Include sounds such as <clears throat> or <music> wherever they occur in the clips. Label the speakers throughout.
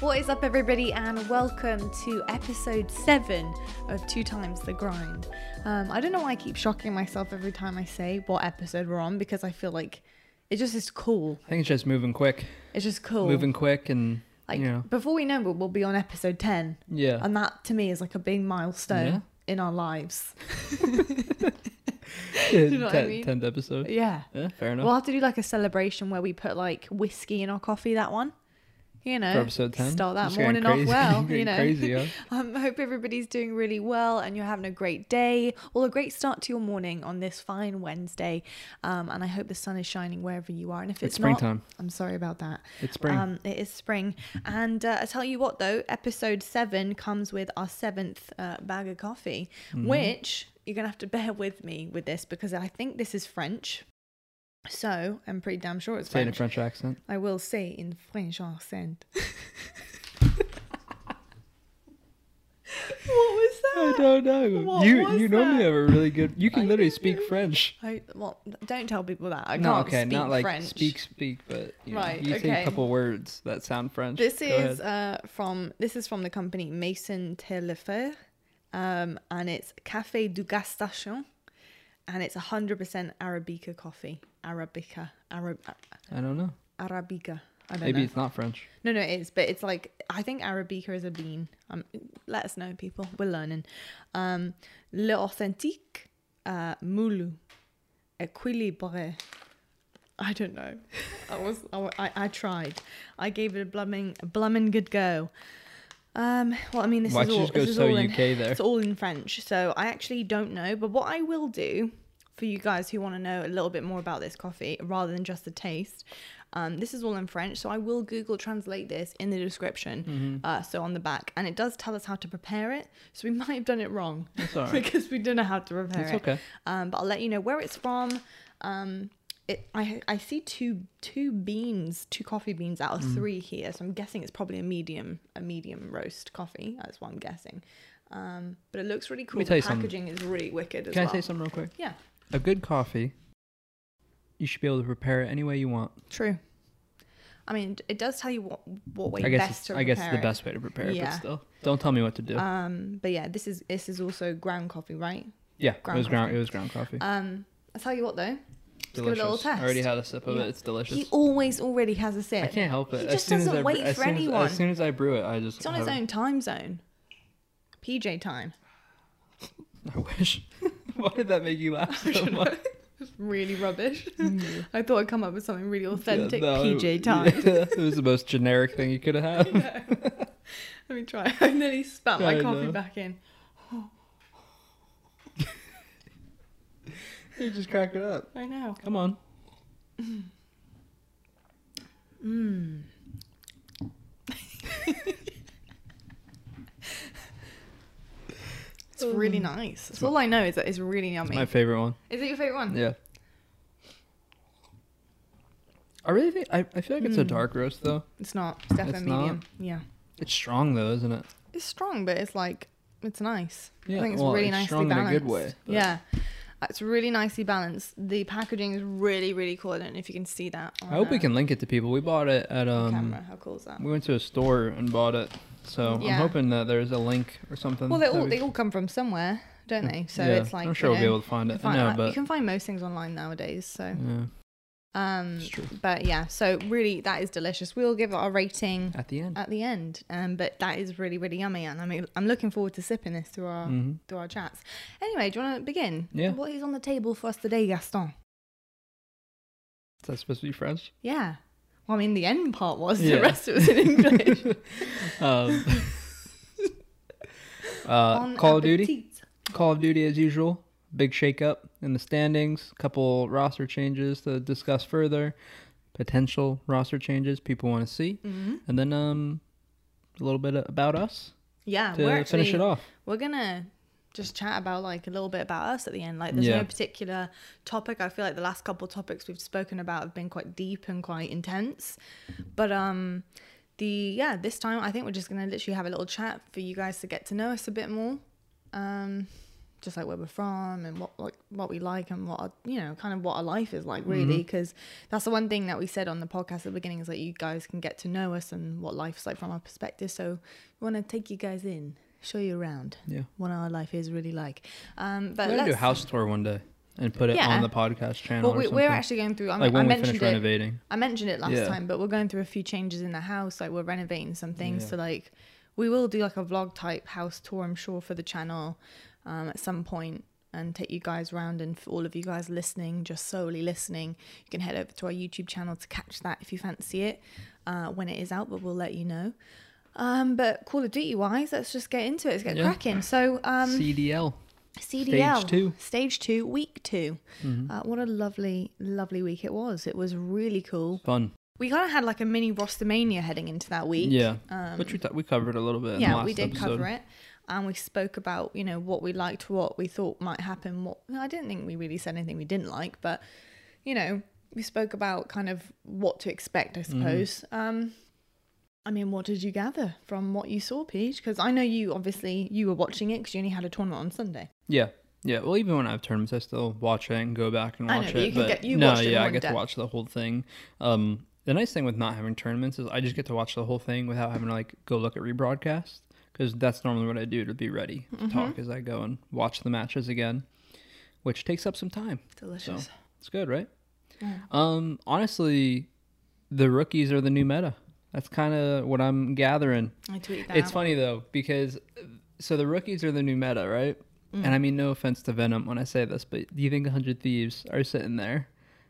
Speaker 1: What is up, everybody, and welcome to episode seven of Two Times the Grind. Um, I don't know why I keep shocking myself every time I say what episode we're on because I feel like it just is cool.
Speaker 2: I think it's just moving quick,
Speaker 1: It's just cool.
Speaker 2: moving quick, and
Speaker 1: like
Speaker 2: you know,
Speaker 1: before we know it, we'll be on episode ten,
Speaker 2: yeah.
Speaker 1: <laughs> and that to me is like a big milestone
Speaker 2: Yeah.
Speaker 1: in our lives.
Speaker 2: Yeah,
Speaker 1: you know what I
Speaker 2: ten-
Speaker 1: mean?
Speaker 2: Tenth episode.
Speaker 1: Yeah,
Speaker 2: Yeah, fair enough.
Speaker 1: we'll have to do like a celebration where we put like whiskey in our coffee. That one, you know,
Speaker 2: For episode ten,
Speaker 1: eh, start that
Speaker 2: Just getting
Speaker 1: morning off
Speaker 2: crazy- <laughs>
Speaker 1: well.
Speaker 2: getting
Speaker 1: you know,
Speaker 2: crazy. Yeah.
Speaker 1: Um, I hope everybody's doing really well and you're having a great day. Well, a great start to your morning on this fine Wednesday. Um, and I hope the sun is shining wherever you are. And if it's,
Speaker 2: It's springtime.
Speaker 1: not, I'm sorry about that.
Speaker 2: It's spring.
Speaker 1: Um, it is spring. And uh, I tell you what, though, episode seven comes with our seventh uh, bag of coffee,
Speaker 2: Mm-hmm.
Speaker 1: which you're going to have to <laughs> bear with me with this because I think this is French. So I'm pretty damn sure it's
Speaker 2: Say it in a
Speaker 1: French.
Speaker 2: French
Speaker 1: <laughs>
Speaker 2: accent.
Speaker 1: I will say in French accent. <laughs> what was
Speaker 2: I
Speaker 1: that?
Speaker 2: don't know.
Speaker 1: What
Speaker 2: you
Speaker 1: was
Speaker 2: you normally
Speaker 1: that?
Speaker 2: have a really good. You
Speaker 1: I
Speaker 2: can literally
Speaker 1: don't
Speaker 2: speak
Speaker 1: know.
Speaker 2: French.
Speaker 1: I, well, don't tell people that. I
Speaker 2: no,
Speaker 1: can't
Speaker 2: okay,
Speaker 1: speak
Speaker 2: not like
Speaker 1: French.
Speaker 2: speak speak, but you, know,
Speaker 1: Right,
Speaker 2: you say
Speaker 1: okay.
Speaker 2: a couple words that sound French.
Speaker 1: This
Speaker 2: Go
Speaker 1: is
Speaker 2: ahead.
Speaker 1: uh, from this is from the company Mason Telefer, um, and it's Café du Gastation, and it's 100% Arabica coffee. Arabica, Arab,
Speaker 2: I don't know.
Speaker 1: Arabica. I don't
Speaker 2: Maybe
Speaker 1: know.
Speaker 2: it's not French.
Speaker 1: No, no, it is, but it's like I think Arabica is a bean. Um, let us know, people. We're learning. Um, Le authentique, uh, moulu, équilibré. I don't know. I was <laughs> I, wa- I, I tried. I gave it a blooming a blooming good go. Um, well, I mean, this
Speaker 2: Why
Speaker 1: is
Speaker 2: did you
Speaker 1: all
Speaker 2: just go
Speaker 1: this is
Speaker 2: so
Speaker 1: all in, <laughs>
Speaker 2: UK there?
Speaker 1: It's all in French, so I actually don't know. But what I will do for you guys who want to know a little bit more about this coffee, rather than just the taste, um, this is all in French, so I will Google translate this in the description,
Speaker 2: Mm-hmm.
Speaker 1: uh, so on the back, and it does tell us how to prepare it. So we <laughs> might have done it wrong
Speaker 2: It's
Speaker 1: <laughs>
Speaker 2: all right.
Speaker 1: because we don't know how to prepare
Speaker 2: It's
Speaker 1: it.
Speaker 2: okay.
Speaker 1: Um, but I'll let you know where it's from. Um, it, I I see two two beans, two coffee beans out of
Speaker 2: Mm.
Speaker 1: three here, so I'm guessing it's probably a medium a medium roast coffee. That's what I'm guessing. Um, but it looks really cool.
Speaker 2: tell
Speaker 1: The
Speaker 2: you something.
Speaker 1: packaging is really wicked as
Speaker 2: Can I
Speaker 1: well.
Speaker 2: say something real quick?
Speaker 1: Yeah,
Speaker 2: A good coffee, you should be able to prepare it any way you want.
Speaker 1: true. I mean, it does tell you what what way
Speaker 2: I guess
Speaker 1: best
Speaker 2: it's,
Speaker 1: to
Speaker 2: I guess it's the
Speaker 1: prepare it.
Speaker 2: best way to prepare it, but
Speaker 1: Yeah.
Speaker 2: still, don't tell me what to do.
Speaker 1: Um, but yeah, this is this is also ground coffee, right?
Speaker 2: yeah,
Speaker 1: ground
Speaker 2: it was ground.
Speaker 1: coffee.
Speaker 2: It was ground coffee.
Speaker 1: Um, I tell you what though, let's give it a little
Speaker 2: I already
Speaker 1: test.
Speaker 2: had a sip of
Speaker 1: Yeah.
Speaker 2: it. It's delicious.
Speaker 1: he always already has a sip.
Speaker 2: I can't help it.
Speaker 1: He
Speaker 2: as
Speaker 1: just
Speaker 2: soon as
Speaker 1: doesn't
Speaker 2: I,
Speaker 1: wait
Speaker 2: as
Speaker 1: for
Speaker 2: soon as-
Speaker 1: anyone.
Speaker 2: As soon as I brew it, I just.
Speaker 1: It's on his
Speaker 2: have-
Speaker 1: own time zone. PJ time.
Speaker 2: <laughs> I wish. <laughs> Why did that make
Speaker 1: <laughs>
Speaker 2: you laugh so much?
Speaker 1: Really rubbish. <laughs> I thought I'd come up with something really authentic
Speaker 2: Mm. Yeah, no,
Speaker 1: PJ
Speaker 2: it-
Speaker 1: time.
Speaker 2: <laughs>
Speaker 1: <laughs>
Speaker 2: yeah, it was the most generic thing you could have. had. <laughs>
Speaker 1: Let me try. <laughs> I nearly spat my
Speaker 2: I
Speaker 1: coffee
Speaker 2: know.
Speaker 1: back in.
Speaker 2: you just crack it up.
Speaker 1: I know.
Speaker 2: Come on.
Speaker 1: It's really nice. That's all I know is that it's really
Speaker 2: It's
Speaker 1: yummy.
Speaker 2: my favorite one.
Speaker 1: is it your favorite one?
Speaker 2: Yeah. I really think I, I feel like
Speaker 1: Hmm.
Speaker 2: it's a dark roast though.
Speaker 1: It's not. It's definitely
Speaker 2: It's not?
Speaker 1: medium. Yeah.
Speaker 2: It's strong though, isn't it?
Speaker 1: It's strong, but it's like it's nice.
Speaker 2: Yeah,
Speaker 1: I think it's
Speaker 2: well,
Speaker 1: really
Speaker 2: it's
Speaker 1: nicely
Speaker 2: strong in a
Speaker 1: balanced.
Speaker 2: good way, but-
Speaker 1: Yeah. Uh, It's really nicely balanced. The packaging is really, really cool. I don't know if you can see that. On
Speaker 2: I hope we
Speaker 1: uh,
Speaker 2: can link it to people. We bought it at um
Speaker 1: Camera. How cool is that?
Speaker 2: we went to a store and bought it. So
Speaker 1: Yeah.
Speaker 2: I'm hoping that there's a link or something.
Speaker 1: Well, they
Speaker 2: that
Speaker 1: all
Speaker 2: we-
Speaker 1: they all come from somewhere, don't they? So
Speaker 2: Yeah,
Speaker 1: it's like
Speaker 2: I'm sure
Speaker 1: you
Speaker 2: we'll be
Speaker 1: know,
Speaker 2: able to find
Speaker 1: you
Speaker 2: it.
Speaker 1: can
Speaker 2: I know,
Speaker 1: like, you
Speaker 2: but
Speaker 1: can find most things online nowadays. So,
Speaker 2: yeah,
Speaker 1: um,
Speaker 2: it's true.
Speaker 1: but yeah, so really that is delicious. We'll give it a rating
Speaker 2: At the end.
Speaker 1: at the end, um, but that is really really yummy, and I mean I'm looking forward to sipping this through our
Speaker 2: hmm
Speaker 1: through our chats. Anyway, do you want to begin?
Speaker 2: Yeah.
Speaker 1: What is on the table for us today, Gaston?
Speaker 2: Is that supposed to be French?
Speaker 1: Yeah. Well, I mean the end part was <laughs>
Speaker 2: Yeah.
Speaker 1: the rest was in
Speaker 2: <laughs>
Speaker 1: English. <laughs>
Speaker 2: Um, uh,
Speaker 1: Bon
Speaker 2: Call of Duty.
Speaker 1: appetit.
Speaker 2: Call of Duty as usual. Big shakeup in the standings. Couple roster changes to discuss further. Potential roster changes people want to see,
Speaker 1: Mm-hmm.
Speaker 2: and then um, a little bit about us
Speaker 1: Yeah.
Speaker 2: to
Speaker 1: we're
Speaker 2: finish
Speaker 1: actually,
Speaker 2: it off.
Speaker 1: we're gonna just chat about like a little bit about us at the end like there's
Speaker 2: Yeah.
Speaker 1: no particular topic i feel like the last couple topics we've spoken about have been quite deep and quite intense but um the yeah this time i think we're just gonna literally have a little chat for you guys to get to know us a bit more um just like where we're from and what like what we like and what our, you know kind of what our life is like really because that's the one thing that we said on the podcast at the beginning is that you guys can get to know us and what life's like from our perspective so we want to take you guys in show you around
Speaker 2: Yeah.
Speaker 1: what our life is really like um but
Speaker 2: We're gonna do a
Speaker 1: let's,
Speaker 2: house tour one day and put it
Speaker 1: Yeah.
Speaker 2: on the podcast channel.
Speaker 1: well, we,
Speaker 2: or
Speaker 1: we're
Speaker 2: something.
Speaker 1: actually going through I,
Speaker 2: like
Speaker 1: I
Speaker 2: when we
Speaker 1: mentioned
Speaker 2: finish
Speaker 1: it
Speaker 2: renovating.
Speaker 1: I mentioned it last
Speaker 2: Yeah.
Speaker 1: time, but we're going through a few changes in the house. Like we're renovating some things,
Speaker 2: Yeah.
Speaker 1: so like we will do like a vlog type house tour, I'm sure, for the channel um, at some point, and take you guys around. And for all of you guys listening, just solely listening, you can head over to our YouTube channel to catch that if you fancy it uh, when it is out. But we'll let you know. Um, but Call of Duty wise, let's just get into it. Let's get
Speaker 2: Yeah.
Speaker 1: cracking. So um,
Speaker 2: CDL.
Speaker 1: CDL
Speaker 2: Stage two. Mm-hmm.
Speaker 1: stage two, week 2 Uh, what a lovely, lovely week it was. It was really cool.
Speaker 2: Fun.
Speaker 1: We kind of had like a mini Rostermania heading into that week.
Speaker 2: Yeah.
Speaker 1: Um,
Speaker 2: Which we, thought we covered a little bit. in the
Speaker 1: yeah,
Speaker 2: last
Speaker 1: we did
Speaker 2: episode.
Speaker 1: cover it. And we spoke about, you know, what we liked, what we thought might happen, what no, I didn't think we really said anything we didn't like, but you know, we spoke about kind of what to expect, I
Speaker 2: Mm-hmm.
Speaker 1: suppose. Um I mean, what did you gather from what you saw, Peach? Because I know you obviously you were watching it because you only had a tournament on Sunday.
Speaker 2: Yeah. Yeah. Well, even when I have tournaments, I still watch it and go back and
Speaker 1: I know,
Speaker 2: watch
Speaker 1: but
Speaker 2: it.
Speaker 1: you can
Speaker 2: but
Speaker 1: get- you
Speaker 2: no,
Speaker 1: watched it in
Speaker 2: yeah, I
Speaker 1: one
Speaker 2: get
Speaker 1: day.
Speaker 2: to watch the whole thing. Um, the nice thing with not having tournaments is I just get to watch the whole thing without having to like go look at rebroadcast because that's normally what I do to be ready
Speaker 1: Mm-hmm.
Speaker 2: to talk as I go and watch the matches again, which takes up some time.
Speaker 1: Delicious.
Speaker 2: So it's good, right?
Speaker 1: Yeah.
Speaker 2: Um, honestly, the rookies are the new meta. That's kind of what I'm gathering.
Speaker 1: I tweeted that.
Speaker 2: It's
Speaker 1: out.
Speaker 2: funny though because uh, so the rookies are the new meta, right? And
Speaker 1: Mm.
Speaker 2: I mean no offense to Venom when I say this, but do you think 100 Thieves are sitting there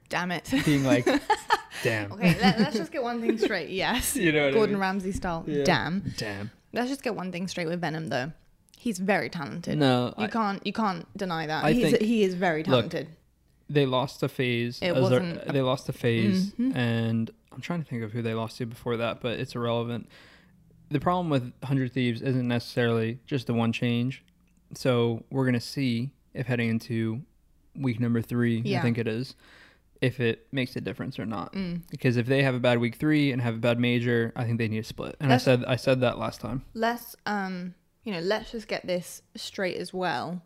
Speaker 1: Damn
Speaker 2: <laughs>
Speaker 1: it. <laughs>
Speaker 2: being like, "Damn,
Speaker 1: okay, let, let's just get one thing straight. Yes.
Speaker 2: <laughs> You know what I
Speaker 1: Gordon
Speaker 2: mean.
Speaker 1: Ramsay style.
Speaker 2: Yeah.
Speaker 1: Damn.
Speaker 2: damn"?
Speaker 1: Let's just get one thing straight with Venom, though. He's very talented.
Speaker 2: No,
Speaker 1: you
Speaker 2: I-
Speaker 1: can't you can't deny that.
Speaker 2: I
Speaker 1: He's,
Speaker 2: think-
Speaker 1: he is very
Speaker 2: Look,
Speaker 1: talented.
Speaker 2: they lost a phase.
Speaker 1: It
Speaker 2: as their-
Speaker 1: wasn't a- Mm-hmm.
Speaker 2: they lost a phase, and I'm trying to think of who they lost to before that, but it's irrelevant. The problem with 100 Thieves isn't necessarily just the one change. So we're gonna see if heading into week number three,
Speaker 1: Yeah. Mm.
Speaker 2: I think it is, if it makes a difference or not. Because if they have a bad week three and have a bad major, I think they need to split. And
Speaker 1: That's-
Speaker 2: I said I said that last time.
Speaker 1: let's um you know let's just get this straight as well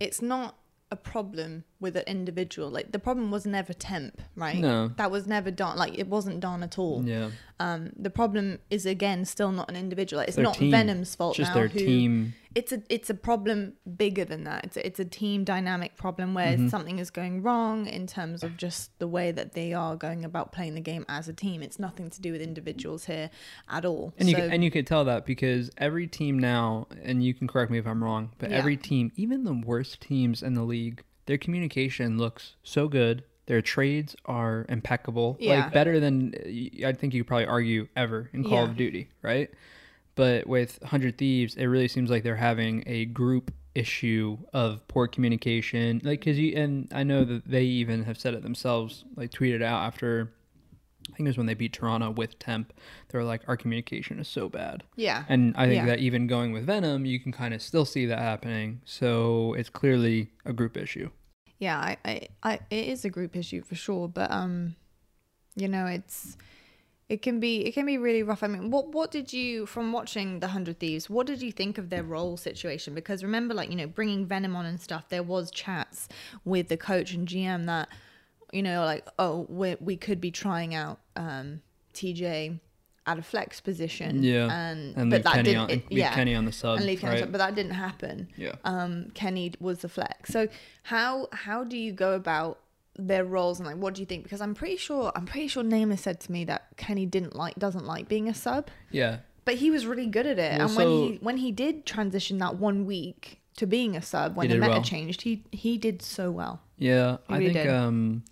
Speaker 1: it's not a problem with an individual like the problem was never temp right
Speaker 2: No.
Speaker 1: that was never don like it wasn't don at all
Speaker 2: Yeah,
Speaker 1: um the problem is again still not an individual like, it's
Speaker 2: Their
Speaker 1: not
Speaker 2: team.
Speaker 1: venom's fault
Speaker 2: it's just
Speaker 1: now
Speaker 2: their
Speaker 1: who-
Speaker 2: team.
Speaker 1: it's a it's a problem bigger than that. It's a, it's a team dynamic problem where
Speaker 2: Mm-hmm.
Speaker 1: something is going wrong in terms of just the way that they are going about playing the game as a team. It's nothing to do with individuals here at all.
Speaker 2: And you
Speaker 1: so
Speaker 2: can, and you could tell that because every team now, and you can correct me if I'm wrong, but
Speaker 1: Yeah.
Speaker 2: every team, even the worst teams in the league, their communication looks so good. Their trades are impeccable,
Speaker 1: Yeah.
Speaker 2: like better than uh, I think you could probably argue ever in Call
Speaker 1: Yeah.
Speaker 2: of Duty, right? But with Hundred Thieves, it really seems like they're having a group issue of poor communication, like because you and I know that they even have said it themselves, like tweeted out after I think it was when they beat Toronto with Temp. They were like, our communication is so bad.
Speaker 1: yeah,
Speaker 2: And I think
Speaker 1: Yeah.
Speaker 2: that even going with Venom, you can kind of still see that happening. So it's clearly a group issue.
Speaker 1: yeah, I, I, I it is a group issue for sure, but um, you know, it's it can be it can be really rough. I mean, what what did you from watching the Hundred Thieves? What did you think of their role situation? Because remember, like you know, bringing Venom on and stuff, there was chats with the coach and GM that you know, like oh, we we could be trying out um TJ at a flex position,
Speaker 2: Yeah.
Speaker 1: and,
Speaker 2: And
Speaker 1: but
Speaker 2: leave
Speaker 1: that
Speaker 2: Kenny
Speaker 1: didn't,
Speaker 2: on,
Speaker 1: it-
Speaker 2: leave
Speaker 1: yeah,
Speaker 2: Kenny on the sub.
Speaker 1: and leave Kenny, on
Speaker 2: right?
Speaker 1: top, but that didn't happen
Speaker 2: Yeah.
Speaker 1: um, Kenny was the flex. So how how do you go about their roles and like what do you think? Because I'm pretty sure I'm pretty sure Namer said to me that Kenny didn't like doesn't like being a sub,
Speaker 2: Yeah.
Speaker 1: but he was really good at it.
Speaker 2: Well,
Speaker 1: and when
Speaker 2: so-
Speaker 1: he when he did transition that one week to being a sub when
Speaker 2: He
Speaker 1: the
Speaker 2: did
Speaker 1: meta
Speaker 2: well.
Speaker 1: changed, he he did so well.
Speaker 2: Yeah. I
Speaker 1: Maybe
Speaker 2: think
Speaker 1: they did.
Speaker 2: um,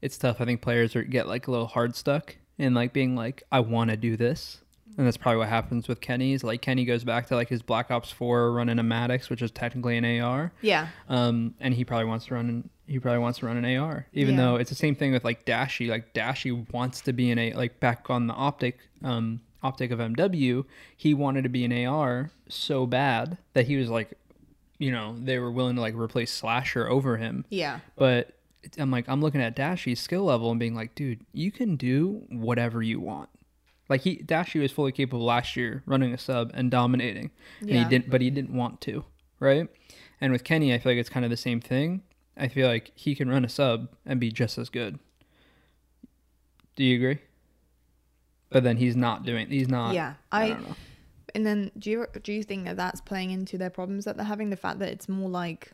Speaker 2: it's tough. I think players are, get like a little hard stuck in like being like, I want to do this. And that's probably what happens with Kenny's. Like Kenny goes back to like his Black Ops 4 run in a Maddox, which is technically an AR.
Speaker 1: Yeah.
Speaker 2: um, and he probably wants to run an, he probably wants to run an AR, even
Speaker 1: Yeah.
Speaker 2: though it's the same thing with like Dashy. Like Dashy wants to be an A, like back on the optic um, optic of MW, he wanted to be an AR so bad that he was like, you know, they were willing to like replace Slasher over him.
Speaker 1: Yeah.
Speaker 2: But it's- I'm like, I'm looking at Dashy's skill level and being like, dude, you can do whatever you want. Like he Dashy was fully capable last year running a sub and dominating, and he
Speaker 1: Yeah.
Speaker 2: didn't, but he didn't want to, right? And with Kenny, I feel like it's kind of the same thing. I feel like he can run a sub and be just as good. Do you agree? But then he's not doing. He's not.
Speaker 1: yeah,
Speaker 2: Uh, I,
Speaker 1: I
Speaker 2: don't know.
Speaker 1: and then do you do you think that that's playing into their problems that they're having? The fact that it's more like,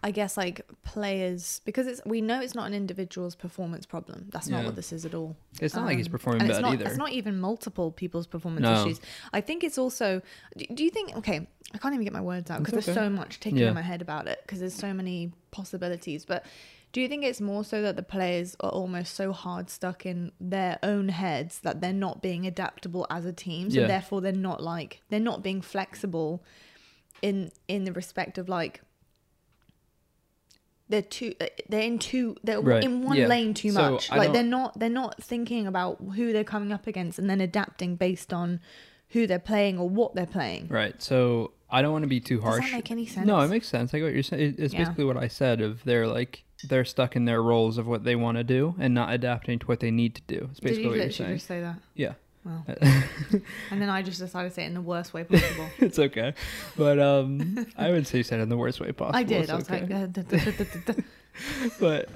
Speaker 1: I guess like players because it's we know it's not an individual's performance problem. That's not
Speaker 2: Yeah.
Speaker 1: what this is at all.
Speaker 2: It's not like he's
Speaker 1: Um,
Speaker 2: performing
Speaker 1: and
Speaker 2: bad
Speaker 1: it's not,
Speaker 2: either.
Speaker 1: It's not even multiple people's performance
Speaker 2: No.
Speaker 1: issues. I think it's also. Do, do you think? Okay, I can't even get my words out because
Speaker 2: It's
Speaker 1: there's
Speaker 2: okay.
Speaker 1: so much taking
Speaker 2: Yeah.
Speaker 1: in my head about it because there's so many possibilities. But do you think it's more so that the players are almost so hard stuck in their own heads that they're not being adaptable as a team? So
Speaker 2: Yeah.
Speaker 1: therefore, they're not like they're not being flexible in in the respect of like. They're too. uh, They're in two. They're
Speaker 2: Right.
Speaker 1: in one
Speaker 2: Yeah.
Speaker 1: lane too
Speaker 2: So
Speaker 1: much.
Speaker 2: I
Speaker 1: like
Speaker 2: don't-
Speaker 1: they're not. They're not thinking about who they're coming up against and then adapting based on who they're playing or what they're playing.
Speaker 2: Right. So I don't want to be too
Speaker 1: Does
Speaker 2: harsh.
Speaker 1: that make any sense?
Speaker 2: No, it makes sense. Like what you're saying, it's
Speaker 1: Yeah.
Speaker 2: basically what I said. Of they're like they're stuck in their roles of what they want to do and not adapting to what they need to do. It's
Speaker 1: Did
Speaker 2: basically
Speaker 1: you
Speaker 2: what you're
Speaker 1: literally
Speaker 2: saying.
Speaker 1: just say that?
Speaker 2: Yeah, <laughs>
Speaker 1: Wow. and then I just decided to say it in the worst way
Speaker 2: <laughs>
Speaker 1: possible.
Speaker 2: it's okay. But um, I would say you said it in the worst way
Speaker 1: <laughs>
Speaker 2: possible.
Speaker 1: I did.
Speaker 2: It's
Speaker 1: I was
Speaker 2: okay.
Speaker 1: like, uh, duh, duh, duh, duh, duh, duh.
Speaker 2: but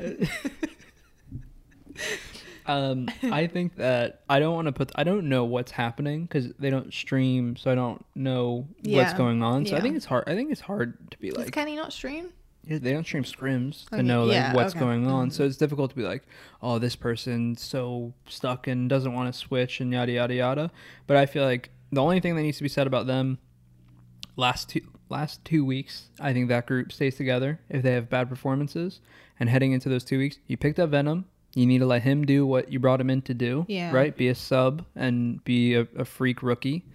Speaker 2: <laughs> um, I think that I don't want to put. I don't know what's happening because they don't stream, so I don't know what's
Speaker 1: Yeah.
Speaker 2: going on. So I
Speaker 1: Yeah.
Speaker 2: think it's hard. I think it's hard to be
Speaker 1: does
Speaker 2: <laughs> like
Speaker 1: Kenny not stream?
Speaker 2: Yeah, they don't stream scrims to
Speaker 1: Okay,
Speaker 2: know like
Speaker 1: yeah,
Speaker 2: what's
Speaker 1: okay. Mm-hmm.
Speaker 2: going on, so it's difficult to be like, oh, this person's so stuck and doesn't want to switch and yada yada yada. But I feel like the only thing that needs to be said about them last two last two weeks, I think that group stays together if they have bad performances. And heading into those two weeks, you picked up Venom. You need to let him do what you brought him in to do.
Speaker 1: Yeah.
Speaker 2: Right? Be a sub and be a, a freak rookie.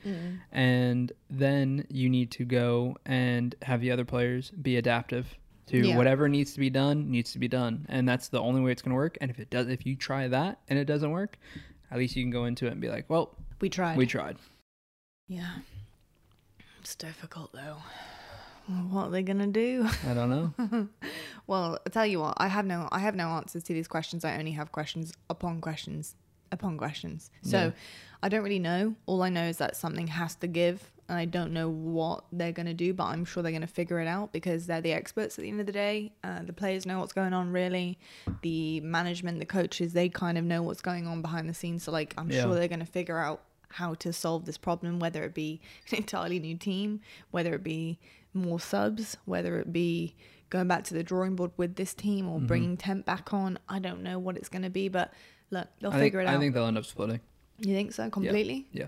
Speaker 2: And then you need to go and have the other players be adaptive to
Speaker 1: Yeah.
Speaker 2: whatever needs to be done, needs to be done. And that's the only way it's gonna work. And if it does if you try that and it doesn't work, at least you can go into it and be like, Well,
Speaker 1: We tried.
Speaker 2: we tried.
Speaker 1: yeah. It's difficult though. What are they gonna do?
Speaker 2: I don't know.
Speaker 1: Well, I tell you what, I have no I have no answers to these questions. I only have questions upon questions upon questions. So
Speaker 2: Yeah.
Speaker 1: I don't really know. All I know is that something has to give and I don't know what they're gonna do, but I'm sure they're gonna figure it out because they're the experts at the end of the day. Uh, the players know what's going on really. The management, the coaches, they kind of know what's going on behind the scenes. So like I'm
Speaker 2: Yeah.
Speaker 1: sure they're gonna figure out how to solve this problem, whether it be an <laughs> entirely new team, whether it be more subs, whether it be going back to the drawing board with this team
Speaker 2: Mm-hmm.
Speaker 1: or bringing Temp back on. I don't know what it's going to be, but look, they'll
Speaker 2: I think,
Speaker 1: figure it
Speaker 2: I
Speaker 1: out.
Speaker 2: think they'll end up splitting.
Speaker 1: you think so? Completely?
Speaker 2: Yeah.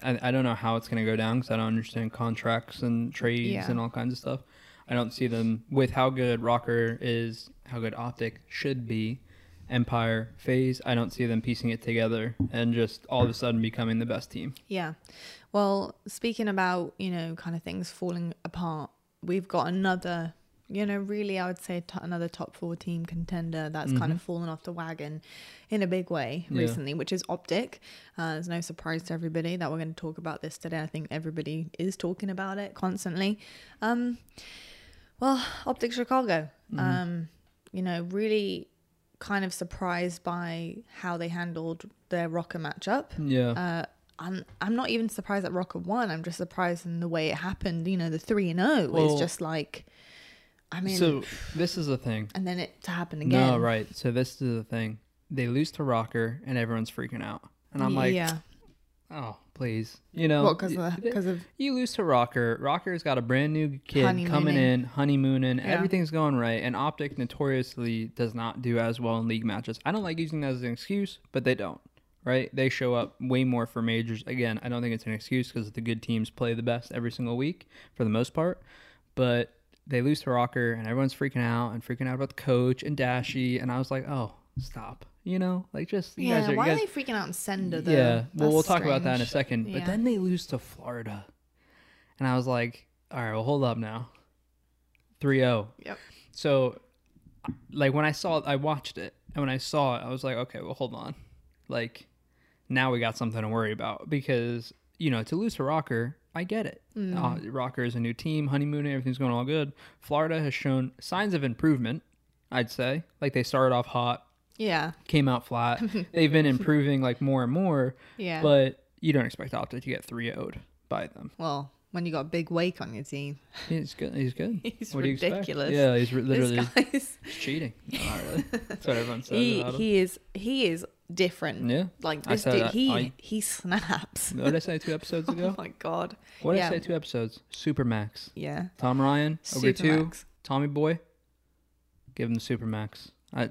Speaker 2: I, I don't know how it's going to go down because I don't understand contracts and trades
Speaker 1: Yeah.
Speaker 2: and all kinds of stuff. I don't see them with how good Rocker is, how good Optic should be, Empire, Phase. I don't see them piecing it together and just all of a sudden becoming the best team.
Speaker 1: Yeah. Well, speaking about, you know, kind of things falling apart, we've got another, you know, really, I would say t- another top four team contender that's kind of fallen off the wagon in a big way
Speaker 2: Yeah.
Speaker 1: recently, which is Optic. Uh, there's no surprise to everybody that we're going to talk about this today. I think everybody is talking about it constantly. Um, well, Optic Chicago, um, you know, really kind of surprised by how they handled their rocker matchup.
Speaker 2: Yeah.
Speaker 1: Uh, I'm I'm not even surprised that Rocker won. I'm just surprised in the way it happened. You know, the three and zero
Speaker 2: Well-
Speaker 1: is just like, I mean,
Speaker 2: so this is the thing.
Speaker 1: and then it to happen again.
Speaker 2: No, right. So this is the thing. They lose to Rocker and everyone's freaking out. And I'm like,
Speaker 1: yeah,
Speaker 2: oh, please. You know,
Speaker 1: well, because
Speaker 2: y-
Speaker 1: because of
Speaker 2: You lose to Rocker. Rocker's got a brand new kid coming
Speaker 1: Honeymooning.
Speaker 2: in, honeymooning.
Speaker 1: Yeah.
Speaker 2: Everything's going right. And Optic notoriously does not do as well in league matches. I don't like using that as an excuse, but they don't, right? They show up way more for majors. Again, I don't think it's an excuse because the good teams play the best every single week for the most part. But they lose to Rocker, and everyone's freaking out and freaking out about the coach and Dashy. And I was like, oh, stop. You know, like just you
Speaker 1: yeah.
Speaker 2: guys are,
Speaker 1: why
Speaker 2: you
Speaker 1: are
Speaker 2: guys,
Speaker 1: they freaking out in Sender? Though?
Speaker 2: yeah. Well,
Speaker 1: That's
Speaker 2: we'll talk about that in a
Speaker 1: strange.
Speaker 2: second. But
Speaker 1: Yeah.
Speaker 2: then they lose to Florida. And I was like, all right, well, hold up now. 3 0.
Speaker 1: Yep.
Speaker 2: So, like, when I saw it, I watched it. And when I saw it, I was like, okay, well, hold on. Like, now we got something to worry about because, you know, to lose to Rocker, I get it.
Speaker 1: Mm.
Speaker 2: Uh, Rocker is a new team, honeymoon, everything's going all good. Florida has shown signs of improvement, I'd say. Like, they started off hot,
Speaker 1: Yeah,
Speaker 2: came
Speaker 1: <laughs>
Speaker 2: out flat. They've been improving like more and more,
Speaker 1: yeah.
Speaker 2: but you don't expect Optic to get 3 0'd by them.
Speaker 1: well, when you got a big wake on your team.
Speaker 2: He's good. He's good.
Speaker 1: <laughs> He's
Speaker 2: what Do you
Speaker 1: ridiculous.
Speaker 2: expect? Yeah, he's ri-
Speaker 1: This
Speaker 2: literally <laughs>
Speaker 1: guy's
Speaker 2: he's
Speaker 1: <laughs>
Speaker 2: cheating. Not really. That's what everyone says
Speaker 1: he
Speaker 2: about him.
Speaker 1: he is he is different.
Speaker 2: Yeah.
Speaker 1: Like
Speaker 2: I
Speaker 1: this
Speaker 2: said
Speaker 1: dude,
Speaker 2: that-
Speaker 1: he
Speaker 2: I-
Speaker 1: he snaps.
Speaker 2: What did I say two
Speaker 1: <laughs>
Speaker 2: episodes
Speaker 1: Oh
Speaker 2: ago?
Speaker 1: my god.
Speaker 2: What did
Speaker 1: yeah.
Speaker 2: I say two episodes? Supermax.
Speaker 1: Yeah.
Speaker 2: Tom Ryan, Ogre 2,
Speaker 1: Supermax.
Speaker 2: Tommy Boy. Give him the Supermax. I,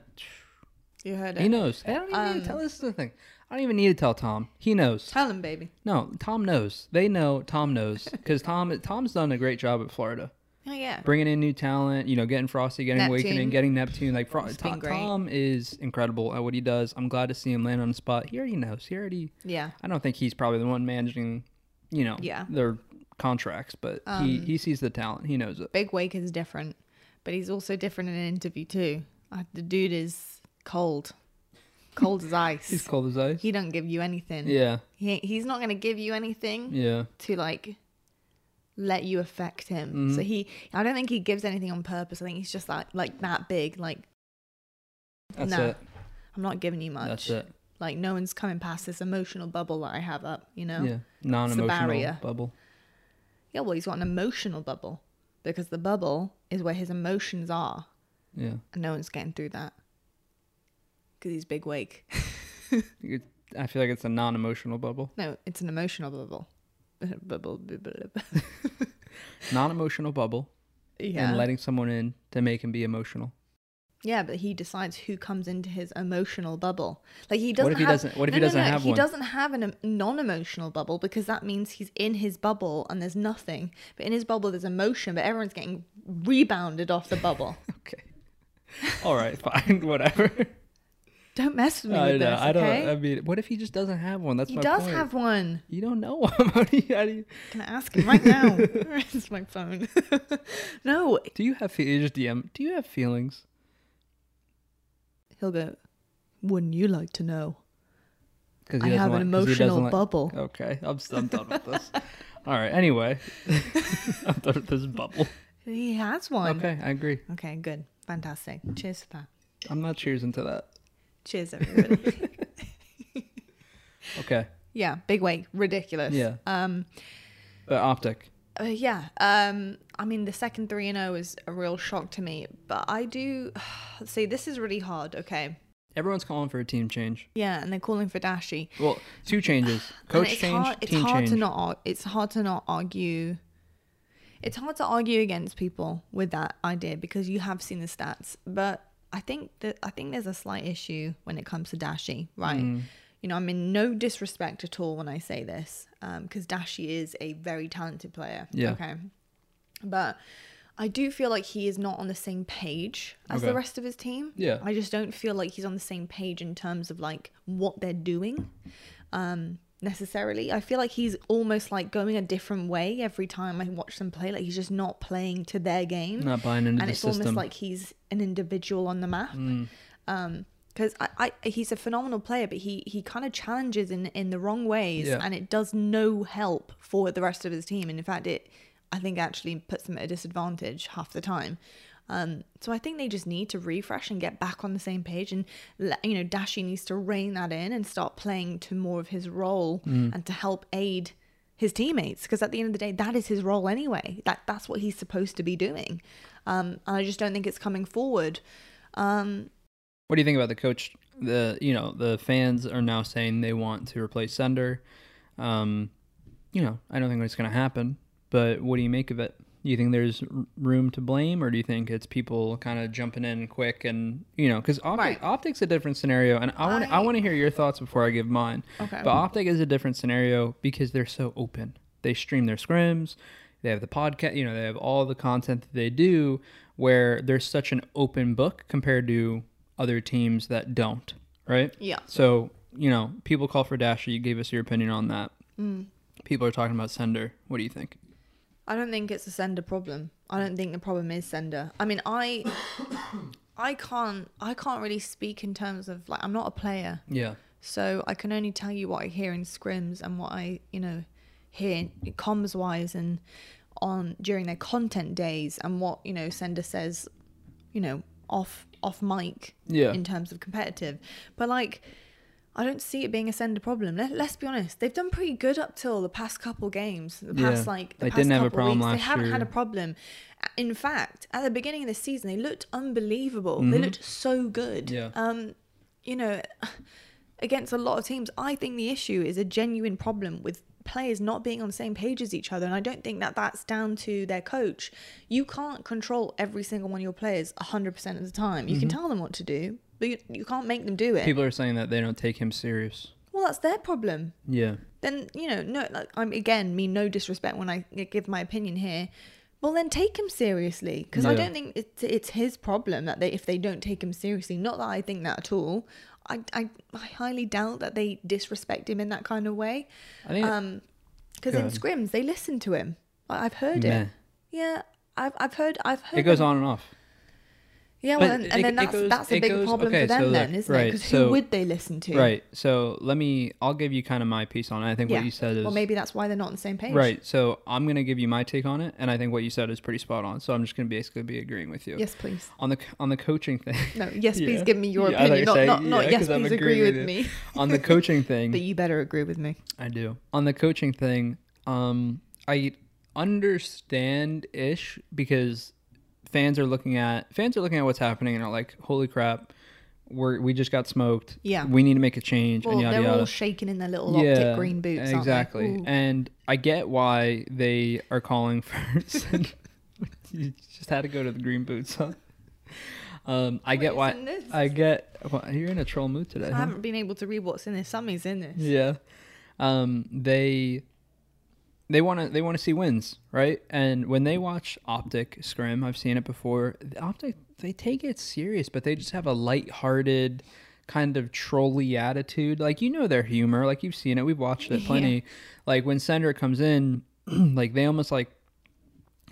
Speaker 1: You heard
Speaker 2: he
Speaker 1: it.
Speaker 2: knows. I don't even need
Speaker 1: Um,
Speaker 2: to tell this is the thing. I don't even need to tell Tom. He knows.
Speaker 1: Tell him, baby.
Speaker 2: No, Tom knows. They know Tom knows because Tom Tom's done a great job at Florida,
Speaker 1: Oh yeah.
Speaker 2: bringing in new talent. You know, getting Frosty, getting Awakening,
Speaker 1: Neptune.
Speaker 2: getting Neptune. Like Fro-
Speaker 1: It's been
Speaker 2: Tom,
Speaker 1: great.
Speaker 2: Tom is incredible at what he does. I'm glad to see him land on the spot. He already knows. He already.
Speaker 1: Yeah.
Speaker 2: I don't think he's probably the one managing, you know,
Speaker 1: Yeah. Um,
Speaker 2: their contracts, but he he sees the talent. He knows it.
Speaker 1: Big Wake is different, but he's also different in an interview too. Uh, the dude is cold, cold
Speaker 2: <laughs>
Speaker 1: as
Speaker 2: He's
Speaker 1: ice.
Speaker 2: cold as ice.
Speaker 1: He don't give you anything.
Speaker 2: Yeah,
Speaker 1: He he's not gonna give you anything
Speaker 2: yeah.
Speaker 1: to like let you affect him.
Speaker 2: Mm-hmm.
Speaker 1: So he, I don't think he gives anything on purpose. I think he's just that like that big. Like
Speaker 2: That's
Speaker 1: Nah.
Speaker 2: it.
Speaker 1: I'm not giving you much.
Speaker 2: That's it.
Speaker 1: Like no one's coming past this emotional bubble that I have up. You know.
Speaker 2: Yeah, non-emotional
Speaker 1: barrier.
Speaker 2: bubble.
Speaker 1: Yeah, well, he's got an emotional bubble because the bubble is where his emotions are,
Speaker 2: Yeah,
Speaker 1: and no one's getting through that because he's big wake. <laughs>
Speaker 2: It- I feel like it's a non-emotional bubble.
Speaker 1: No, it's an emotional bubble. <laughs> bubble, bubble, bubble.
Speaker 2: Non-emotional bubble.
Speaker 1: Yeah.
Speaker 2: and letting someone in to make him be emotional.
Speaker 1: yeah, but he decides who comes into his emotional bubble. Like he doesn't.
Speaker 2: if he
Speaker 1: have-
Speaker 2: doesn't- what if
Speaker 1: No,
Speaker 2: he
Speaker 1: no,
Speaker 2: doesn't
Speaker 1: no,
Speaker 2: have
Speaker 1: He
Speaker 2: one?
Speaker 1: doesn't have an, a non-emotional bubble because that means he's in his bubble and there's nothing. But in his bubble, there's emotion, but everyone's getting rebounded off the
Speaker 2: <laughs>
Speaker 1: bubble.
Speaker 2: Okay. All right, <laughs> fine, whatever.
Speaker 1: don't mess with me
Speaker 2: I
Speaker 1: with
Speaker 2: know.
Speaker 1: this.
Speaker 2: I don't.
Speaker 1: okay?
Speaker 2: I mean, what if he just doesn't have one? That's
Speaker 1: he
Speaker 2: my
Speaker 1: does
Speaker 2: point.
Speaker 1: have one.
Speaker 2: You don't know <laughs> him. How do you, how do, you,
Speaker 1: Can I ask him right
Speaker 2: <laughs>
Speaker 1: now? <laughs> Where's my phone? <laughs> no,
Speaker 2: do you have? fe- you Just DM. Do you have feelings?
Speaker 1: he'll go. Wouldn't you like to know?
Speaker 2: Because
Speaker 1: I have an emotional bubble.
Speaker 2: Okay, I'm, s- I'm done with
Speaker 1: <laughs>
Speaker 2: this. All right. Anyway, I'm done with this bubble.
Speaker 1: He has one.
Speaker 2: Okay, I agree.
Speaker 1: Okay, good. Fantastic. Cheers for that.
Speaker 2: I'm not cheers into that.
Speaker 1: Cheers, everybody.
Speaker 2: <laughs> Okay,
Speaker 1: yeah, big wake. Ridiculous.
Speaker 2: Yeah.
Speaker 1: Um,
Speaker 2: but optic.
Speaker 1: uh, yeah. Um, I mean, the second 3 and 0 is a real shock to me, but I do <sighs> see this is really hard. Okay.
Speaker 2: Everyone's calling for a team change.
Speaker 1: Yeah, and they're calling for Dashi.
Speaker 2: Well, two changes:
Speaker 1: <sighs> And
Speaker 2: coach
Speaker 1: it's
Speaker 2: change,
Speaker 1: hard, it's
Speaker 2: team
Speaker 1: hard
Speaker 2: change.
Speaker 1: to not ar- it's hard to not argue it's hard to argue against people with that idea because you have seen the stats but i think that i think there's a slight issue when it comes to dashi right
Speaker 2: Mm.
Speaker 1: you know i'm in no disrespect at all when i say this because dashi is a very talented player
Speaker 2: Yeah.
Speaker 1: okay but I do feel like he is not on the same page as the
Speaker 2: Okay.
Speaker 1: rest of his team.
Speaker 2: Yeah.
Speaker 1: I just don't feel like he's on the same page in terms of like what they're doing um necessarily. I feel like he's almost like going a different way every time I watch them play. Like he's just not playing to their game.
Speaker 2: Not buying into
Speaker 1: and
Speaker 2: the
Speaker 1: it's
Speaker 2: system. Mm.
Speaker 1: almost like he's an individual on the map. Um because I, I, he's a phenomenal player, but he, he kind of challenges in, in the wrong ways,
Speaker 2: Yeah.
Speaker 1: and it does no help for the rest of his team. And in fact, it I think actually puts them at a disadvantage half the time. Um, so I think they just need to refresh and get back on the same page, and let- you know Dashi needs to rein that in and start playing to more of his role and to help aid his teammates because at the end of the day that is his role anyway. That that's what he's supposed to be doing. Um, and I just don't think it's coming forward. Um,
Speaker 2: What do you think about the coach? The you know the fans are now saying they want to replace Sender. Um, you know I don't think it's going to happen. But what do you make of it? Do you think there's r- room to blame, or do you think it's people kind of jumping in quick and you know because optic,
Speaker 1: Right.
Speaker 2: optics a different scenario, and I want to I
Speaker 1: I-
Speaker 2: want to hear your thoughts before I give mine.
Speaker 1: okay.
Speaker 2: But Optic is a different scenario because they're so open. They stream their scrims, they have the podcast, you know, they have all the content that they do where there's such an open book compared to other teams that don't, right?
Speaker 1: yeah.
Speaker 2: So, you know, people call for Dasher. You gave us your opinion on that.
Speaker 1: Mm.
Speaker 2: People are talking about Sender. What do you think?
Speaker 1: I don't think it's a sender problem. I don't think the problem is sender. I mean, I, <coughs> I can't, I can't really speak in terms of like I'm not a player,
Speaker 2: Yeah.
Speaker 1: so I can only tell you what I hear in scrims and what I, you know, hear comms wise and on during their content days and what you know sender says, you know, off off mic
Speaker 2: Yeah.
Speaker 1: in terms of competitive. But like, I don't see it being a sender problem. Let, let's be honest; they've done pretty good up till the past couple games. The
Speaker 2: Yeah,
Speaker 1: past like the
Speaker 2: they
Speaker 1: past
Speaker 2: didn't have a
Speaker 1: couple
Speaker 2: problem
Speaker 1: weeks, they
Speaker 2: last
Speaker 1: haven't had a
Speaker 2: year.
Speaker 1: problem. In fact, at the beginning of the season, they looked unbelievable. They looked so good.
Speaker 2: Mm-hmm. Yeah.
Speaker 1: Um, you know, against a lot of teams, I think the issue is a genuine problem with players not being on the same page as each other and i don't think that that's down to their coach you can't control every single one of your players 100% of the time you can tell them what to do but you, you can't make them do it
Speaker 2: People are saying that they don't take him serious.
Speaker 1: well, that's their problem.
Speaker 2: Yeah.
Speaker 1: Then you know, no, like, I'm again mean no disrespect when I give my opinion here. Well, then take him seriously because I
Speaker 2: Yeah.
Speaker 1: don't think it's it's his problem that they if they don't take him seriously. Not that I think that at all. I I, I highly doubt that they disrespect him in that kind of way.
Speaker 2: I think
Speaker 1: Um, because
Speaker 2: Go
Speaker 1: in
Speaker 2: on.
Speaker 1: scrims they listen to him. I, I've heard
Speaker 2: Meh.
Speaker 1: it. Yeah, I've I've heard I've heard.
Speaker 2: it goes
Speaker 1: them-
Speaker 2: on and off.
Speaker 1: Yeah,
Speaker 2: but
Speaker 1: well, and,
Speaker 2: it-
Speaker 1: and then
Speaker 2: it
Speaker 1: that's
Speaker 2: goes-
Speaker 1: that's
Speaker 2: it
Speaker 1: a big
Speaker 2: goes-
Speaker 1: problem
Speaker 2: okay,
Speaker 1: for them
Speaker 2: so
Speaker 1: then,
Speaker 2: look,
Speaker 1: isn't it?
Speaker 2: right,
Speaker 1: Because who
Speaker 2: so-
Speaker 1: would they listen to?
Speaker 2: Right. So let me. I'll give you kind of my piece on it. I think
Speaker 1: Yeah.
Speaker 2: what you said is
Speaker 1: Well, maybe that's why they're not on the same page.
Speaker 2: right. So I'm gonna give you my take on it, and I think what you said is pretty spot on. So I'm just gonna basically be agreeing with you
Speaker 1: Yes, please.
Speaker 2: on the on the coaching
Speaker 1: <laughs>
Speaker 2: thing.
Speaker 1: No, yes, please
Speaker 2: Yeah.
Speaker 1: give me your
Speaker 2: Yeah, I
Speaker 1: opinion.
Speaker 2: thought
Speaker 1: Not,
Speaker 2: you were
Speaker 1: not,
Speaker 2: saying-
Speaker 1: not
Speaker 2: yeah,
Speaker 1: yes,
Speaker 2: 'cause I'm
Speaker 1: please agree
Speaker 2: agreeing
Speaker 1: with
Speaker 2: with
Speaker 1: me.
Speaker 2: <laughs> on the coaching thing,
Speaker 1: But you better agree with me.
Speaker 2: I do. On the coaching thing, um, I understand ish because fans are looking at fans are looking at what's happening and are like, "Holy crap, we're we just got smoked.
Speaker 1: Yeah.
Speaker 2: we need to make a change."
Speaker 1: Well,
Speaker 2: and yada
Speaker 1: they're
Speaker 2: yada.
Speaker 1: all shaking in their little optic green boots.
Speaker 2: Exactly.
Speaker 1: Aren't they? Ooh.
Speaker 2: And I get why they are calling first. <laughs> you just had to go to the green boots, huh? Um, I get
Speaker 1: is
Speaker 2: why.
Speaker 1: in this?
Speaker 2: I get. Well, you're in a troll mood today.
Speaker 1: I
Speaker 2: huh?
Speaker 1: haven't been able to read what's in this. Something's in this.
Speaker 2: Yeah. Um, they they want to they want to see wins, right? And when they watch Optic Scrim, I've seen it before. the Optic they take it serious, but they just have a light-hearted kind of trolly attitude. Like you know their humor, like you've seen it, we've watched it
Speaker 1: Yeah.
Speaker 2: plenty. Like when Sender comes in, <clears throat> like they almost like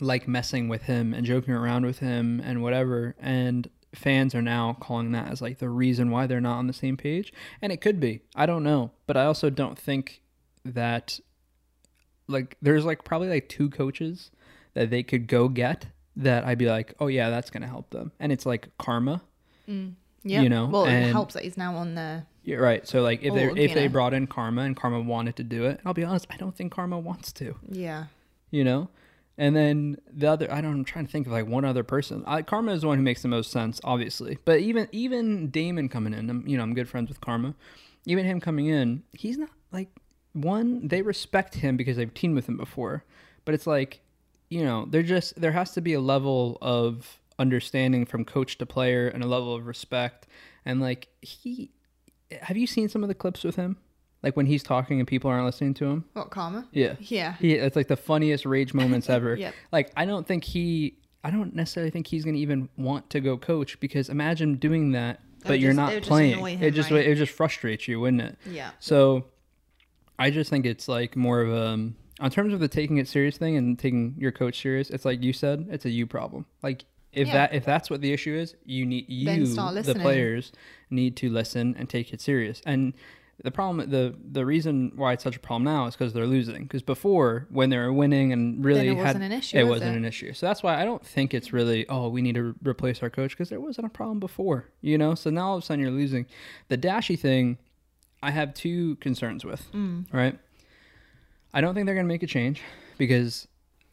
Speaker 2: like messing with him and joking around with him and whatever and fans are now calling that as like the reason why they're not on the same page and it could be i don't know but i also don't think that like there's like probably like two coaches that they could go get that i'd be like oh yeah that's gonna help them and it's like karma
Speaker 1: Yeah.
Speaker 2: You know,
Speaker 1: well, it
Speaker 2: and-
Speaker 1: helps that he's now on there.
Speaker 2: you're right so like if
Speaker 1: Or,
Speaker 2: they if
Speaker 1: you
Speaker 2: they
Speaker 1: know.
Speaker 2: brought in karma and karma wanted to do it i'll be honest i don't think karma wants to
Speaker 1: Yeah.
Speaker 2: you know and then the other i don't i'm trying to think of like one other person I, karma is the one who makes the most sense obviously but even even damon coming in I'm, you know i'm good friends with karma even him coming in he's not like one they respect him because they've teamed with him before but it's like you know there just there has to be a level of understanding from coach to player and a level of respect and like he have you seen some of the clips with him like when he's talking and people aren't listening to him
Speaker 1: What karma?
Speaker 2: yeah
Speaker 1: Yeah.
Speaker 2: he, it's like the funniest rage
Speaker 1: <laughs>
Speaker 2: moments ever.
Speaker 1: Yep.
Speaker 2: Like I don't think he, I don't necessarily think he's gonna even want to go coach because imagine doing that, but
Speaker 1: would
Speaker 2: you're
Speaker 1: just-
Speaker 2: not
Speaker 1: it would just
Speaker 2: playing.
Speaker 1: annoy him,
Speaker 2: it just
Speaker 1: right?
Speaker 2: it would just frustrates you, wouldn't it?
Speaker 1: Yeah.
Speaker 2: So, I just think it's like more of a, on terms of the taking it serious thing and taking your coach serious. It's like you said, it's a you problem. Like if
Speaker 1: Yeah.
Speaker 2: that if that's what the issue is, you need
Speaker 1: Then
Speaker 2: you
Speaker 1: start
Speaker 2: the
Speaker 1: listening.
Speaker 2: players need to listen and take it serious. And the problem the the reason why it's such a problem now is because they're losing. Because before when they were winning and really
Speaker 1: it
Speaker 2: had,
Speaker 1: wasn't an issue,
Speaker 2: it
Speaker 1: was
Speaker 2: wasn't
Speaker 1: it?
Speaker 2: an issue. So that's why I don't think it's really oh we need to re- replace our coach because there wasn't a problem before. You know. So now all of a sudden you're losing. The dashy thing, I have two concerns with.
Speaker 1: Mm.
Speaker 2: Right. I don't think they're gonna make a change because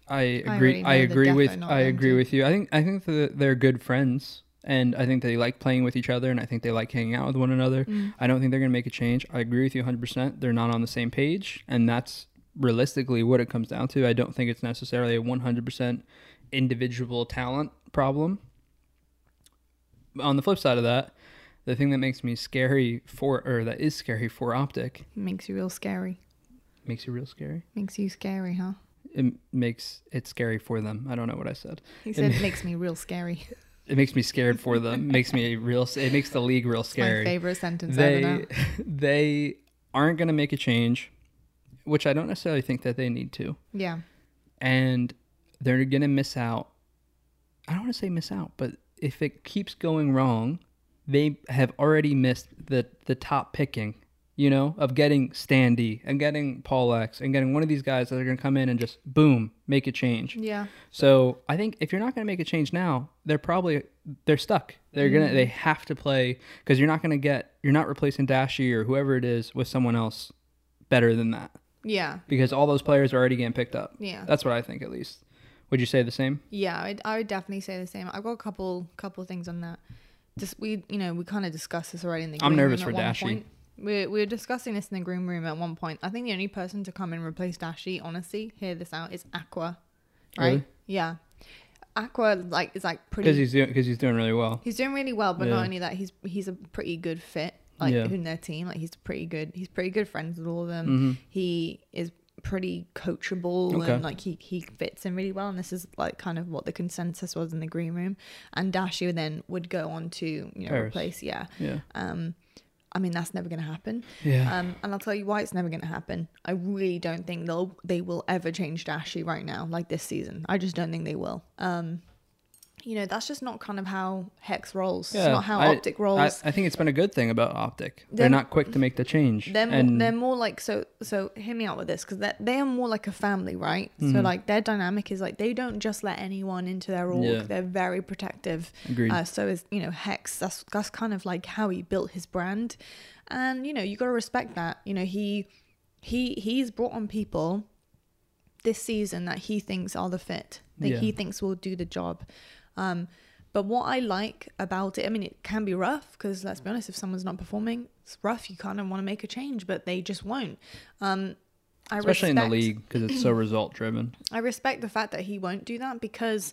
Speaker 2: I
Speaker 1: already
Speaker 2: agree.
Speaker 1: know
Speaker 2: I,
Speaker 1: they're
Speaker 2: agree with
Speaker 1: definitely not
Speaker 2: I
Speaker 1: going
Speaker 2: agree
Speaker 1: to.
Speaker 2: with you. I think I think that they're good friends, and I think they like playing with each other, and I think they like hanging out with one another.
Speaker 1: Mm.
Speaker 2: I don't think they're gonna make a change. I agree with you 100. percent They're not on the same page, and that's realistically what it comes down to. I don't think it's necessarily a 100 percent individual talent problem. On the flip side of that, the thing that makes me scary for or that is scary for Optic
Speaker 1: Makes you real scary.
Speaker 2: makes you real scary
Speaker 1: Makes you scary, huh?
Speaker 2: it makes it scary for them. I don't know what I said. <laughs>
Speaker 1: He said it makes me real scary. <laughs>
Speaker 2: It makes me scared for them. makes me real. It makes the league real
Speaker 1: It's my
Speaker 2: scary.
Speaker 1: favorite sentence ever now.
Speaker 2: They <laughs> they aren't going to make a change, which I don't necessarily think that they need to,
Speaker 1: Yeah.
Speaker 2: and they're going to miss out. I don't want to say miss out, but if it keeps going wrong, they have already missed the the top picking. You know, of getting Standy and getting Paul X and getting one of these guys that are going to come in and just boom make a change.
Speaker 1: Yeah.
Speaker 2: So I think if you're not going to make
Speaker 1: Mm.
Speaker 2: a change now, they're probably they're stuck. They're gonna they have to play because you're not going to get you're not replacing Dashi or whoever it is with someone else better than that
Speaker 1: Yeah.
Speaker 2: because all those players are already getting picked up.
Speaker 1: Yeah.
Speaker 2: That's what I think at least. Would you say the same?
Speaker 1: Yeah, I'd, I would definitely say the same. I've got a couple couple things on that. Just we, you know, we kind of discussed this already in the.
Speaker 2: I'm
Speaker 1: green
Speaker 2: nervous
Speaker 1: room
Speaker 2: for
Speaker 1: at one
Speaker 2: Dashi.
Speaker 1: point. We we were discussing this in the green room at one point. I think the only person to come and replace Dashi, honestly, hear this out, is Aqua, right?
Speaker 2: Really?
Speaker 1: Yeah, Aqua like is like pretty.
Speaker 2: Because he's doing because he's doing really well.
Speaker 1: He's doing really well, but
Speaker 2: Yeah.
Speaker 1: not only that, he's he's a pretty good fit, like
Speaker 2: Yeah.
Speaker 1: in their team. Like he's pretty good. He's pretty good friends with all of them. He is pretty coachable
Speaker 2: Mm-hmm. Okay.
Speaker 1: and like he he fits in really well. And this is like kind of what the consensus was in the green room. And Dashi then would go on to you know
Speaker 2: Paris.
Speaker 1: replace. Yeah.
Speaker 2: Yeah.
Speaker 1: Um, I mean that's never gonna happen.
Speaker 2: Yeah.
Speaker 1: Um, and I'll tell you why it's never gonna happen. I really don't think they'll they will ever change Dashi right now, like this season. I just don't think they will. Um, you know, that's just not kind of how Hex rolls. It's not how
Speaker 2: I-
Speaker 1: Optic rolls.
Speaker 2: I, I think it's been a good thing about Optic. They're
Speaker 1: Them-
Speaker 2: not quick to make the change.
Speaker 1: they're more,
Speaker 2: and
Speaker 1: they're more like so so hear me out with this because they they are more like a family right
Speaker 2: Hmm.
Speaker 1: so like their dynamic is like they don't just let anyone into their org
Speaker 2: Yeah.
Speaker 1: they're very protective
Speaker 2: Agreed.
Speaker 1: uh, so is you know hex that's that's kind of like how he built his brand and you know you got to respect that you know he he he's brought on people this season that he thinks are the fit that
Speaker 2: Yeah.
Speaker 1: he thinks will do the job um but what I like about it, I mean, it can be rough because let's be honest, if someone's not performing, it's rough. You kind of want to make a change, but they just won't. Um, I
Speaker 2: especially in
Speaker 1: respect,
Speaker 2: the league because
Speaker 1: <clears throat>
Speaker 2: it's so result driven.
Speaker 1: I respect the fact that he won't do that because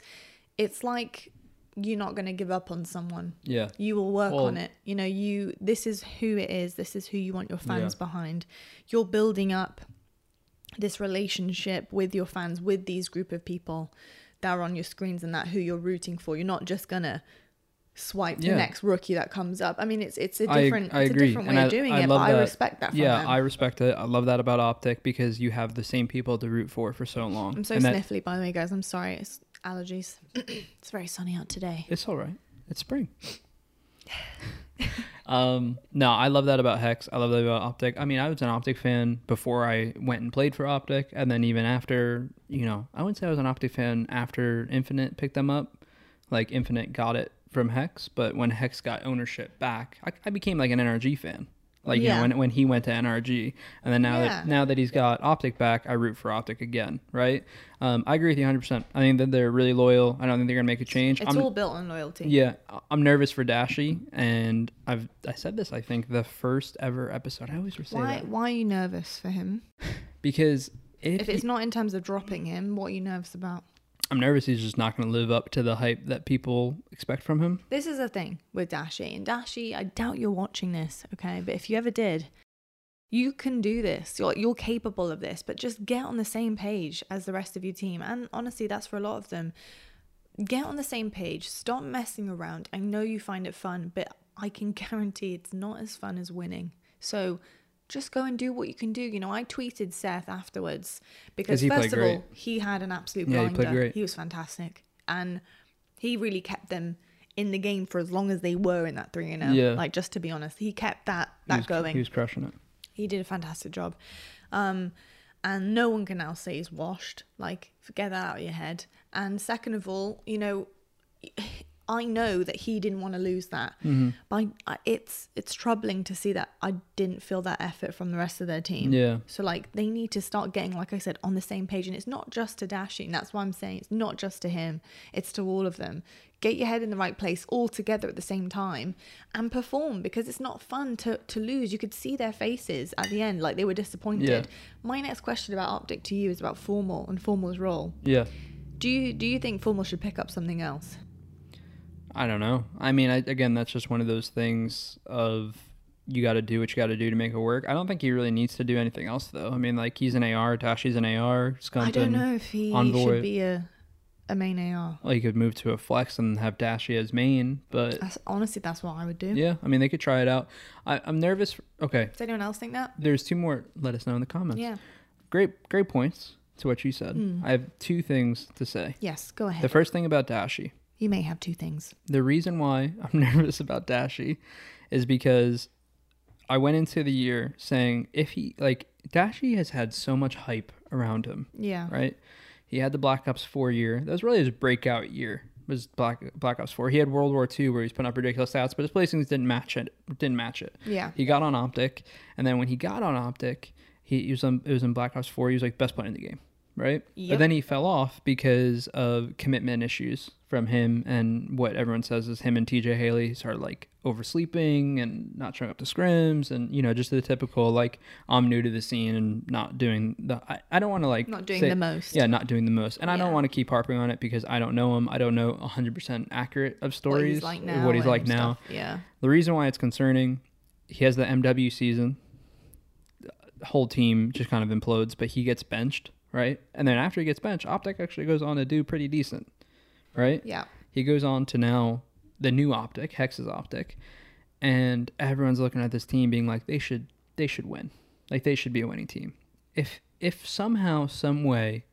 Speaker 1: it's like you're not going to give up on someone.
Speaker 2: Yeah.
Speaker 1: You will work
Speaker 2: Well-
Speaker 1: on it. You know, you this is who it is. This is who you want your fans
Speaker 2: Yeah.
Speaker 1: behind. You're building up this relationship with your fans, with these group of people that are on your screens and that who you're rooting for. You're not just gonna swipe
Speaker 2: Yeah.
Speaker 1: the next rookie that comes up. I mean, it's it's a
Speaker 2: I-
Speaker 1: different
Speaker 2: I
Speaker 1: it's
Speaker 2: agree,
Speaker 1: a different way
Speaker 2: and I-
Speaker 1: of doing
Speaker 2: I
Speaker 1: it.
Speaker 2: love
Speaker 1: but I
Speaker 2: that.
Speaker 1: respect that. From
Speaker 2: Yeah,
Speaker 1: them.
Speaker 2: I respect it. I love that about Optic because you have the same people to root for for so long.
Speaker 1: I'm so
Speaker 2: And that-
Speaker 1: sniffly, by the way, guys. I'm sorry. It's allergies. <clears throat> it's very sunny out today.
Speaker 2: It's all right.
Speaker 1: <laughs>
Speaker 2: It's spring. um, no, I love that about Hex. I love that about Optic. I mean, I was an Optic fan before I went and played for Optic, and then even after, you know, I wouldn't say I was an Optic fan after Infinite picked them up. Like Infinite got it from Hex, but when Hex got ownership back, I, I became like an NRG fan. Like you
Speaker 1: Yeah.
Speaker 2: know, when when he went to NRG, and then now that
Speaker 1: Yeah.
Speaker 2: now that he's got Optic back, I root for Optic again, right? Um, I agree with you 100. percent I think that they're really loyal. I don't think they're gonna make a change.
Speaker 1: It's
Speaker 2: I'm-
Speaker 1: all built on loyalty.
Speaker 2: yeah, I- I'm nervous for Dashi, and I've I said this I think the first ever episode. I always say
Speaker 1: Why
Speaker 2: that
Speaker 1: why are you nervous for him?
Speaker 2: because if,
Speaker 1: If it's not in terms of dropping him, what are you nervous about?
Speaker 2: I'm nervous, he's just not going to live up to the hype that people expect from him.
Speaker 1: This is the thing with Dashi. And Dashi, I doubt you're watching this, okay? But if you ever did, you can do this. You're, you're capable of this, but just get on the same page as the rest of your team. And honestly, that's for a lot of them. Get on the same page. Stop messing around. I know you find it fun, but I can <laughs> guarantee it's not as fun as winning. So just go and do what you can do. You know, I tweeted Seth afterwards because,
Speaker 2: he played
Speaker 1: first of
Speaker 2: great.
Speaker 1: all, he had an absolute
Speaker 2: Yeah, he
Speaker 1: blinder.
Speaker 2: played great.
Speaker 1: He was fantastic. And he really kept them in the game for as long as they were in that three and out.
Speaker 2: Yeah.
Speaker 1: Like just to be honest, he kept that
Speaker 2: He
Speaker 1: that
Speaker 2: was,
Speaker 1: going.
Speaker 2: he was crushing it.
Speaker 1: He did a fantastic job. Um, and no one can now say he's washed. Like, forget that out of your head. And second of all, you know, I know that he didn't want to lose that,
Speaker 2: Mm-hmm.
Speaker 1: but I, I, it's it's troubling to see that I didn't feel that effort from the rest of their team.
Speaker 2: Yeah.
Speaker 1: So like they need to start getting, like I said, on the same page, and it's not just to Dashi, and that's why I'm saying it's not just to him; it's to all of them. Get your head in the right place all together at the same time, and perform because it's not fun to to lose. You could see their faces at the end, like they were disappointed.
Speaker 2: Yeah.
Speaker 1: My next question about optic to you is about formal and formal's role.
Speaker 2: Yeah,
Speaker 1: Do you do you think formal should pick up something else?
Speaker 2: I don't know. I mean, I, again, that's just one of those things of you got to do what you got to do to make it work. I don't think he really needs to do anything else though. I mean, like he's an AR, Dashi's an AR, Scumpin.
Speaker 1: I don't know if he
Speaker 2: Envoy.
Speaker 1: should be a a main AR.
Speaker 2: Well, you could move to a flex and have Dashi as main, but
Speaker 1: That's, honestly, that's what I would do.
Speaker 2: Yeah, I mean they could try it out. I, I'm nervous. For, okay,
Speaker 1: Does anyone else think that?
Speaker 2: there's two more. Let us know in the comments.
Speaker 1: Yeah. Hmm.
Speaker 2: Great, great points to what you said. I have two things to say.
Speaker 1: Yes. Go ahead.
Speaker 2: The first thing about Dashi,
Speaker 1: you may have two things.
Speaker 2: the reason why <laughs> I'm nervous about Dashi, is because I went into the year saying if he like Dashi has had so much hype around him,
Speaker 1: Yeah.
Speaker 2: right? He had the Black Ops four year. That was really his breakout year. was Black Black Ops Four. He had World War Two where he's putting up ridiculous stats, but his placings didn't match it. Didn't match it.
Speaker 1: Yeah.
Speaker 2: He got on Optic, and then when he got on Optic, he, he was on, it was in Black Ops Four. He was like best player in the game, right?
Speaker 1: Yep.
Speaker 2: But then he fell off because of commitment issues from him, and what everyone says is him and TJ Haley started like oversleeping and not showing up to scrims, and you know just the typical like I'm new to the scene and not doing the I, I don't want to like
Speaker 1: Not doing
Speaker 2: say-
Speaker 1: the most.
Speaker 2: yeah, not doing the most. And I
Speaker 1: Yeah.
Speaker 2: don't want to keep harping on it because I don't know him. I don't know 100% accurate of
Speaker 1: What
Speaker 2: stories,
Speaker 1: he's like now.
Speaker 2: what he's
Speaker 1: and
Speaker 2: like now.
Speaker 1: stuff. Yeah.
Speaker 2: The reason why it's concerning, he has the MW season. The whole team just kind of implodes, but he gets benched, right? And then after he gets benched, Optic actually goes on to do pretty decent, right?
Speaker 1: Yeah.
Speaker 2: He goes on to now the new Optic, Hex's Optic, and everyone's looking at this team being like they should they should win. Like they should be a winning team. If if somehow some way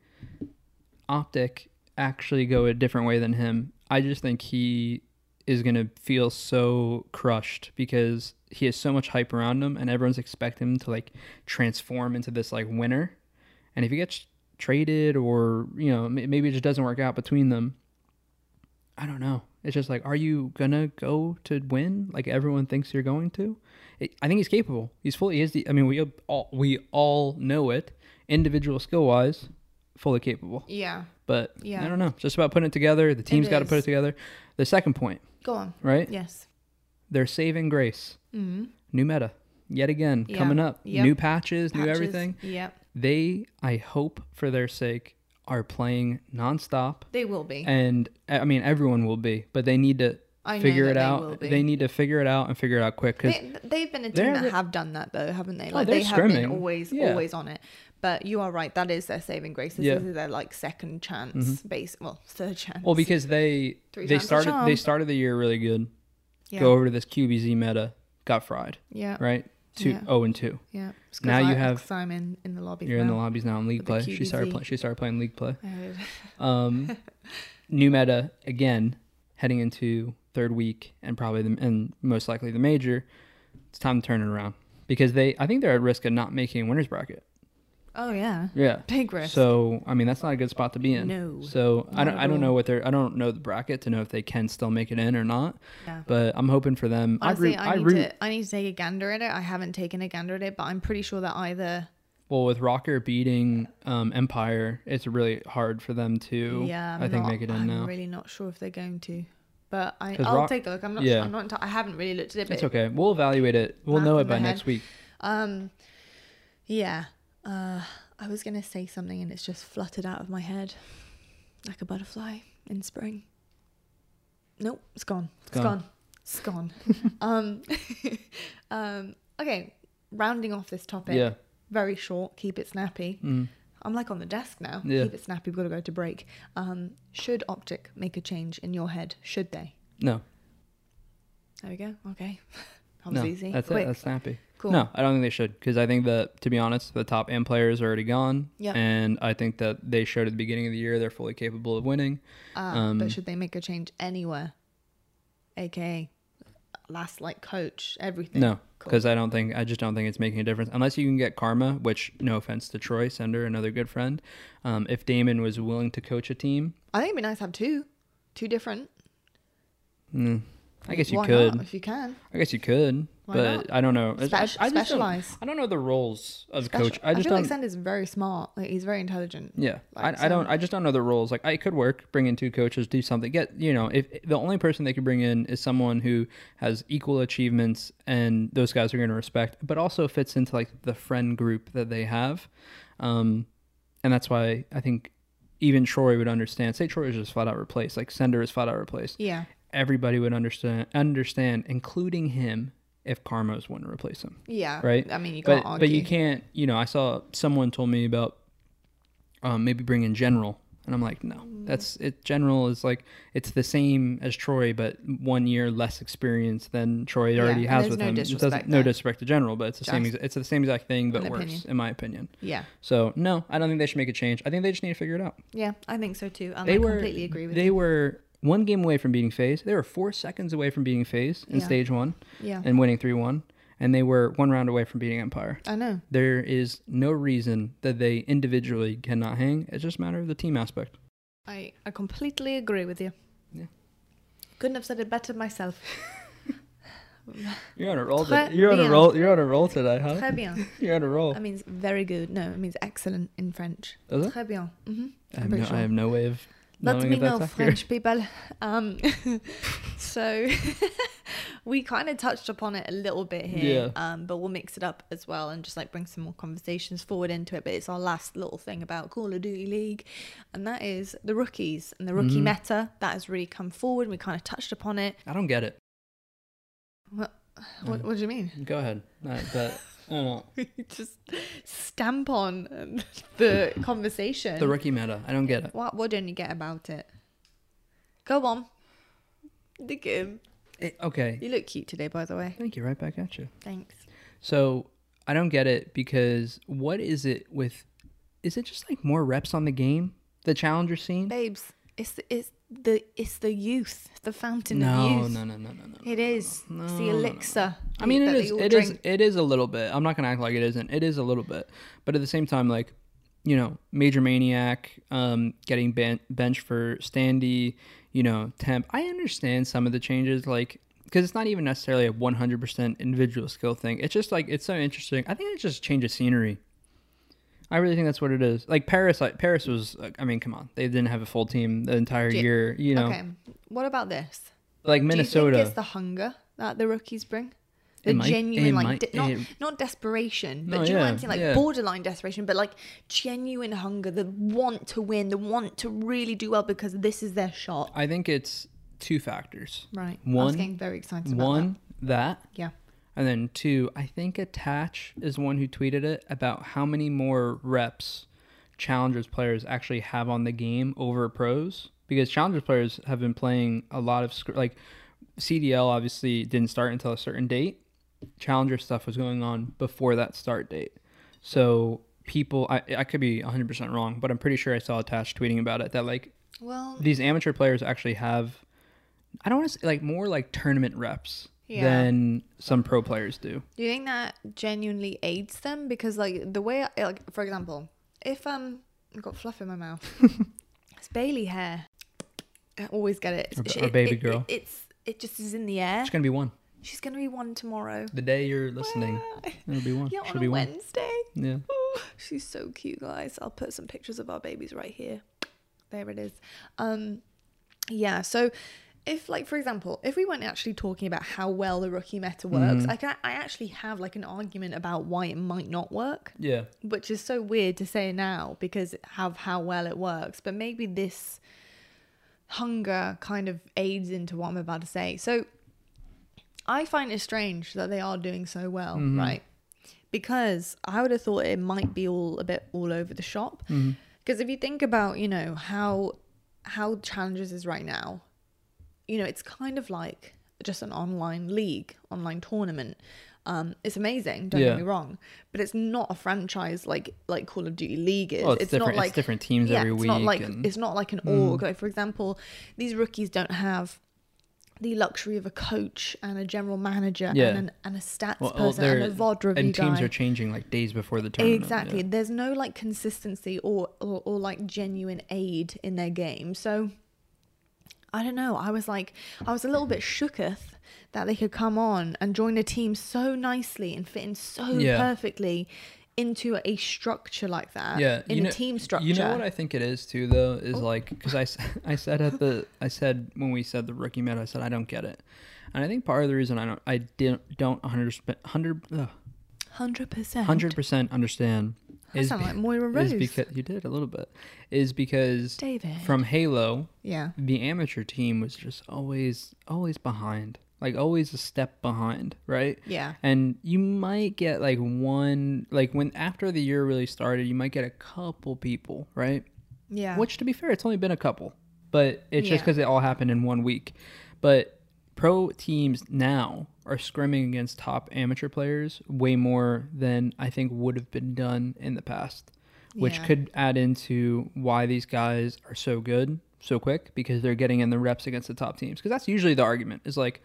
Speaker 2: Optic actually go a different way than him, I just think he is going to feel so crushed because he has so much hype around him and everyone's expecting him to like transform into this like winner. And if he gets traded or, you know, may- maybe it just doesn't work out between them, I don't know. It's just like, are you gonna go to win like everyone thinks you're going to? It, I think he's capable. He's fully. He is the. I mean, we all we all know it. Individual skill wise, fully capable.
Speaker 1: Yeah.
Speaker 2: But
Speaker 1: Yeah.
Speaker 2: I don't know. It's Just about putting it together. The team's got to put
Speaker 1: is.
Speaker 2: it together. The second point,
Speaker 1: Go on.
Speaker 2: right?
Speaker 1: Yes.
Speaker 2: They're saving grace.
Speaker 1: Mm-hmm.
Speaker 2: New meta, yet again
Speaker 1: Yeah.
Speaker 2: coming up.
Speaker 1: Yep.
Speaker 2: New patches, new everything.
Speaker 1: Yeah.
Speaker 2: They, I hope for their sake, are playing nonstop
Speaker 1: They will be.
Speaker 2: and I mean everyone will be, but they need to
Speaker 1: I know
Speaker 2: figure
Speaker 1: that
Speaker 2: it
Speaker 1: they
Speaker 2: out.
Speaker 1: will be.
Speaker 2: They need to figure it out and figure it out quick because
Speaker 1: They, they've been a team
Speaker 2: they're
Speaker 1: that
Speaker 2: the-
Speaker 1: have done that though, haven't they?
Speaker 2: Oh,
Speaker 1: Like
Speaker 2: they're
Speaker 1: they have been
Speaker 2: scrimming.
Speaker 1: always,
Speaker 2: Yeah.
Speaker 1: always on it. But you are right. That is their saving grace. This
Speaker 2: Yeah. Mm-hmm.
Speaker 1: is their like second chance, base. Well, third chance.
Speaker 2: well because they
Speaker 1: Three
Speaker 2: they
Speaker 1: times the
Speaker 2: started
Speaker 1: charm.
Speaker 2: they started the year really good.
Speaker 1: yeah,
Speaker 2: Go over to this QBZ meta, got fried
Speaker 1: yeah,
Speaker 2: right two
Speaker 1: Yeah.
Speaker 2: oh and two.
Speaker 1: yeah. It's 'cause
Speaker 2: Now
Speaker 1: I,
Speaker 2: you have-
Speaker 1: 'cause I'm in, in the lobby.
Speaker 2: You're in the lobbies now in league
Speaker 1: With
Speaker 2: play.
Speaker 1: the
Speaker 2: She started
Speaker 1: QBZ.
Speaker 2: playing. She started playing league play.
Speaker 1: lobby. <laughs>
Speaker 2: Um, new meta again, heading into third week and probably the, and most likely the major. It's time to turn it around because they I think they're at risk of not making winners bracket.
Speaker 1: Oh yeah,
Speaker 2: Yeah.
Speaker 1: big risk.
Speaker 2: So I mean that's not a good spot to be in.
Speaker 1: No,
Speaker 2: So
Speaker 1: not
Speaker 2: I don't
Speaker 1: at
Speaker 2: I don't know
Speaker 1: all.
Speaker 2: what they're I don't know the bracket to know if they can still make it in or not.
Speaker 1: yeah.
Speaker 2: But I'm hoping for them.
Speaker 1: Honestly,
Speaker 2: I root. I,
Speaker 1: I need
Speaker 2: root
Speaker 1: to. I need to take a gander at it. I haven't taken a gander at it, but I'm pretty sure that either.
Speaker 2: well with Rocker beating um, Empire. It's really hard for them to.
Speaker 1: yeah, I'm
Speaker 2: I think
Speaker 1: um, not,
Speaker 2: make it in
Speaker 1: I'm
Speaker 2: now.
Speaker 1: really not sure if they're going to, but I,
Speaker 2: 'Cause
Speaker 1: I'll
Speaker 2: Rock-
Speaker 1: take a look. I'm not.
Speaker 2: Yeah.
Speaker 1: I'm not. I haven't really looked at it, but
Speaker 2: it's okay. We'll evaluate it. We'll
Speaker 1: Math
Speaker 2: know
Speaker 1: in
Speaker 2: it by
Speaker 1: my
Speaker 2: next
Speaker 1: head.
Speaker 2: week.
Speaker 1: Um, yeah. Uh, I was gonna say something and it's just fluttered out of my head, like a butterfly in spring. Nope, it's gone. It's
Speaker 2: gone.
Speaker 1: gone. It's gone.
Speaker 2: <laughs>
Speaker 1: um, <laughs> um, okay. Rounding off this topic.
Speaker 2: Yeah.
Speaker 1: Very short. Keep it snappy.
Speaker 2: Mm.
Speaker 1: I'm like on the desk now.
Speaker 2: Yeah.
Speaker 1: Keep it snappy. We've got to go to break. Um, should Optic make a change in your head? Should they?
Speaker 2: No.
Speaker 1: There we go. Okay. that was
Speaker 2: No.
Speaker 1: easy.
Speaker 2: That's
Speaker 1: Quick.
Speaker 2: it. That's snappy.
Speaker 1: Cool.
Speaker 2: No, I don't think they should because I think that to be honest, the top end players are already gone.
Speaker 1: Yeah.
Speaker 2: And I think that they showed at the beginning of the year they're fully capable of winning.
Speaker 1: Uh,
Speaker 2: Um,
Speaker 1: but should they make a change anywhere? AKA last like coach, everything.
Speaker 2: No,
Speaker 1: Cool.
Speaker 2: because I don't think I just don't think it's making a difference unless you can get Karma. Which, no offense to Troy Sender, another good friend. Um, if Damon was willing to coach a team,
Speaker 1: I think it'd be nice to have two. Two different.
Speaker 2: mm, I guess you
Speaker 1: Why
Speaker 2: could.
Speaker 1: Not, if you can.
Speaker 2: I guess you could,
Speaker 1: Why
Speaker 2: but
Speaker 1: not?
Speaker 2: I don't know. It's-
Speaker 1: Spec-
Speaker 2: I, I just don't,
Speaker 1: specialize.
Speaker 2: I don't know the roles of
Speaker 1: Special-
Speaker 2: coach. I just
Speaker 1: feel
Speaker 2: don't.
Speaker 1: like Sander's very smart. Like, he's very intelligent.
Speaker 2: yeah,
Speaker 1: like
Speaker 2: I, I don't. I just don't know the roles. Like, I it could work. Bring in two coaches, do something. Get you know, if the only person they could bring in is someone who has equal achievements, and those guys are going to respect, but also fits into like the friend group that they have. Um, and that's why I think even Troy would understand. Say Troy was just flat out replaced, like Sender is flat out replaced.
Speaker 1: Yeah.
Speaker 2: Everybody would understand, understand, including him, if Karmos wouldn't replace him,
Speaker 1: Yeah.
Speaker 2: right?
Speaker 1: I mean, you
Speaker 2: but
Speaker 1: can't argue.
Speaker 2: but you can't. You know, I saw someone told me about um, maybe bringing General, and I'm like, no,
Speaker 1: Mm.
Speaker 2: that's it. General is like it's the same as Troy, but one year less experience than Troy already
Speaker 1: and
Speaker 2: has
Speaker 1: there's
Speaker 2: with
Speaker 1: no
Speaker 2: him. It doesn't-
Speaker 1: disrespect
Speaker 2: no
Speaker 1: there.
Speaker 2: disrespect to General, but it's the same.
Speaker 1: Just
Speaker 2: exa- It's the same exact thing, but
Speaker 1: an
Speaker 2: worse,
Speaker 1: opinion.
Speaker 2: in my opinion.
Speaker 1: Yeah.
Speaker 2: So no, I don't think they should make a change. I think they just need to figure it out.
Speaker 1: Yeah. I think so too. Um,
Speaker 2: They
Speaker 1: I
Speaker 2: were
Speaker 1: completely agree with
Speaker 2: they
Speaker 1: you.
Speaker 2: were one game away from beating Phase. They were four seconds away from beating Phase in
Speaker 1: Yeah. Uh-huh.
Speaker 2: stage one
Speaker 1: Yeah.
Speaker 2: and winning three one, and they were one round away from beating Empire.
Speaker 1: I know.
Speaker 2: There is no reason that they individually cannot hang. It's just a matter of the team aspect.
Speaker 1: I, I completely agree with you.
Speaker 2: Yeah.
Speaker 1: Couldn't have said it better myself.
Speaker 2: You're on a roll.
Speaker 1: Très
Speaker 2: today. You're on a
Speaker 1: bien.
Speaker 2: roll. You're on a roll today, huh?
Speaker 1: Très bien.
Speaker 2: <laughs> You're on a roll.
Speaker 1: That means very good. No, it means excellent in French.
Speaker 2: Is it?
Speaker 1: Très bien. hmm
Speaker 2: I have, no, I have no way of
Speaker 1: Let
Speaker 2: knowing
Speaker 1: me
Speaker 2: if that's
Speaker 1: know,
Speaker 2: accurate.
Speaker 1: French people. Um, <laughs> so <laughs> we kind of touched upon it a little bit here, um, but we'll mix it up as well and just like bring some more conversations forward into it. But it's our last little thing about Call of Duty League, and that is the rookies and the rookie meta that has really come forward. We kind of touched upon it.
Speaker 2: I don't get it. Um,
Speaker 1: What, what, what do you mean?
Speaker 2: Go ahead. Uh,
Speaker 1: <laughs>
Speaker 2: but I don't know.
Speaker 1: just stamp on <laughs> the conversation.
Speaker 2: The rookie meta. I don't get it.
Speaker 1: What what don't you get about it? Go on. Dig him.
Speaker 2: It- Okay.
Speaker 1: You look cute today, by the way.
Speaker 2: Thank you. Right back at you.
Speaker 1: Thanks.
Speaker 2: So I don't get it because what is it with? Is it just like more reps on the game? The challenger scene?
Speaker 1: Babes, it's it's the it's the youth, the fountain of
Speaker 2: No,
Speaker 1: youth.
Speaker 2: no, no, no, no, no.
Speaker 1: It is. it's
Speaker 2: no,
Speaker 1: the
Speaker 2: no, no.
Speaker 1: elixir.
Speaker 2: I mean, it
Speaker 1: that they
Speaker 2: is.
Speaker 1: all
Speaker 2: It is.
Speaker 1: drink.
Speaker 2: It is a little bit. I'm not gonna act like it isn't. It is a little bit. But at the same time, like, you know, Major Maniac, um, getting ben- benched for Standy, you know, Temp. I understand some of the changes, like, because it's not even necessarily a 100% individual skill thing. It's just like it's so interesting. I think it's just change of scenery. I really think that's what it is. Like Paris, like, Paris was. Like, I mean, come on, they didn't have a full team the entire
Speaker 1: Yeah.
Speaker 2: year. You know,
Speaker 1: Okay. What about this?
Speaker 2: like Minnesota.
Speaker 1: Do you think it's the hunger that the rookies bring? The
Speaker 2: It might- it
Speaker 1: genuine, like,
Speaker 2: might-
Speaker 1: de- not,
Speaker 2: it-
Speaker 1: not desperation, but
Speaker 2: No,
Speaker 1: do you know what
Speaker 2: yeah,
Speaker 1: I'm saying? Like,
Speaker 2: yeah.
Speaker 1: borderline desperation, but like genuine hunger, the want to win, the want to really do well because this is their shot.
Speaker 2: I think it's two factors.
Speaker 1: Right. I was
Speaker 2: One-
Speaker 1: getting very excited about
Speaker 2: One, that.
Speaker 1: that. Yeah.
Speaker 2: And then two, I think Attach is the one who tweeted it about how many more reps challengers players actually have on the game over pros because challengers players have been playing a lot of scr- like CDL obviously didn't start until a certain date. Challenger stuff was going on before that start date. So people I, I could be 100% wrong, but I'm pretty sure I saw Attach tweeting about it that like
Speaker 1: Well,
Speaker 2: these amateur players actually have I don't want to say like more like tournament reps
Speaker 1: Yeah.
Speaker 2: than some pro players do.
Speaker 1: Do you think that genuinely aids them? Because like the way, I, like for example, if um I've got fluff in my
Speaker 2: <laughs>
Speaker 1: mouth, it's Bailey hair. I always get it.
Speaker 2: Or ba-
Speaker 1: She-
Speaker 2: or
Speaker 1: it-
Speaker 2: baby
Speaker 1: it-
Speaker 2: girl.
Speaker 1: it- it's it just is in the air.
Speaker 2: It's gonna be one.
Speaker 1: She's gonna be one tomorrow.
Speaker 2: The day you're listening, <laughs> it'll be one.
Speaker 1: Yeah,
Speaker 2: Should
Speaker 1: on
Speaker 2: be
Speaker 1: a
Speaker 2: one.
Speaker 1: Wednesday.
Speaker 2: Yeah.
Speaker 1: Ooh, she's so cute, guys. I'll put some pictures of our babies right here. There it is. Um, yeah. So, if like for example, if we weren't actually talking about how well the rookie meta works,
Speaker 2: Mm.
Speaker 1: I can I actually have like an argument about why it might not work,
Speaker 2: Yeah.
Speaker 1: which is so weird to say now because of how well it works. But maybe this hunger kind of aids into what I'm about to say. So, I find it strange that they are doing so well,
Speaker 2: Mm-hmm.
Speaker 1: right? Because I would have thought it might be all a bit all over the shop. Because
Speaker 2: Mm-hmm.
Speaker 1: if you think about, you know, how how challenges is right now, you know, it's kind of like just an online league, online tournament. Um, it's amazing, don't
Speaker 2: Yeah.
Speaker 1: get me wrong, but it's not a franchise like like Call of Duty League is.
Speaker 2: Well, it's,
Speaker 1: not
Speaker 2: different.
Speaker 1: like
Speaker 2: it's different teams every
Speaker 1: it's
Speaker 2: week.
Speaker 1: Not like,
Speaker 2: and Mm.
Speaker 1: It's not like an org. Like for example, these rookies don't have the luxury of a coach and a general manager
Speaker 2: Yeah.
Speaker 1: and, an, and a stats
Speaker 2: well,
Speaker 1: person and a
Speaker 2: they're-
Speaker 1: VOD review
Speaker 2: and teams
Speaker 1: guy.
Speaker 2: are changing like days before the tournament.
Speaker 1: exactly.
Speaker 2: yeah.
Speaker 1: There's no like consistency or, or or like genuine aid in their game. So I don't know. I was like I was a little bit shooketh that they could come on and join a team so nicely and fit in so
Speaker 2: Yeah.
Speaker 1: perfectly into a structure like that.
Speaker 2: yeah
Speaker 1: In
Speaker 2: you
Speaker 1: a
Speaker 2: know-
Speaker 1: team structure. Oh.
Speaker 2: you know what i think it is too though is like because I, s- <laughs> I said at the i said when we said the rookie meta i said i don't get it and i think part of the reason i don't i didn't don't 100 100 ugh,
Speaker 1: hundred percent.
Speaker 2: 100% understand
Speaker 1: I sound like Moira Rose.
Speaker 2: is because you did a little bit is because
Speaker 1: David.
Speaker 2: from halo
Speaker 1: yeah.
Speaker 2: the amateur team was just always always behind like always a step behind right
Speaker 1: Yeah.
Speaker 2: and you might get like one like when after the year really started you might get a couple people right
Speaker 1: Yeah.
Speaker 2: which to be fair it's only been a couple but it's just
Speaker 1: Yeah.
Speaker 2: because it all happened in one week but pro teams now are scrimming against top amateur players way more than i think would have been done in the past which
Speaker 1: Yeah.
Speaker 2: could add into why these guys are so good so quick because they're getting in the reps against the top teams because that's usually the argument is like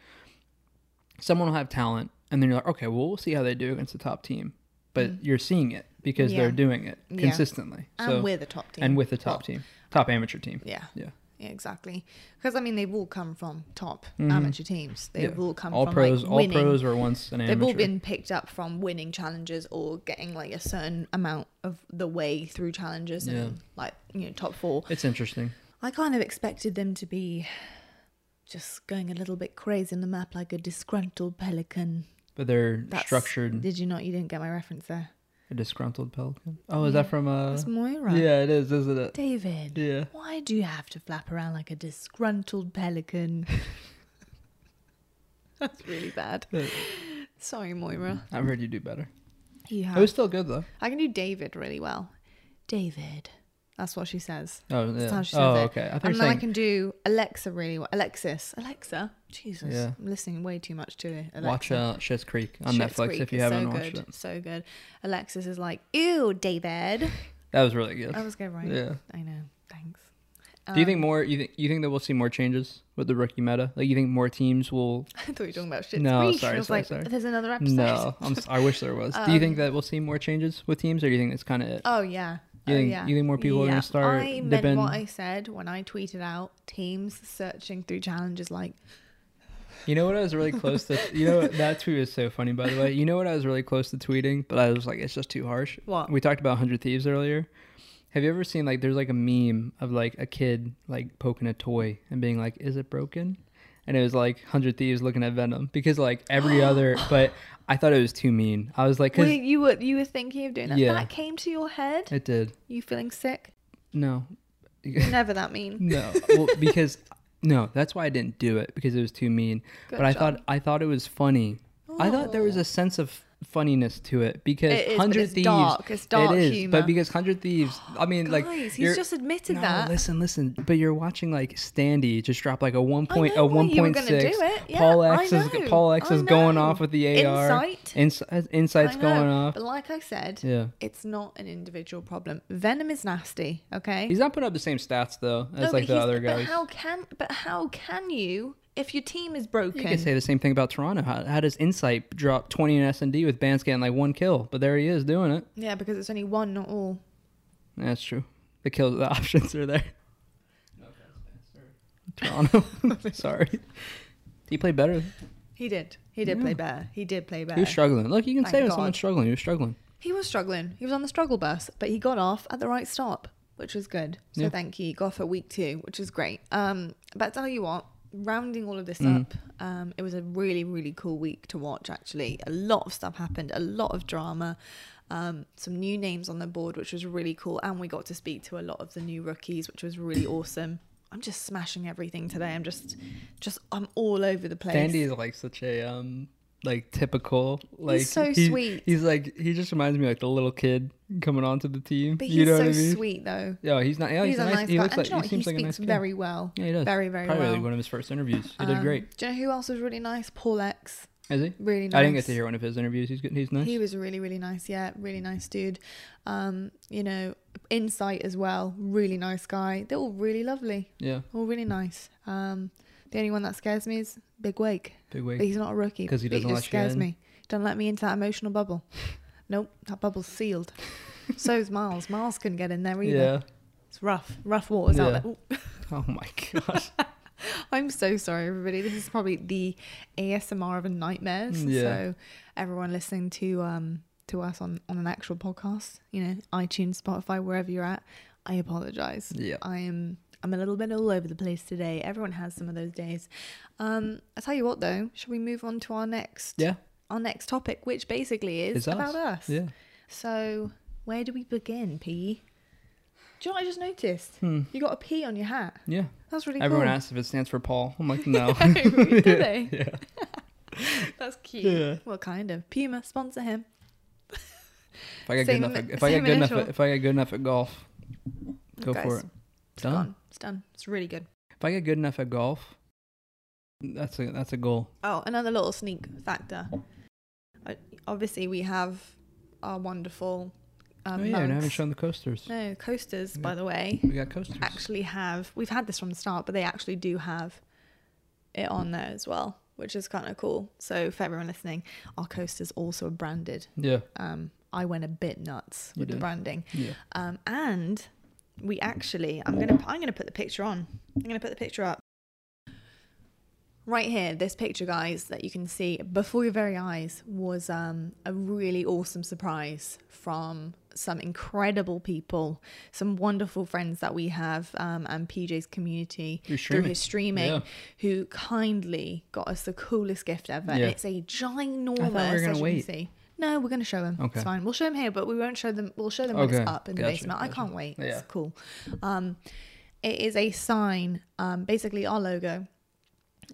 Speaker 2: someone will have talent and then you're like okay well we'll see how they do against the top team but you're seeing it because
Speaker 1: Mm. Yeah.
Speaker 2: they're doing it
Speaker 1: Yeah.
Speaker 2: consistently
Speaker 1: and
Speaker 2: so
Speaker 1: we're the top team.
Speaker 2: and with the
Speaker 1: Well,
Speaker 2: top team, top amateur team.
Speaker 1: Yeah.
Speaker 2: Yeah.
Speaker 1: Yeah, exactly. Because I mean, they've all come from top
Speaker 2: Mhm.
Speaker 1: amateur teams. They've
Speaker 2: Yeah.
Speaker 1: all come
Speaker 2: all
Speaker 1: from
Speaker 2: pros,
Speaker 1: like
Speaker 2: all
Speaker 1: winning.
Speaker 2: pros were once an amateur.
Speaker 1: They've all been picked up from winning challenges or getting like a certain amount of the way through challenges and
Speaker 2: Yeah.
Speaker 1: like you know top four.
Speaker 2: It's interesting.
Speaker 1: I kind of expected them to be just going a little bit crazy on the map like a disgruntled pelican.
Speaker 2: But they're
Speaker 1: That's-
Speaker 2: structured.
Speaker 1: Did you not? You didn't get my reference there.
Speaker 2: A disgruntled pelican. Oh, is
Speaker 1: Yeah.
Speaker 2: that from uh?
Speaker 1: That's Moira.
Speaker 2: Yeah, it is, isn't it?
Speaker 1: David.
Speaker 2: Yeah.
Speaker 1: Why do you have to flap around like a disgruntled pelican? <laughs> That's really bad.
Speaker 2: Yeah.
Speaker 1: Sorry, Moira.
Speaker 2: I've heard you do better.
Speaker 1: You
Speaker 2: It
Speaker 1: have.
Speaker 2: Mm. was still good though.
Speaker 1: I can do David really well. David. That's what she says.
Speaker 2: Oh,
Speaker 1: That's
Speaker 2: yeah.
Speaker 1: how she
Speaker 2: Oh,
Speaker 1: says it.
Speaker 2: okay. I thought
Speaker 1: And
Speaker 2: you
Speaker 1: then I
Speaker 2: were saying.
Speaker 1: can do Alexa really well. Alexis. Alexa. Jesus.
Speaker 2: Yeah.
Speaker 1: I'm listening way too much to it. Alexa.
Speaker 2: Watch uh, Shit's Creek on
Speaker 1: Schitt's
Speaker 2: Netflix
Speaker 1: Creek
Speaker 2: if you
Speaker 1: is
Speaker 2: haven't
Speaker 1: so
Speaker 2: watched
Speaker 1: good,
Speaker 2: it.
Speaker 1: So good. Alexis is like, ew,
Speaker 2: <laughs>
Speaker 1: David.
Speaker 2: That was really good.
Speaker 1: I was good, right?
Speaker 2: Yeah.
Speaker 1: I know. Thanks.
Speaker 2: Do you think
Speaker 1: Um,
Speaker 2: more? You think you think that we'll see more changes with the rookie meta? Like you think more teams will?
Speaker 1: <laughs> I thought you were talking about shit.
Speaker 2: No,
Speaker 1: Creek.
Speaker 2: sorry,
Speaker 1: I was
Speaker 2: sorry,
Speaker 1: like,
Speaker 2: sorry.
Speaker 1: There's another episode. <laughs>
Speaker 2: No, I'm, si wish there was.
Speaker 1: Um,
Speaker 2: do you think that we'll see more changes with teams, or do you think that's kind of it?
Speaker 1: Oh yeah.
Speaker 2: You
Speaker 1: oh,
Speaker 2: think-
Speaker 1: yeah.
Speaker 2: you think more people are gonna
Speaker 1: Yeah.
Speaker 2: start
Speaker 1: I
Speaker 2: dipping-
Speaker 1: meant what I said when I tweeted out teams searching through challenges like
Speaker 2: You know what I was really close to? You
Speaker 1: <laughs>
Speaker 2: know what- that tweet was so funny, by the way. You know what I was really close to tweeting, but I was like, it's just too harsh.
Speaker 1: What?
Speaker 2: We talked about Hundred Thieves earlier. Have you ever seen like there's like a meme of like a kid like poking a toy and being like, "Is it broken?" And it was like Hundred Thieves looking at Venom because like
Speaker 1: <gasps>
Speaker 2: every other. But I thought it was too mean. I was like,
Speaker 1: Wait,
Speaker 2: "Cause
Speaker 1: you were you were thinking of doing that.
Speaker 2: Yeah.
Speaker 1: That came to your head.
Speaker 2: it did
Speaker 1: You feeling sick?
Speaker 2: no."
Speaker 1: You're never that mean.
Speaker 2: No,
Speaker 1: <laughs>
Speaker 2: well, because no, that's why I didn't do it because it was too mean.
Speaker 1: Good
Speaker 2: but I
Speaker 1: job. Oh.
Speaker 2: thought I thought it was funny. I thought there was a sense of funniness to it because
Speaker 1: It is, but
Speaker 2: Hundred
Speaker 1: it's
Speaker 2: Thieves.
Speaker 1: dark. It's dark
Speaker 2: it is,
Speaker 1: humor.
Speaker 2: but because Hundred Thieves, I mean, like
Speaker 1: Guys,
Speaker 2: you're-
Speaker 1: he's just admitted
Speaker 2: no,
Speaker 1: that.
Speaker 2: listen, listen. But you're watching like Standy just drop like a one point,
Speaker 1: know
Speaker 2: a
Speaker 1: why
Speaker 2: one
Speaker 1: you were
Speaker 2: point
Speaker 1: gonna
Speaker 2: six.
Speaker 1: do it.
Speaker 2: Paul
Speaker 1: Yeah,
Speaker 2: X
Speaker 1: I
Speaker 2: is
Speaker 1: know.
Speaker 2: Paul X
Speaker 1: I
Speaker 2: is going
Speaker 1: know.
Speaker 2: off with the AR.
Speaker 1: Insight.
Speaker 2: Ins- insights
Speaker 1: I know,
Speaker 2: going off.
Speaker 1: But like I said,
Speaker 2: Yeah,
Speaker 1: it's not an individual problem. Venom is nasty, okay?
Speaker 2: he's not putting up the same stats though as
Speaker 1: No,
Speaker 2: like
Speaker 1: but
Speaker 2: the
Speaker 1: he's-
Speaker 2: other guys.
Speaker 1: But how can but how can you if your team is broken?
Speaker 2: You can say the same thing about Toronto. How, how does Insight drop 20 in S&D with Bans getting like one kill? But there he is doing it.
Speaker 1: yeah, because it's only one, not all.
Speaker 2: That's true. The kills, the <laughs> options are there. Toronto. <laughs> Sorry. He played better.
Speaker 1: He did. He did
Speaker 2: Yeah.
Speaker 1: play better. He did play
Speaker 2: He
Speaker 1: better.
Speaker 2: was struggling. Look, you can say
Speaker 1: Thank
Speaker 2: when
Speaker 1: God.
Speaker 2: someone's struggling. He was struggling.
Speaker 1: He was struggling. He was on the struggle bus, but he got off at the right stop, which was good. So
Speaker 2: Yeah.
Speaker 1: thank you. He Got off at week two, which was great. Um, but I tell you what, rounding all of this
Speaker 2: Mm.
Speaker 1: up, um, it was a really, really cool week to watch, actually. A lot of stuff happened, a lot of drama, um, some new names on the board, which was really cool. And we got to speak to a lot of the new rookies, which was
Speaker 2: <clears throat>
Speaker 1: really awesome. I'm just smashing everything today. I'm just, just, I'm all over the place.
Speaker 2: Sandy is like such a um like typical like
Speaker 1: so
Speaker 2: he-
Speaker 1: sweet.
Speaker 2: He's like he just reminds me of, like the little kid coming onto the team.
Speaker 1: but he's
Speaker 2: you know
Speaker 1: so
Speaker 2: what I mean?
Speaker 1: sweet, though.
Speaker 2: Yeah, he's not. Yeah,
Speaker 1: He's, a nice,
Speaker 2: He
Speaker 1: guy.
Speaker 2: looks
Speaker 1: and
Speaker 2: like
Speaker 1: do you know
Speaker 2: he
Speaker 1: what? he
Speaker 2: seems like a
Speaker 1: speaks
Speaker 2: nice kid.
Speaker 1: very well.
Speaker 2: Yeah, <laughs> he does.
Speaker 1: very, very
Speaker 2: Probably
Speaker 1: well.
Speaker 2: one of his first interviews. He did
Speaker 1: Um,
Speaker 2: great.
Speaker 1: Do you know who else was really nice? Paul X.
Speaker 2: Is he?
Speaker 1: Really nice.
Speaker 2: I didn't get to hear one of his interviews. He's good. He's nice.
Speaker 1: He was really, really nice. Yeah, really nice dude. Um, you know, Insight as well. Really nice guy. They're all really lovely.
Speaker 2: yeah,
Speaker 1: All really nice. Um, the only one that scares me is Big Wake.
Speaker 2: big
Speaker 1: But
Speaker 2: wig.
Speaker 1: he's not a rookie.
Speaker 2: 'Cause he
Speaker 1: but
Speaker 2: doesn't
Speaker 1: just
Speaker 2: let you
Speaker 1: scares
Speaker 2: in.
Speaker 1: me. Don't let me into that emotional
Speaker 2: <laughs>
Speaker 1: bubble. nope, that bubble's sealed. So's Miles. Miles couldn't get in there either.
Speaker 2: Yeah.
Speaker 1: It's rough. Rough waters out
Speaker 2: Yeah.
Speaker 1: there. Ooh.
Speaker 2: <laughs> Oh
Speaker 1: <laughs>
Speaker 2: my gosh.
Speaker 1: I'm so sorry, everybody. This is probably the ASMR of a nightmare.
Speaker 2: Yeah.
Speaker 1: So everyone listening to um to us on on an actual podcast, you know, iTunes, Spotify, wherever you're at, I apologize.
Speaker 2: yeah.
Speaker 1: I am I'm a little bit all over the place today. Everyone has some of those days. Um, I tell you what though, shall we move on to our next
Speaker 2: Yeah.
Speaker 1: our next topic, which basically is
Speaker 2: It's us.
Speaker 1: about us.
Speaker 2: Yeah.
Speaker 1: So where do we begin, P? Do you know what I just noticed?
Speaker 2: Hmm.
Speaker 1: You got a P on your hat.
Speaker 2: Yeah.
Speaker 1: That's really
Speaker 2: Everyone
Speaker 1: cool.
Speaker 2: asks if it stands for Paul. I'm
Speaker 1: <laughs>
Speaker 2: like, no.
Speaker 1: Do they?
Speaker 2: yeah.
Speaker 1: That's cute.
Speaker 2: <laughs> Yeah.
Speaker 1: Well, kind of. Puma sponsor him.
Speaker 2: If I get good
Speaker 1: Same-
Speaker 2: enough, at, if I
Speaker 1: same
Speaker 2: get good enough,
Speaker 1: initial.
Speaker 2: at, if I get good enough at golf, go
Speaker 1: Guys,
Speaker 2: for it.
Speaker 1: It's
Speaker 2: Done.
Speaker 1: gone. It's done. It's really good.
Speaker 2: If I get good enough at golf, that's a that's a goal.
Speaker 1: Oh, another little sneak factor. I, obviously, we have our wonderful. Um,
Speaker 2: oh yeah, and I haven't
Speaker 1: mugs.
Speaker 2: shown the coasters.
Speaker 1: No coasters,
Speaker 2: Yeah.
Speaker 1: by the way,
Speaker 2: We got coasters.
Speaker 1: actually have. We've had this from the start, but they actually do have it on there as well, which is kind of cool. So for everyone listening, our coasters also are branded.
Speaker 2: Yeah.
Speaker 1: Um, I went a bit nuts
Speaker 2: You
Speaker 1: with the
Speaker 2: did.
Speaker 1: branding.
Speaker 2: Yeah.
Speaker 1: Um, and we actually, I'm gonna, I'm gonna put the picture on I'm going to put the picture up. Right here, this picture, guys, that you can see before your very eyes was um, a really awesome surprise from some incredible people, some wonderful friends that we have, um, and PJ's community
Speaker 2: Through
Speaker 1: through
Speaker 2: streaming.
Speaker 1: his streaming,
Speaker 2: Yeah.
Speaker 1: who kindly got us the coolest gift ever.
Speaker 2: Yeah.
Speaker 1: It's a ginormous.
Speaker 2: I thought we were gonna
Speaker 1: as you can
Speaker 2: wait.
Speaker 1: see. No, we're going to show him.
Speaker 2: Okay.
Speaker 1: It's fine. We'll show him here, but we won't show them. We'll show them when
Speaker 2: Okay.
Speaker 1: it's up in the
Speaker 2: Gotcha,
Speaker 1: basement. I
Speaker 2: gotcha.
Speaker 1: can't wait.
Speaker 2: Yeah.
Speaker 1: It's cool. Um, it is a sign, um, basically our logo,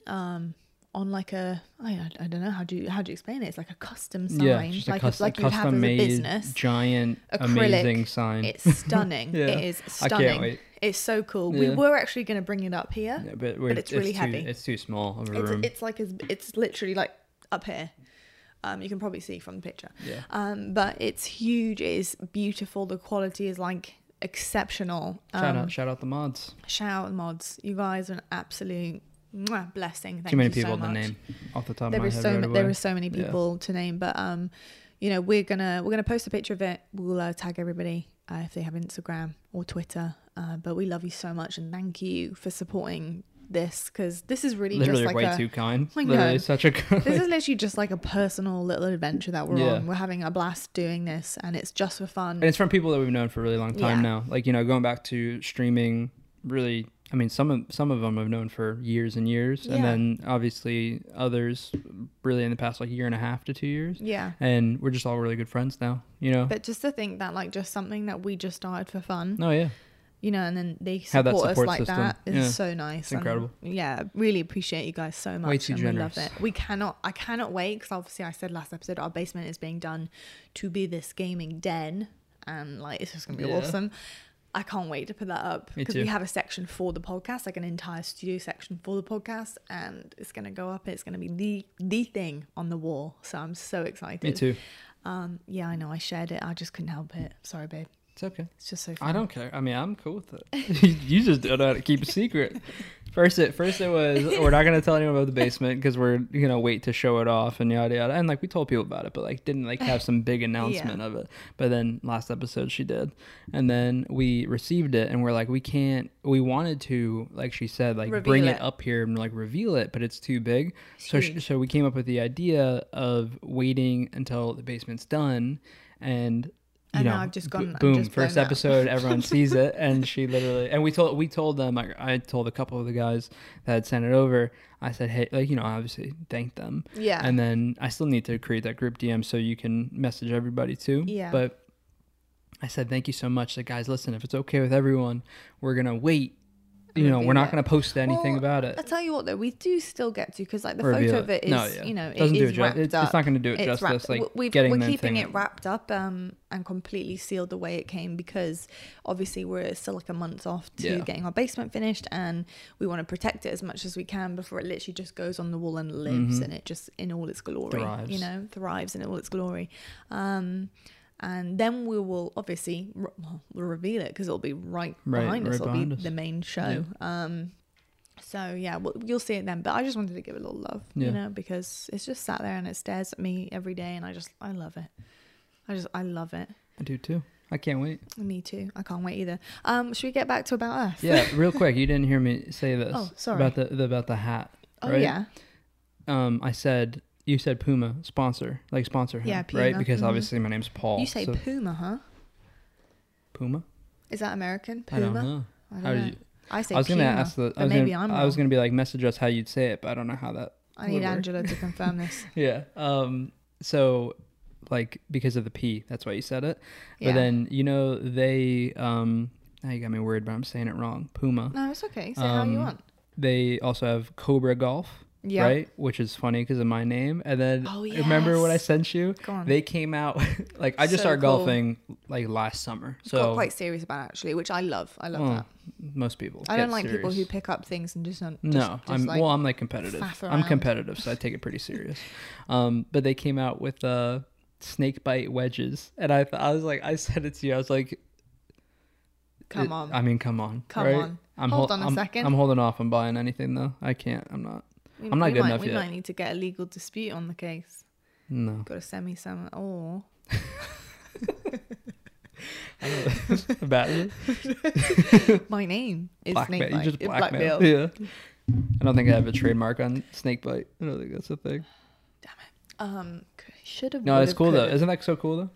Speaker 1: um, on like a I, I don't know how do you how do you explain it? It's like a custom sign,
Speaker 2: Yeah, just a
Speaker 1: like
Speaker 2: custom,
Speaker 1: like you would have
Speaker 2: custom
Speaker 1: as a
Speaker 2: made
Speaker 1: business.
Speaker 2: giant
Speaker 1: Acrylic.
Speaker 2: amazing sign.
Speaker 1: It's stunning.
Speaker 2: <laughs> Yeah.
Speaker 1: It is
Speaker 2: I
Speaker 1: stunning.
Speaker 2: can't wait.
Speaker 1: It's so cool. We
Speaker 2: Yeah.
Speaker 1: were actually going to bring it up here.
Speaker 2: Yeah, but, we're-
Speaker 1: Oh, it's really
Speaker 2: too,
Speaker 1: heavy.
Speaker 2: It's too small of a
Speaker 1: It's,
Speaker 2: room.
Speaker 1: it's like as it's literally like up here. Um, you can probably see from the picture.
Speaker 2: yeah.
Speaker 1: Um, but it's huge. It's beautiful. The quality is like exceptional. Um,
Speaker 2: Shout out, shout out the mods.
Speaker 1: shout out mods. You guys are an absolute mwah, blessing. Thank
Speaker 2: Too many
Speaker 1: you
Speaker 2: people
Speaker 1: so
Speaker 2: in the
Speaker 1: much.
Speaker 2: name off the top
Speaker 1: There
Speaker 2: of my
Speaker 1: is
Speaker 2: head.
Speaker 1: so
Speaker 2: right
Speaker 1: ma- there
Speaker 2: away.
Speaker 1: are so many
Speaker 2: Yeah.
Speaker 1: people to name, but um, you know we're gonna we're gonna post a picture of it. We'll uh, tag everybody uh, if they have Instagram or Twitter. Uh, but we love you so much and thank you for supporting this because this is really
Speaker 2: Literally
Speaker 1: just like
Speaker 2: way
Speaker 1: a
Speaker 2: too kind.
Speaker 1: I know.
Speaker 2: Literally such a <laughs> kind.
Speaker 1: this is literally just like a personal little adventure that we're
Speaker 2: Yeah.
Speaker 1: on. We're having a blast doing this, and it's just for fun.
Speaker 2: and it's from people that we've known for a really long time
Speaker 1: Yeah.
Speaker 2: now. Like you know, going back to streaming, really. I mean, some of some of them I've known for years and years,
Speaker 1: Yeah.
Speaker 2: and then obviously others, really in the past like year and a half to two years,
Speaker 1: yeah,
Speaker 2: and we're just all really good friends now. You know.
Speaker 1: but just to think that like just something that we just started for fun,
Speaker 2: No, Oh, yeah.
Speaker 1: you know, and then they support,
Speaker 2: Have that
Speaker 1: us
Speaker 2: support
Speaker 1: like
Speaker 2: system.
Speaker 1: that is
Speaker 2: Yeah.
Speaker 1: so nice.
Speaker 2: It's
Speaker 1: and,
Speaker 2: incredible.
Speaker 1: yeah, really appreciate you guys so much.
Speaker 2: too
Speaker 1: and
Speaker 2: generous.
Speaker 1: We love it. We cannot, I cannot wait because obviously I said last episode our basement is being done to be this gaming den, and like it's just gonna be
Speaker 2: Yeah.
Speaker 1: awesome. I can't wait to put that up
Speaker 2: Me
Speaker 1: because we
Speaker 2: too.
Speaker 1: have a section for the podcast, like an entire studio section for the podcast, and it's gonna go up. It's gonna be the the thing on the wall. So I'm so excited.
Speaker 2: Me too.
Speaker 1: Um, yeah, I know. I shared it. I just couldn't help it. Sorry, babe.
Speaker 2: It's okay.
Speaker 1: It's just so. Fun.
Speaker 2: I don't care. I mean, I'm cool with it. <laughs> you just don't know how to keep a secret. First, it first it was we're not gonna tell anyone about the basement because we're gonna wait to show it off and yada yada. And like we told people about it, but like didn't like have
Speaker 1: <sighs>
Speaker 2: some big announcement of it. But then last episode she did, and then we received it and we're like we can't. We wanted to like she said like
Speaker 1: Reveal
Speaker 2: bring
Speaker 1: it.
Speaker 2: it. up here and like reveal it, but it's too big. So sh-
Speaker 1: huge.
Speaker 2: so we came up with the idea of waiting until the basement's done and you
Speaker 1: I know,
Speaker 2: know,
Speaker 1: I've just
Speaker 2: b-
Speaker 1: gone- I've
Speaker 2: boom,
Speaker 1: just blown
Speaker 2: first
Speaker 1: up.
Speaker 2: episode, everyone sees it, and
Speaker 1: <laughs>
Speaker 2: she literally, and we told, we told them, I, I told a couple of the guys that had sent it over, I said, hey, like, you know, obviously thank them,
Speaker 1: Yeah.
Speaker 2: and then I still need to create that group DM so you can message everybody too,
Speaker 1: Yeah.
Speaker 2: but I said, thank you so much, like, guys, listen, if it's okay with everyone, we're gonna wait, you know, we're
Speaker 1: Review
Speaker 2: not
Speaker 1: it.
Speaker 2: gonna post anything
Speaker 1: Well,
Speaker 2: about it.
Speaker 1: I tell you what, though, we do still get to because like the
Speaker 2: Reveal
Speaker 1: photo
Speaker 2: it.
Speaker 1: of it is,
Speaker 2: No, yeah.
Speaker 1: you know,
Speaker 2: Doesn't
Speaker 1: it
Speaker 2: do
Speaker 1: is
Speaker 2: it ju-
Speaker 1: wrapped
Speaker 2: it's- it's
Speaker 1: up.
Speaker 2: not gonna do it justice,
Speaker 1: wrapped-
Speaker 2: like,
Speaker 1: w- we've,
Speaker 2: getting
Speaker 1: we're
Speaker 2: that
Speaker 1: keeping
Speaker 2: thing
Speaker 1: it wrapped up um, and completely sealed the way it came because obviously we're still like a month off to
Speaker 2: Yeah.
Speaker 1: getting our basement finished and we want to protect it as much as we can before it literally just goes on the wall and lives and it just in all its glory, you
Speaker 2: Mm-hmm. Thrives.
Speaker 1: know, thrives in all its glory. Um, and then we will obviously r- well, we'll reveal it because it'll be right,
Speaker 2: Right,
Speaker 1: behind us.
Speaker 2: right
Speaker 1: It'll
Speaker 2: behind
Speaker 1: be
Speaker 2: us.
Speaker 1: the main show. Um, so yeah, well, you'll see it then. But I just wanted to give it a little love,
Speaker 2: Yeah.
Speaker 1: you know, because it's just sat there and it stares at me every day, and I just I love it. I just I love it.
Speaker 2: I do too. I can't wait.
Speaker 1: Me too. I can't wait either. Um, should we get back to about Earth?
Speaker 2: Yeah, real quick, you didn't hear me say this
Speaker 1: Oh, sorry.
Speaker 2: about the, the about the hat.
Speaker 1: Oh
Speaker 2: right?
Speaker 1: yeah.
Speaker 2: um, I said you said Puma sponsor, like sponsor him,
Speaker 1: Yeah,
Speaker 2: right?
Speaker 1: Puma,
Speaker 2: Because
Speaker 1: mhm.
Speaker 2: obviously my name's Paul.
Speaker 1: You say
Speaker 2: Oh, so-
Speaker 1: puma, huh?
Speaker 2: Puma?
Speaker 1: Is that American?
Speaker 2: I
Speaker 1: Puma.
Speaker 2: don't know.
Speaker 1: I don't
Speaker 2: How did
Speaker 1: know.
Speaker 2: you,
Speaker 1: I say
Speaker 2: I was
Speaker 1: puma.
Speaker 2: gonna ask the.
Speaker 1: but
Speaker 2: I was
Speaker 1: maybe
Speaker 2: gonna,
Speaker 1: I'm
Speaker 2: I was
Speaker 1: wrong.
Speaker 2: gonna be like message us how you'd say it, but I don't know how that. <laughs>
Speaker 1: I need
Speaker 2: would work.
Speaker 1: Angela to confirm this.
Speaker 2: Yeah. Um. So, like, because of the P, that's why you said it.
Speaker 1: Yeah.
Speaker 2: <laughs> But then you know they. Um. Now you got me worried, but I'm saying it wrong. Puma.
Speaker 1: No, it's okay. Say how you
Speaker 2: Um,
Speaker 1: want.
Speaker 2: They also have Cobra Golf.
Speaker 1: Yeah.
Speaker 2: Right, which is funny because of my name, and then
Speaker 1: Oh,
Speaker 2: remember what I
Speaker 1: yes.
Speaker 2: sent you?
Speaker 1: Go on.
Speaker 2: They came out <laughs> like I just
Speaker 1: So
Speaker 2: started
Speaker 1: cool.
Speaker 2: golfing like last summer. So
Speaker 1: Got quite serious about it, actually, which I love. I love
Speaker 2: well,
Speaker 1: that.
Speaker 2: most people.
Speaker 1: I
Speaker 2: get
Speaker 1: don't like people who
Speaker 2: serious.
Speaker 1: pick up things and just don't. Just,
Speaker 2: no,
Speaker 1: just
Speaker 2: I'm
Speaker 1: like,
Speaker 2: well. I'm like competitive.
Speaker 1: faff
Speaker 2: I'm
Speaker 1: around.
Speaker 2: competitive, so I take it pretty serious. um, but they came out with uh snake bite wedges, and I th- I was like I said it to you. I was like,
Speaker 1: come
Speaker 2: it-
Speaker 1: on.
Speaker 2: I mean, come on,
Speaker 1: Come
Speaker 2: right?
Speaker 1: on.
Speaker 2: I'm
Speaker 1: Hold
Speaker 2: hol-
Speaker 1: on a
Speaker 2: I'm-
Speaker 1: second.
Speaker 2: I'm holding off on buying anything though. I can't. I'm not.
Speaker 1: We-
Speaker 2: I'm not
Speaker 1: we
Speaker 2: good
Speaker 1: might,
Speaker 2: enough
Speaker 1: we
Speaker 2: yet.
Speaker 1: might need to get a legal dispute <laughs> on the case.
Speaker 2: No. <laughs>
Speaker 1: Got to send me some, or
Speaker 2: <laughs> Batman.
Speaker 1: My name is
Speaker 2: Black
Speaker 1: Snake
Speaker 2: Bat. You
Speaker 1: Bite.
Speaker 2: just
Speaker 1: It's
Speaker 2: blackmail.
Speaker 1: Blackmail.
Speaker 2: Yeah. I don't think I have a trademark on snake bite. I don't think that's a thing.
Speaker 1: Um, should have.
Speaker 2: No, that's cool though. Isn't that so cool though?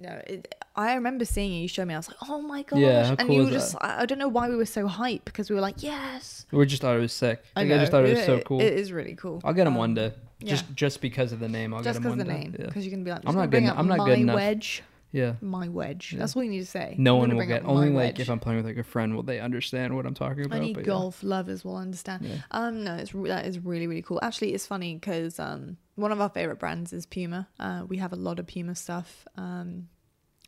Speaker 1: No, it, I remember seeing it. You showed me. I was like, oh my gosh.
Speaker 2: Yeah, how
Speaker 1: and
Speaker 2: cool
Speaker 1: you
Speaker 2: is
Speaker 1: were just, I I don't know why we were so hyped because we were like, yes.
Speaker 2: We just thought it was sick. Like, I, just
Speaker 1: know.
Speaker 2: thought it was so
Speaker 1: It-
Speaker 2: cool.
Speaker 1: It is really cool.
Speaker 2: I'll get him one
Speaker 1: Um,
Speaker 2: day. Just
Speaker 1: yeah.
Speaker 2: just because of the name, I'll
Speaker 1: Just
Speaker 2: get him
Speaker 1: because
Speaker 2: one
Speaker 1: the name,
Speaker 2: day.
Speaker 1: because you can be like,
Speaker 2: I'm
Speaker 1: I'm
Speaker 2: not
Speaker 1: not
Speaker 2: good
Speaker 1: bring
Speaker 2: en-
Speaker 1: Up
Speaker 2: I'm not
Speaker 1: my
Speaker 2: good enough.
Speaker 1: wedge,
Speaker 2: Yeah. yeah.
Speaker 1: my wedge. That's all you need to say.
Speaker 2: No
Speaker 1: I'm
Speaker 2: one
Speaker 1: gonna
Speaker 2: will
Speaker 1: bring
Speaker 2: get.
Speaker 1: up
Speaker 2: Only
Speaker 1: my
Speaker 2: like if
Speaker 1: wedge.
Speaker 2: I'm playing with like a friend, will they understand what I'm talking about?
Speaker 1: Any
Speaker 2: but yeah.
Speaker 1: golf lovers will understand.
Speaker 2: Yeah.
Speaker 1: Um, no, it's re- that is really really cool. Actually, it's funny because um, one of our favorite brands is Puma. Uh, we have a lot of Puma stuff. Um,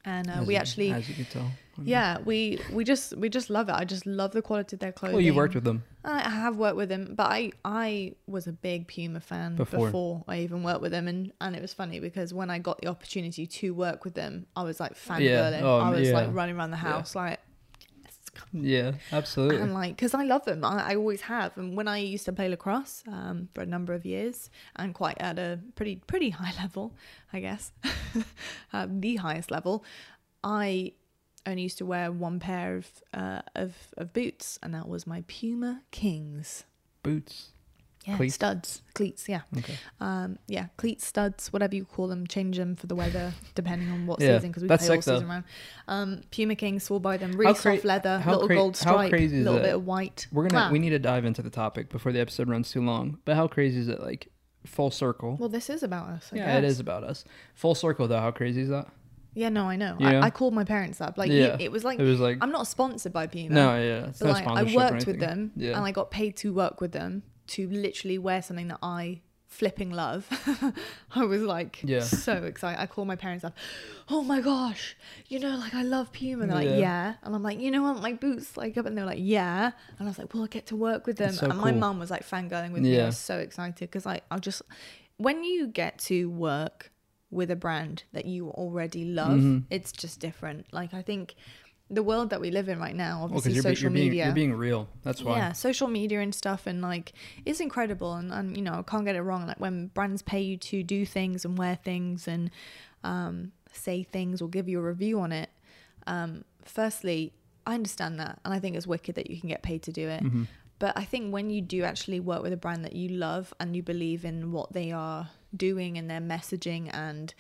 Speaker 1: and uh,
Speaker 2: As
Speaker 1: we
Speaker 2: you-
Speaker 1: actually,
Speaker 2: as you can tell. I mean-
Speaker 1: yeah, we we just we just love it. I just love the quality of their clothing.
Speaker 2: Well, you worked with them.
Speaker 1: I I have worked with them, but I I was a big Puma fan
Speaker 2: Before.
Speaker 1: before, I even worked with them, and and it was funny because when I got the opportunity to work with them, I was like fangirling.
Speaker 2: Oh,
Speaker 1: I was
Speaker 2: yeah.
Speaker 1: like running around the
Speaker 2: Yeah.
Speaker 1: house like.
Speaker 2: Yeah, absolutely.
Speaker 1: And like, because I love them, I, I always have. And when I used to play lacrosse um, for a number of years, and quite at a pretty pretty <laughs> high level, I guess, <laughs> um, the highest level, I only used to wear one pair of uh, of of boots, and that was my Puma Kings.
Speaker 2: Boots.
Speaker 1: Yeah,
Speaker 2: Cleats?
Speaker 1: studs, cleats. Yeah,
Speaker 2: Okay.
Speaker 1: um, yeah, cleats, studs, whatever you call them. Change them for the weather, depending on what
Speaker 2: Yeah,
Speaker 1: season, because we
Speaker 2: that's
Speaker 1: play all
Speaker 2: sick, though.
Speaker 1: season round. Um, Puma King, swore by them, really
Speaker 2: How cra-
Speaker 1: soft leather,
Speaker 2: how
Speaker 1: little
Speaker 2: cra-
Speaker 1: gold
Speaker 2: how
Speaker 1: stripe,
Speaker 2: crazy is
Speaker 1: little
Speaker 2: that?
Speaker 1: bit of white.
Speaker 2: We're gonna.
Speaker 1: Ah.
Speaker 2: We need to dive into the topic before the episode runs too long. But how crazy is it? Like full circle.
Speaker 1: Well, this is about us. I
Speaker 2: yeah, it
Speaker 1: guess.
Speaker 2: is about us. Full circle though. How crazy is that?
Speaker 1: Yeah, no, I know.
Speaker 2: Yeah.
Speaker 1: I, I called my parents up. Like,
Speaker 2: Yeah.
Speaker 1: you, it was like
Speaker 2: It was like.
Speaker 1: I'm not sponsored by Puma.
Speaker 2: no, yeah, it's
Speaker 1: but
Speaker 2: no
Speaker 1: like I
Speaker 2: sponsorship or
Speaker 1: worked with
Speaker 2: anything.
Speaker 1: them,
Speaker 2: Yeah.
Speaker 1: and I got paid to work with them to literally wear something that I flipping love. <laughs> I was like,
Speaker 2: Yeah.
Speaker 1: so excited. I called my parents up. Oh my gosh, you know, like I love Puma. And they're
Speaker 2: Yeah.
Speaker 1: like, yeah, and I'm like, you know what, my boots like up, and they were like, yeah, and I was like, well, I get to work with them.
Speaker 2: That's so
Speaker 1: and my
Speaker 2: cool.
Speaker 1: mum was like fangirling with me.
Speaker 2: Yeah.
Speaker 1: I was so excited because I, I just when you get to work with a brand that you already love,
Speaker 2: Mm-hmm.
Speaker 1: it's just different. Like I think the world that we live in right now,
Speaker 2: Well,
Speaker 1: obviously
Speaker 2: because you're, be-
Speaker 1: social
Speaker 2: you're being
Speaker 1: media.
Speaker 2: you're being real. That's why.
Speaker 1: Yeah, social media and stuff, and like it's incredible, and, and you know I can't get it wrong. Like when brands pay you to do things and wear things and um, say things or give you a review on it. Um, firstly, I understand that, and I think it's wicked that you can get paid to do it.
Speaker 2: Mm-hmm.
Speaker 1: But I think when you do actually work with a brand that you love and you believe in what they are doing and their messaging and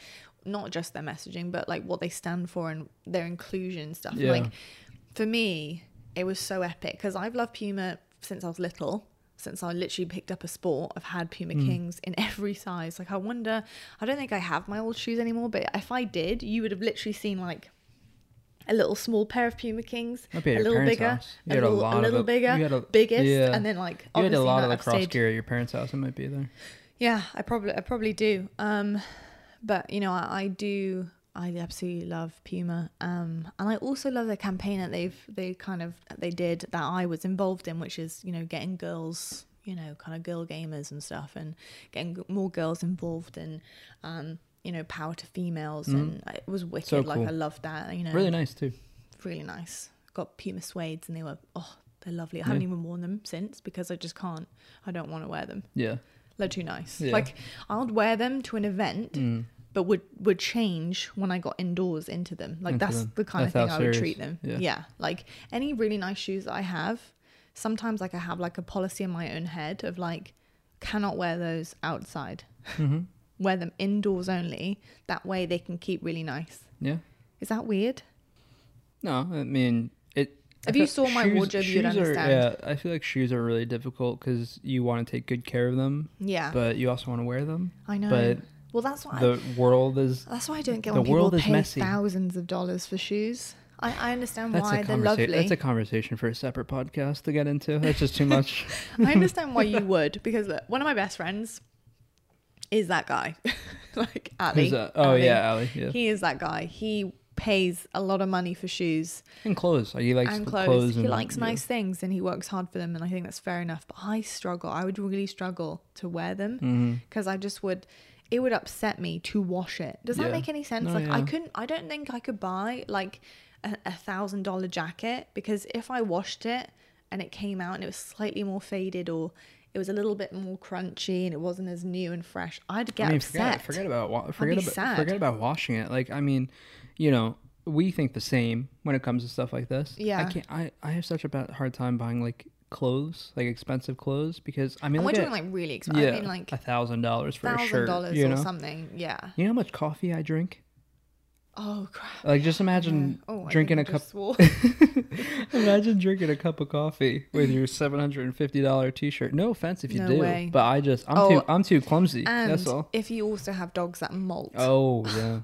Speaker 1: not just their messaging, but like what they stand for and their inclusion and stuff.
Speaker 2: Yeah.
Speaker 1: Like for me, it was so epic because I've loved Puma since I was little. Since I literally picked up a sport, I've had Puma
Speaker 2: Mm.
Speaker 1: Kings in <laughs> every size. Like I wonder, I don't think I have my old shoes anymore. But if I did, you would have literally seen like a little small pair of Puma Kings,
Speaker 2: Might be at
Speaker 1: a
Speaker 2: your
Speaker 1: little
Speaker 2: parents'
Speaker 1: bigger,
Speaker 2: house. You
Speaker 1: a
Speaker 2: had a
Speaker 1: little,
Speaker 2: lot
Speaker 1: a
Speaker 2: of
Speaker 1: little
Speaker 2: it.
Speaker 1: bigger,
Speaker 2: You had a-
Speaker 1: biggest,
Speaker 2: yeah.
Speaker 1: and then like
Speaker 2: You had
Speaker 1: obviously
Speaker 2: a lot of
Speaker 1: not
Speaker 2: lacrosse
Speaker 1: upstage.
Speaker 2: gear at your parents' house. It might be there.
Speaker 1: Yeah, I probably I probably do. Um, but you know, I, I do. I absolutely love Puma, um, and I also love the campaign that they've they kind of they did that I was involved in, which is you know getting girls, you know, kind of girl gamers and stuff, and getting g- more girls involved and um, you know power to females, and it was wicked.
Speaker 2: Mm. So
Speaker 1: Like
Speaker 2: cool.
Speaker 1: I loved that. You know,
Speaker 2: Really nice too.
Speaker 1: really nice. Got Puma suedes, and they were oh, they're lovely. I haven't even worn them since because I just can't. I don't want to wear them
Speaker 2: Yeah.
Speaker 1: they're too nice.
Speaker 2: Yeah. Mm.
Speaker 1: Like I'd wear them to an event, but would would change when I got indoors into them. Like
Speaker 2: Into
Speaker 1: that's
Speaker 2: them.
Speaker 1: the kind
Speaker 2: That's
Speaker 1: of
Speaker 2: how
Speaker 1: thing I would
Speaker 2: serious-
Speaker 1: treat them.
Speaker 2: yeah.
Speaker 1: Yeah. like any really nice shoes that I have, sometimes like I have like a policy in my own head of like cannot wear those outside.
Speaker 2: Mm-hmm.
Speaker 1: wear them indoors only. That way they can keep really nice.
Speaker 2: Yeah.
Speaker 1: Is that weird?
Speaker 2: No, I mean it. I
Speaker 1: If you saw
Speaker 2: feel-
Speaker 1: my wardrobe, you'd
Speaker 2: shoes are-
Speaker 1: understand.
Speaker 2: yeah, I feel like shoes are really difficult because you want to take good care of them,
Speaker 1: Yeah,
Speaker 2: but you also want to wear them.
Speaker 1: I know.
Speaker 2: but
Speaker 1: well, that's why
Speaker 2: The world is.
Speaker 1: That's why I don't get
Speaker 2: The
Speaker 1: when people
Speaker 2: world is
Speaker 1: pay
Speaker 2: messy.
Speaker 1: thousands of dollars for shoes. I, I understand
Speaker 2: That's
Speaker 1: why
Speaker 2: a
Speaker 1: they're
Speaker 2: conversation.
Speaker 1: lovely.
Speaker 2: That's a conversation for a separate podcast to get into. That's just too much.
Speaker 1: I understand why you would because look, one of my best friends is that guy, <laughs> like <laughs> Ali.
Speaker 2: Who's that? Oh
Speaker 1: Ali.
Speaker 2: yeah, Ali. Yeah.
Speaker 1: he is that guy. He pays a lot of money for shoes
Speaker 2: and clothes. He likes
Speaker 1: and
Speaker 2: the
Speaker 1: clothes. he
Speaker 2: and-
Speaker 1: likes
Speaker 2: yeah.
Speaker 1: nice things and he works hard for them, and I think that's fair enough. But I struggle. I would really struggle to wear
Speaker 2: Mm-hmm.
Speaker 1: them because I just would. It would upset me to wash it. Does
Speaker 2: Yeah.
Speaker 1: that make any sense?
Speaker 2: No,
Speaker 1: like I
Speaker 2: yeah.
Speaker 1: couldn't. I don't think I could buy like a a thousand dollar jacket because if I washed it and it came out and it was slightly more faded or it was a little bit more crunchy and it wasn't as new and fresh, I'd get
Speaker 2: I mean,
Speaker 1: upset.
Speaker 2: forget, forget about wa- forget about
Speaker 1: sad.
Speaker 2: forget about washing it. Like, I mean, you know, we think the same when it comes to stuff like this.
Speaker 1: Yeah.
Speaker 2: I can't. I, I have such a bad, hard time buying like clothes, like expensive clothes, because I mean,
Speaker 1: And we're
Speaker 2: look
Speaker 1: talking
Speaker 2: at-
Speaker 1: like really expensive.
Speaker 2: yeah,
Speaker 1: I mean, like
Speaker 2: a thousand dollars for a
Speaker 1: thousand
Speaker 2: shirt.
Speaker 1: dollars
Speaker 2: you
Speaker 1: or
Speaker 2: know?
Speaker 1: something. Yeah.
Speaker 2: You know how much coffee I drink?
Speaker 1: Oh crap.
Speaker 2: Like, just imagine
Speaker 1: Yeah. Oh, I think
Speaker 2: Mm, drinking
Speaker 1: I
Speaker 2: a cup. <laughs>
Speaker 1: just swore.
Speaker 2: imagine drinking a cup of coffee with your seven hundred and fifty dollar t shirt. No offense if you
Speaker 1: No
Speaker 2: do,
Speaker 1: way.
Speaker 2: but I just I'm
Speaker 1: Oh,
Speaker 2: too I'm too clumsy.
Speaker 1: and
Speaker 2: That's all.
Speaker 1: if you also have dogs that molt,
Speaker 2: Oh yeah.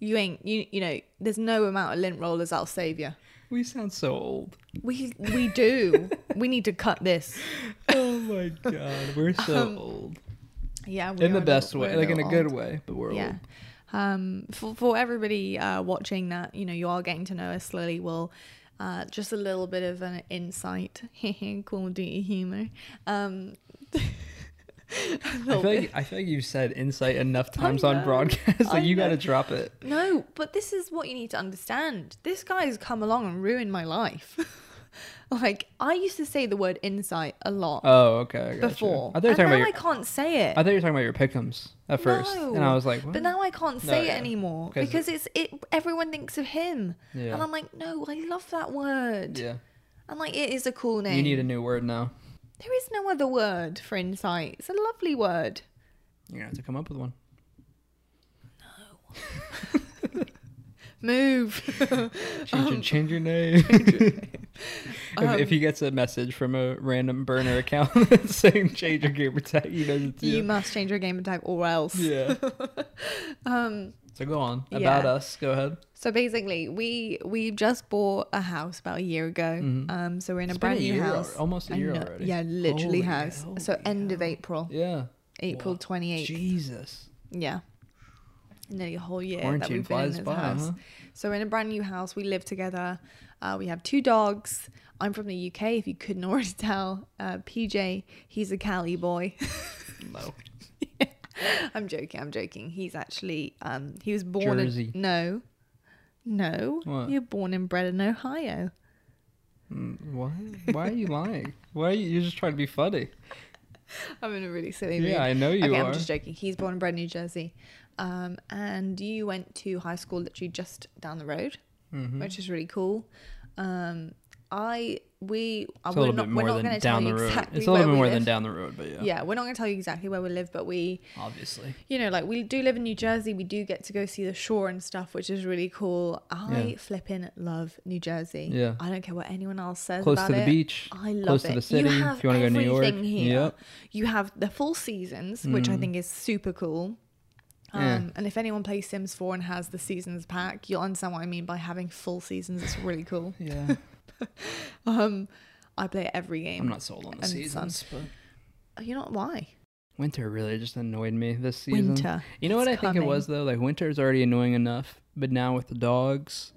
Speaker 1: you ain't you you know. There's no amount of lint rollers that'll save you.
Speaker 2: we sound
Speaker 1: <laughs>
Speaker 2: so old.
Speaker 1: We we do. we need to cut this.
Speaker 2: Oh my god, we're so old.
Speaker 1: Yeah. Um, We
Speaker 2: In the
Speaker 1: are a
Speaker 2: best
Speaker 1: little-
Speaker 2: way,
Speaker 1: we're
Speaker 2: like in a
Speaker 1: little
Speaker 2: good
Speaker 1: old.
Speaker 2: way, but we're
Speaker 1: Yeah.
Speaker 2: old.
Speaker 1: Um, for, for everybody uh, watching that, you know, you are getting to know us slowly. We'll uh, just a little bit of an insight, <laughs> Call of Duty humor. Um, <laughs> a
Speaker 2: I
Speaker 1: little
Speaker 2: feel
Speaker 1: bit.
Speaker 2: like I feel like you've said insight enough times on
Speaker 1: know.
Speaker 2: broadcast. <laughs>
Speaker 1: I
Speaker 2: like you got to
Speaker 1: know.
Speaker 2: drop it.
Speaker 1: No, but this is what you need to understand. This guy's come along and ruined my life. <laughs> like I used to say the word insight a lot
Speaker 2: Oh, okay. I gotcha.
Speaker 1: before,
Speaker 2: I thought you were
Speaker 1: and
Speaker 2: talking
Speaker 1: now
Speaker 2: about your,
Speaker 1: I can't say it.
Speaker 2: I thought you were talking about your pickums at first, and I
Speaker 1: No,
Speaker 2: was like, what?
Speaker 1: But now I can't say
Speaker 2: yeah.
Speaker 1: it anymore
Speaker 2: 'Cause-
Speaker 1: because it's it. Everyone thinks of him,
Speaker 2: Yeah.
Speaker 1: and I'm like, no, I love that word.
Speaker 2: yeah,
Speaker 1: And like, it is a cool name.
Speaker 2: you need a new word now.
Speaker 1: there is no other word for insight. It's a lovely word.
Speaker 2: You're gonna have to come up with one. <laughs>
Speaker 1: Move.
Speaker 2: Change, your-
Speaker 1: Um,
Speaker 2: change your name.
Speaker 1: <laughs>
Speaker 2: <laughs> if, if he gets a message from a random burner account <laughs> saying change your gamer tag, he knows it's
Speaker 1: you
Speaker 2: you.
Speaker 1: must change your gamer tag or else.
Speaker 2: Yeah.
Speaker 1: <laughs> Um.
Speaker 2: So go on
Speaker 1: Yeah.
Speaker 2: about us. Go ahead.
Speaker 1: So basically, we we just bought a house about a year ago. Um. So we're in a
Speaker 2: Mm-hmm. It's been
Speaker 1: brand
Speaker 2: a
Speaker 1: new
Speaker 2: year
Speaker 1: house.
Speaker 2: al- almost a
Speaker 1: I
Speaker 2: year
Speaker 1: know-
Speaker 2: already.
Speaker 1: Yeah, literally
Speaker 2: Holy
Speaker 1: has.
Speaker 2: hell,
Speaker 1: So
Speaker 2: holy
Speaker 1: end of
Speaker 2: hell.
Speaker 1: April,
Speaker 2: Yeah.
Speaker 1: April
Speaker 2: Wow.
Speaker 1: twenty eighth.
Speaker 2: Jesus.
Speaker 1: Yeah. Nearly a whole year that
Speaker 2: Quarantine
Speaker 1: we've been in
Speaker 2: flies
Speaker 1: this
Speaker 2: by,
Speaker 1: house.
Speaker 2: huh?
Speaker 1: So we're in a brand new house. We live together. Uh, we have two dogs. I'm from the UK, if you couldn't <laughs> already tell. Uh, PJ, he's a Cali boy. <laughs>
Speaker 2: No.
Speaker 1: I'm joking. I'm joking. He's actually um, he was born
Speaker 2: Jersey.
Speaker 1: in no, no.
Speaker 2: What?
Speaker 1: You're born and bred in Ohio.
Speaker 2: Mm, Why? Why are you lying? Why are you? You're just trying to be funny.
Speaker 1: I'm in a really silly mood.
Speaker 2: Yeah, I know you
Speaker 1: okay,
Speaker 2: are.
Speaker 1: I'm just joking. He's born and bred in New Jersey. Um, and you went to high school literally just down the road,
Speaker 2: Mm-hmm.
Speaker 1: which is really cool. Um, I we I
Speaker 2: It's a
Speaker 1: we're
Speaker 2: little
Speaker 1: not
Speaker 2: bit
Speaker 1: we're
Speaker 2: more
Speaker 1: not
Speaker 2: than
Speaker 1: going to tell
Speaker 2: down the
Speaker 1: you
Speaker 2: road.
Speaker 1: exactly
Speaker 2: it's a little
Speaker 1: where
Speaker 2: bit
Speaker 1: we
Speaker 2: more
Speaker 1: live.
Speaker 2: than down the road, but yeah,
Speaker 1: yeah. we're not going to tell you exactly where we live, but we
Speaker 2: obviously.
Speaker 1: you know like we do live in New Jersey. We do get to go see the shore and stuff, which is really cool. I
Speaker 2: Yeah.
Speaker 1: flipping love New Jersey.
Speaker 2: Yeah.
Speaker 1: I don't care what anyone else says
Speaker 2: Close
Speaker 1: about
Speaker 2: to the
Speaker 1: it. Uh,
Speaker 2: beach.
Speaker 1: I love
Speaker 2: close
Speaker 1: it.
Speaker 2: to the city.
Speaker 1: You have
Speaker 2: if you want to go to New York,
Speaker 1: everything here.
Speaker 2: Yep.
Speaker 1: You have the full seasons, which I think is super cool. Um,
Speaker 2: Yeah.
Speaker 1: And if anyone plays Sims 4 and has the seasons pack, you'll understand what I mean by having full seasons. It's really cool. <laughs>
Speaker 2: Yeah.
Speaker 1: Um, I play every
Speaker 2: I'm
Speaker 1: game.
Speaker 2: not sold on the
Speaker 1: And sun.
Speaker 2: seasons, but
Speaker 1: You know why?
Speaker 2: winter really just annoyed me this season.
Speaker 1: Winter.
Speaker 2: You know what I
Speaker 1: It's
Speaker 2: think it was though? Like winter is already annoying enough, but now with the dogs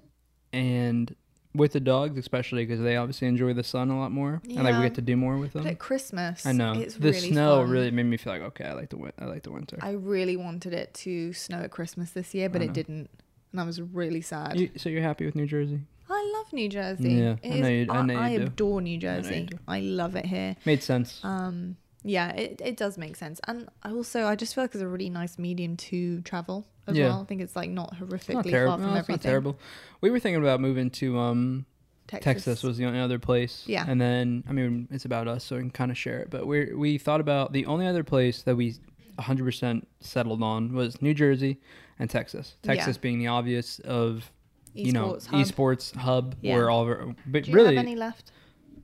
Speaker 2: and with the dogs especially because they obviously enjoy the sun a lot more and like we
Speaker 1: Yeah.
Speaker 2: get to do more with
Speaker 1: But
Speaker 2: them.
Speaker 1: at Christmas,
Speaker 2: I know.
Speaker 1: It's
Speaker 2: the
Speaker 1: really
Speaker 2: snow
Speaker 1: fun.
Speaker 2: really made me feel like okay, I like the win- I like the winter.
Speaker 1: I really wanted it to snow at Christmas this year, but
Speaker 2: I
Speaker 1: it
Speaker 2: know.
Speaker 1: didn't. And I was really sad.
Speaker 2: You, so you're happy with New Jersey?
Speaker 1: I love New Jersey.
Speaker 2: Yeah,
Speaker 1: It
Speaker 2: I
Speaker 1: is-
Speaker 2: know you- I know you
Speaker 1: I
Speaker 2: do.
Speaker 1: adore New
Speaker 2: know you
Speaker 1: Jersey.
Speaker 2: do.
Speaker 1: I love it here.
Speaker 2: Made sense.
Speaker 1: Um, yeah, it, it does make sense. And I also, I just feel like it's a really nice medium to travel as
Speaker 2: Yeah.
Speaker 1: well. I think it's like not
Speaker 2: It's not
Speaker 1: horrifically far
Speaker 2: terrible.
Speaker 1: from
Speaker 2: No, it's
Speaker 1: everything.
Speaker 2: not terrible. We were thinking about moving to um, Texas. was the only other place.
Speaker 1: Yeah.
Speaker 2: And then I mean it's about us, so we can kind of share it. But we we thought about the only other place that we 100% settled on was New Jersey and Texas.
Speaker 1: Yeah.
Speaker 2: Texas being the obvious of you know
Speaker 1: Esports hub.
Speaker 2: esports hub
Speaker 1: Yeah.
Speaker 2: where all of our but
Speaker 1: Do you
Speaker 2: really
Speaker 1: have any left?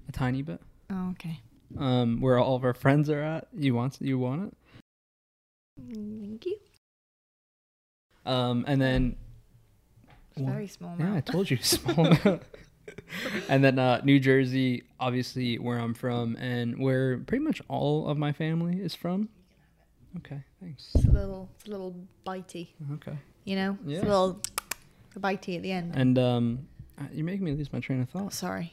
Speaker 2: a tiny bit
Speaker 1: Oh, okay.
Speaker 2: um where all of our friends are at. You want you want it?
Speaker 1: Thank you.
Speaker 2: Um and then
Speaker 1: It's
Speaker 2: Well,
Speaker 1: very small.
Speaker 2: Yeah, I
Speaker 1: amount.
Speaker 2: told you small amount. and then uh, New Jersey, obviously where I'm from, and where pretty much all of my family is from. Okay, thanks.
Speaker 1: It's a little, it's a little bitey.
Speaker 2: Okay,
Speaker 1: You know, it's
Speaker 2: Yeah.
Speaker 1: a little bitey at the end. Oh,
Speaker 2: and um, uh, you're making me lose my train of thought.
Speaker 1: Sorry,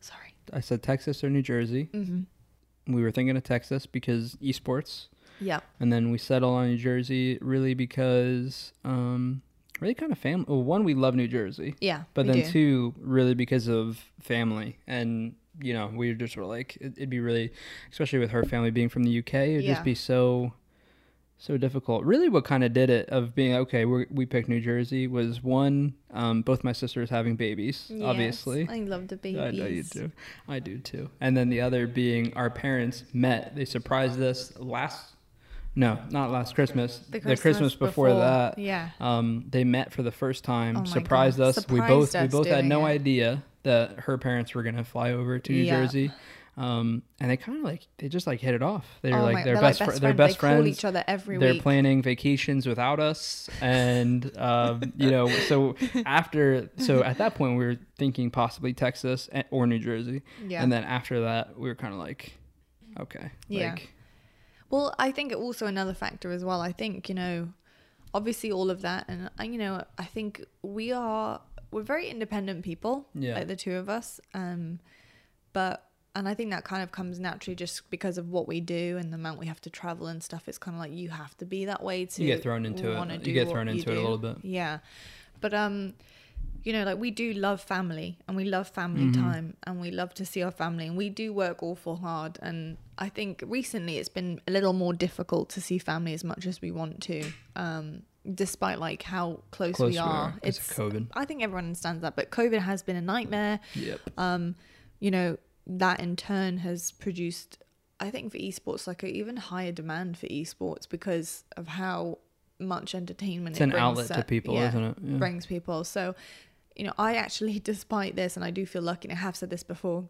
Speaker 1: sorry.
Speaker 2: I said Texas or New Jersey.
Speaker 1: Mm-hmm.
Speaker 2: We were thinking of Texas because esports,
Speaker 1: Yep.
Speaker 2: and then we settled on New Jersey really because um, really kind of family. Well, one, we love New Jersey.
Speaker 1: Yeah.
Speaker 2: But
Speaker 1: we
Speaker 2: then
Speaker 1: do.
Speaker 2: two, really because of family and you know we just were like it- it'd be really, especially with her family being from the UK, it'd
Speaker 1: Yeah.
Speaker 2: just be so so difficult. Really, what kind of did it of being okay? We're, we picked New Jersey was one. Um, both my sisters having babies,
Speaker 1: Yes,
Speaker 2: obviously.
Speaker 1: I love the babies.
Speaker 2: I know you do. I do too. And then the other being our parents met. They surprised us last. No, not last Christmas. The Christmas, before, that.
Speaker 1: Yeah.
Speaker 2: Um, they met for the first time.
Speaker 1: Oh my
Speaker 2: surprised
Speaker 1: God.
Speaker 2: us. we both
Speaker 1: Surprised us
Speaker 2: we both had
Speaker 1: doing
Speaker 2: no
Speaker 1: it.
Speaker 2: idea that her parents were gonna fly over to New
Speaker 1: Yeah.
Speaker 2: Jersey. Um, and they kind of like they just like hit it off. They were
Speaker 1: oh
Speaker 2: like
Speaker 1: my,
Speaker 2: their
Speaker 1: they're
Speaker 2: best
Speaker 1: like
Speaker 2: fri-
Speaker 1: best
Speaker 2: their
Speaker 1: friends. they
Speaker 2: best
Speaker 1: call
Speaker 2: friends
Speaker 1: each other every
Speaker 2: they're
Speaker 1: week.
Speaker 2: planning vacations without us and
Speaker 1: <laughs>
Speaker 2: um, you know so after so at that point we were thinking possibly texas a- or new jersey
Speaker 1: Yeah.
Speaker 2: and then after that we were kind of like okay
Speaker 1: Yeah.
Speaker 2: like
Speaker 1: Well, I think also another factor as well. I think you know, obviously all of that, and uh, you know, I think we are we're very independent people,
Speaker 2: Yeah.
Speaker 1: like the two of us. Um, but and I think that kind of comes naturally just because of what we do and the amount we have to travel and stuff. It's kind of like you have to be that way to
Speaker 2: You get thrown into it.
Speaker 1: wanna
Speaker 2: You
Speaker 1: do
Speaker 2: get
Speaker 1: what
Speaker 2: thrown into it a
Speaker 1: do.
Speaker 2: little bit.
Speaker 1: Yeah, but um, you know, like we do love family and we love family
Speaker 2: Mm-hmm.
Speaker 1: time and we love to see our family and we do work awful hard. And I think recently it's been a little more difficult to see family as much as we want to, um, despite like how close,
Speaker 2: Close
Speaker 1: we
Speaker 2: we
Speaker 1: are.
Speaker 2: are 'cause of COVID.
Speaker 1: I think everyone understands that, but COVID has been a nightmare.
Speaker 2: yep
Speaker 1: Um, you know, that in turn has produced, I think, for esports, like an even higher demand for esports because of how much entertainment
Speaker 2: it's
Speaker 1: it
Speaker 2: an
Speaker 1: brings
Speaker 2: outlet to
Speaker 1: that-
Speaker 2: people
Speaker 1: yeah
Speaker 2: isn't it yeah.
Speaker 1: brings people. So, you know, I actually, <laughs> despite this, and I do feel lucky, and I have said this before,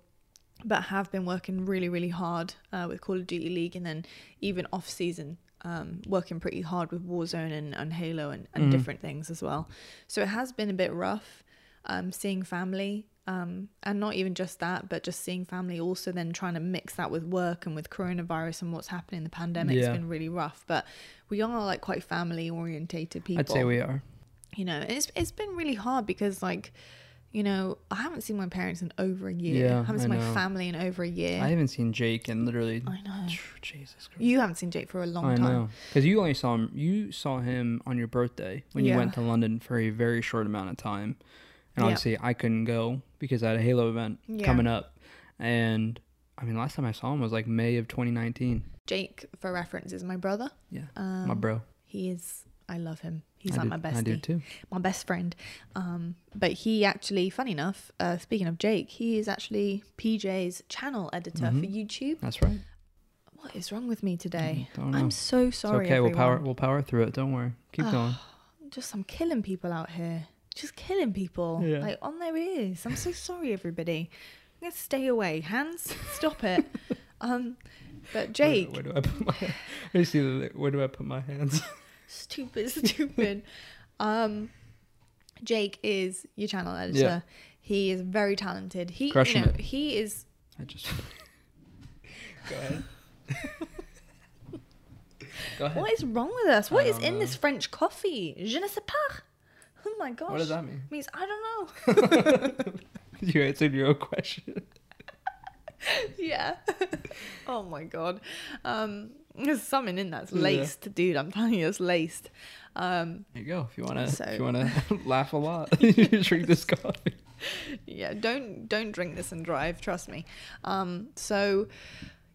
Speaker 1: but have been working really, really hard uh, with Call of Duty League and then even off season, um, working pretty hard with Warzone and, and Halo and,
Speaker 2: Mm.
Speaker 1: and different things as well. So it has been a bit rough um, seeing family. Um, and not even just that, but just seeing family also then trying to mix that with work and with coronavirus and what's happening in the pandemic
Speaker 2: Yeah.
Speaker 1: has been really rough. But we are like quite family orientated people
Speaker 2: i'd say we are
Speaker 1: you know and it's, it's been really hard because like you know i haven't seen my parents in over a year
Speaker 2: Yeah,
Speaker 1: i haven't
Speaker 2: I
Speaker 1: seen
Speaker 2: know.
Speaker 1: my family in Oh, over a year
Speaker 2: i
Speaker 1: i,
Speaker 2: haven't seen jake in literally
Speaker 1: know
Speaker 2: jesus christ
Speaker 1: you haven't seen jake for a long
Speaker 2: I
Speaker 1: time
Speaker 2: know, because you only saw him. You saw him on your birthday when you
Speaker 1: Yeah.
Speaker 2: went to London for a very short amount of time, and
Speaker 1: Yeah.
Speaker 2: obviously I couldn't go because I had a Halo event
Speaker 1: Yeah.
Speaker 2: coming up, and I mean last time I saw him was like May of 2019.
Speaker 1: jake for reference is my brother
Speaker 2: Yeah,
Speaker 1: um
Speaker 2: my bro.
Speaker 1: he is i love him he's like
Speaker 2: I do,
Speaker 1: my bestie
Speaker 2: I do too.
Speaker 1: my best friend um but he actually funny enough uh speaking of jake he is actually pj's channel editor for youtube
Speaker 2: That's right. Mm,
Speaker 1: what is wrong with me today
Speaker 2: Mm-hmm. Don't know.
Speaker 1: i'm
Speaker 2: It's
Speaker 1: so sorry
Speaker 2: okay,
Speaker 1: everyone.
Speaker 2: we'll power we'll power through it. Don't worry. Keep going.
Speaker 1: just I'm killing people out here. Just killing people.
Speaker 2: Yeah.
Speaker 1: Like on their ears. I'm so sorry, everybody. Let's stay away. Hands, stop
Speaker 2: <laughs>
Speaker 1: it. um but Jake
Speaker 2: Where, do- where do I put my? <laughs> I see the, where do I put my hands?
Speaker 1: stupid, <laughs> stupid. um Jake is your channel editor.
Speaker 2: Yeah.
Speaker 1: He is very talented. He
Speaker 2: Crushing
Speaker 1: you know,
Speaker 2: it.
Speaker 1: he is
Speaker 2: I <laughs> just. go ahead. <laughs> go ahead.
Speaker 1: what is wrong with us? What
Speaker 2: I
Speaker 1: is
Speaker 2: don't
Speaker 1: in
Speaker 2: know.
Speaker 1: this French coffee? Je ne sais pas. Oh my gosh.
Speaker 2: What does that mean?
Speaker 1: means I don't know.
Speaker 2: <laughs> you answered your own question.
Speaker 1: yeah. <laughs> oh my god. Um, there's something in that's laced, dude. I'm telling you, it's laced. Um,
Speaker 2: There you go. If you wanna, if
Speaker 1: So-
Speaker 2: you <laughs> wanna laugh a lot, you drink this coffee.
Speaker 1: yeah. Don't don't drink this and drive. Trust me. Um, so.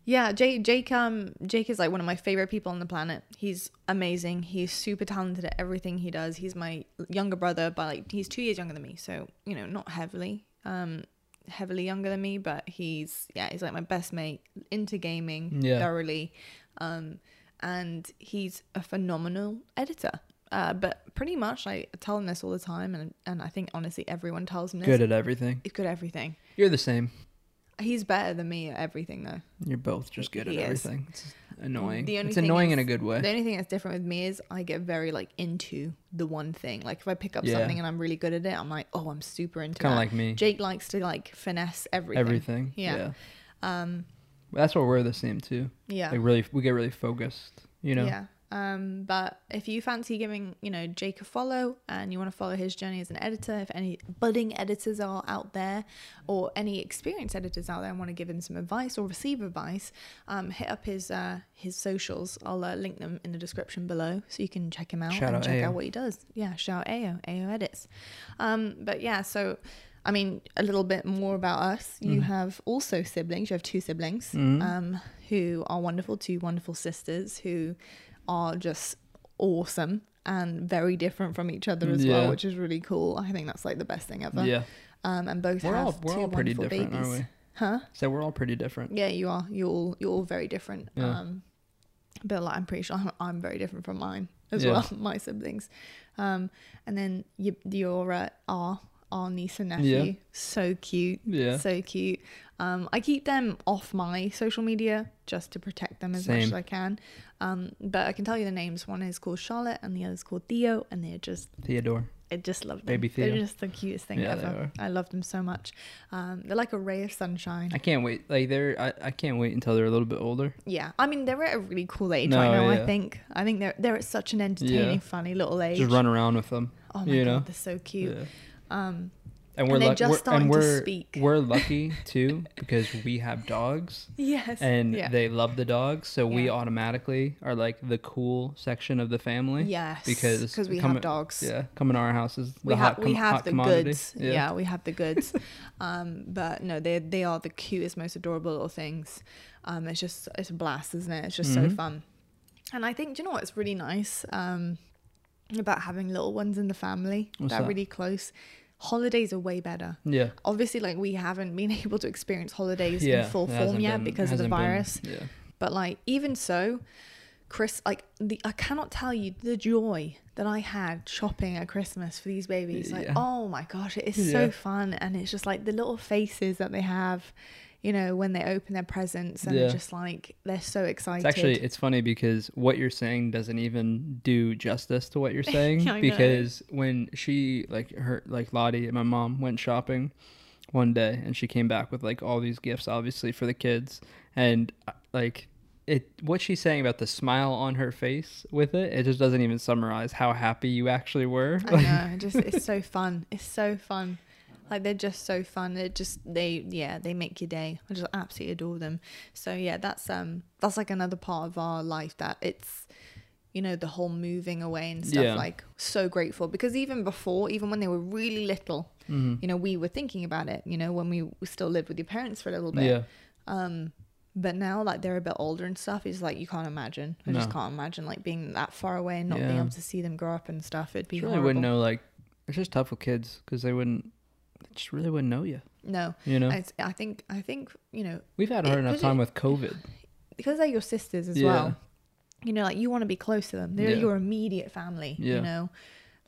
Speaker 1: Yeah, Jake, Jake, um, Jake is like one of my favorite people on the planet. He's amazing. He's super talented at everything he does. He's my younger brother, but like he's two years younger than me, so you know, not heavily, um, heavily younger than me, but he's yeah, he's like my best mate into gaming
Speaker 2: Yeah.
Speaker 1: thoroughly, um, and he's a phenomenal editor. Uh, but pretty much, I tell him this all the time, and and I think honestly, everyone tells him this.
Speaker 2: <laughs> Good at everything.
Speaker 1: He's good at everything.
Speaker 2: You're the same.
Speaker 1: He's better than me at everything though.
Speaker 2: You're both just good at
Speaker 1: He is.
Speaker 2: everything. It's annoying.
Speaker 1: The only
Speaker 2: It's
Speaker 1: thing
Speaker 2: annoying in a
Speaker 1: is-
Speaker 2: good
Speaker 1: The
Speaker 2: way.
Speaker 1: only thing that's different with me is I get very like into the one thing. Like if I pick up
Speaker 2: Yeah.
Speaker 1: something and I'm really good at it, I'm like, oh, I'm super into
Speaker 2: Kind
Speaker 1: that.
Speaker 2: of like me.
Speaker 1: Jake likes to like finesse everything.
Speaker 2: Everything. Yeah.
Speaker 1: Yeah. Um,
Speaker 2: That's where we're the same too.
Speaker 1: yeah.
Speaker 2: Like really, we get really focused. You know.
Speaker 1: Yeah. Um, but if you fancy giving, you know, Jake a follow and you want to follow his journey as an editor, if any budding editors are out there or any experienced editors out there and want to give him some advice or receive advice, um, hit up his uh, his socials. I'll uh, link them in the description below so you can check him out
Speaker 2: Shout
Speaker 1: and
Speaker 2: out
Speaker 1: check
Speaker 2: Ao.
Speaker 1: out what he does. Yeah, shout out Ao, Ao edits. Um, but yeah, so I mean, a little bit more about us. You
Speaker 2: Mm.
Speaker 1: have also siblings. You have two siblings um, who are wonderful, two wonderful sisters who are just awesome and very different from each other as
Speaker 2: Yeah.
Speaker 1: well, which is really cool. I think that's like the best thing ever.
Speaker 2: yeah.
Speaker 1: Um, and both
Speaker 2: We're
Speaker 1: have
Speaker 2: all we're
Speaker 1: two
Speaker 2: all pretty
Speaker 1: wonderful
Speaker 2: different,
Speaker 1: babies.
Speaker 2: aren't we?
Speaker 1: Huh?
Speaker 2: So we're all pretty different.
Speaker 1: Yeah, you are. You're all you're all very different.
Speaker 2: Yeah.
Speaker 1: Um, but like, I'm pretty sure I'm, I'm very different from mine as
Speaker 2: Yeah.
Speaker 1: well, <laughs> my siblings. Um, and then y- your uh, our our niece and nephew,
Speaker 2: Yeah.
Speaker 1: so cute,
Speaker 2: Yeah.
Speaker 1: so cute. Um, I keep them off my social media just to protect them as much
Speaker 2: Same.
Speaker 1: as I can. Um, but I can tell you the names. One is called Charlotte, and the other's called Theo, and they're just
Speaker 2: Theodore.
Speaker 1: I just love them.
Speaker 2: Baby
Speaker 1: They're
Speaker 2: Theo.
Speaker 1: just the cutest thing
Speaker 2: Yeah, they
Speaker 1: ever. I love them so much. Um, they're like a ray of sunshine.
Speaker 2: I can't wait. Like they're I, I can't wait until they're a little bit older.
Speaker 1: Yeah, I mean they're at a really cool age
Speaker 2: No,
Speaker 1: right now. I
Speaker 2: yeah.
Speaker 1: think I think they're they're at such an entertaining,
Speaker 2: Yeah.
Speaker 1: funny little age.
Speaker 2: Just run around with them.
Speaker 1: oh my
Speaker 2: you
Speaker 1: god,
Speaker 2: know?
Speaker 1: they're so cute.
Speaker 2: Yeah.
Speaker 1: Um, <laughs>
Speaker 2: And we're
Speaker 1: And they're
Speaker 2: lucky
Speaker 1: just
Speaker 2: we're,
Speaker 1: starting
Speaker 2: and
Speaker 1: to
Speaker 2: we're,
Speaker 1: speak. <laughs>
Speaker 2: we're lucky too because we have dogs
Speaker 1: yes,
Speaker 2: and
Speaker 1: yeah.
Speaker 2: they love the dogs, so we
Speaker 1: Yeah.
Speaker 2: automatically are like the cool section of the family.
Speaker 1: yes,
Speaker 2: because
Speaker 1: we
Speaker 2: coming-
Speaker 1: have dogs.
Speaker 2: Yeah, coming to our house is the
Speaker 1: We, ha-
Speaker 2: hot,
Speaker 1: we
Speaker 2: com-
Speaker 1: have
Speaker 2: hot
Speaker 1: the
Speaker 2: commodity.
Speaker 1: goods. Yeah. we have the goods. <laughs> um, but no, they they are the cutest, most adorable little things. Um, it's just it's a blast, isn't it? It's just so
Speaker 2: Mhm.
Speaker 1: fun. And I think do you know what's really nice um, about having little ones in the family
Speaker 2: What's
Speaker 1: that are
Speaker 2: that?
Speaker 1: really close. Holidays are way better.
Speaker 2: yeah.
Speaker 1: obviously like we haven't been <laughs> able to experience holidays
Speaker 2: yeah.
Speaker 1: in full
Speaker 2: it
Speaker 1: form
Speaker 2: hasn't
Speaker 1: yet
Speaker 2: been-
Speaker 1: because of the
Speaker 2: hasn't been-
Speaker 1: virus
Speaker 2: yeah.
Speaker 1: but like even so chris like the i cannot tell you the joy that i had shopping at christmas for these babies like
Speaker 2: Yeah.
Speaker 1: oh my gosh it is so
Speaker 2: Yeah.
Speaker 1: fun and it's just like the little faces that they have you know when they open their presents and they're
Speaker 2: Yeah.
Speaker 1: just like they're so excited
Speaker 2: It's actually it's funny because what you're saying doesn't even do justice to what you're
Speaker 1: <laughs>
Speaker 2: saying
Speaker 1: I know.
Speaker 2: because when she like her like Lottie and my mom went shopping one day and she came back with like all these gifts obviously for the kids and uh, like it what she's saying about the smile on her face with it it just doesn't even summarize how happy you actually were
Speaker 1: I
Speaker 2: <laughs>
Speaker 1: know. it Just it's so fun. It's so fun. Like they're just so fun. It just they yeah they make your day. I just absolutely adore them. So yeah, that's um that's like another part of our life that it's you know the whole moving away and stuff
Speaker 2: Yeah.
Speaker 1: like so grateful because even before even when they were really little
Speaker 2: Mm-hmm.
Speaker 1: you know we were thinking about it you know when we still lived with your parents for a little bit
Speaker 2: yeah
Speaker 1: um, but now like they're a bit older and stuff, it's like you can't imagine. I just
Speaker 2: No.
Speaker 1: can't imagine like being that far away and not being
Speaker 2: Yeah.
Speaker 1: able to see them grow up and stuff. It'd be
Speaker 2: she really
Speaker 1: horrible.
Speaker 2: wouldn't know like it's just tough with kids because they wouldn't they just really wouldn't know you
Speaker 1: No,
Speaker 2: you know
Speaker 1: I, I think I think you know
Speaker 2: we've had a hard
Speaker 1: it-
Speaker 2: enough
Speaker 1: it-
Speaker 2: time with COVID
Speaker 1: because they're your sisters as
Speaker 2: Yeah.
Speaker 1: well. You know, like you want to be close to them. They're
Speaker 2: Yeah.
Speaker 1: your immediate family.
Speaker 2: Yeah.
Speaker 1: You know,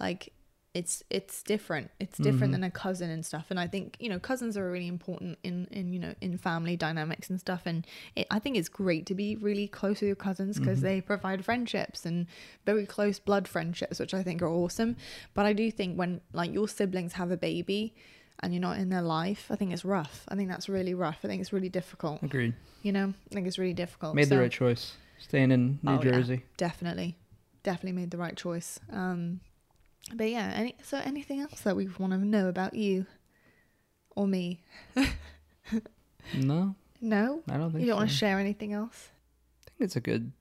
Speaker 1: like it's it's different. It's different
Speaker 2: Mhm.
Speaker 1: than a cousin and stuff. And I think you know cousins are really important in in you know in family dynamics and stuff. And it, I think it's great to be really close with your cousins because
Speaker 2: Mm-hmm.
Speaker 1: they provide friendships and very close blood friendships, which I think are awesome. But I do think when like your siblings have a baby. And you're not in their life. I think it's rough. I think that's really rough. I think it's really difficult.
Speaker 2: agreed
Speaker 1: You know, I think it's really difficult.
Speaker 2: Made
Speaker 1: Oh, So-
Speaker 2: the right choice. Staying in New
Speaker 1: Oh, yeah.
Speaker 2: Jersey.
Speaker 1: Definitely, definitely made the right choice. Um, but yeah. Any, so anything else that we want to know about you or me?
Speaker 2: No,
Speaker 1: No,
Speaker 2: I don't think
Speaker 1: you don't
Speaker 2: so.
Speaker 1: want to share anything else.
Speaker 2: I think it's a good.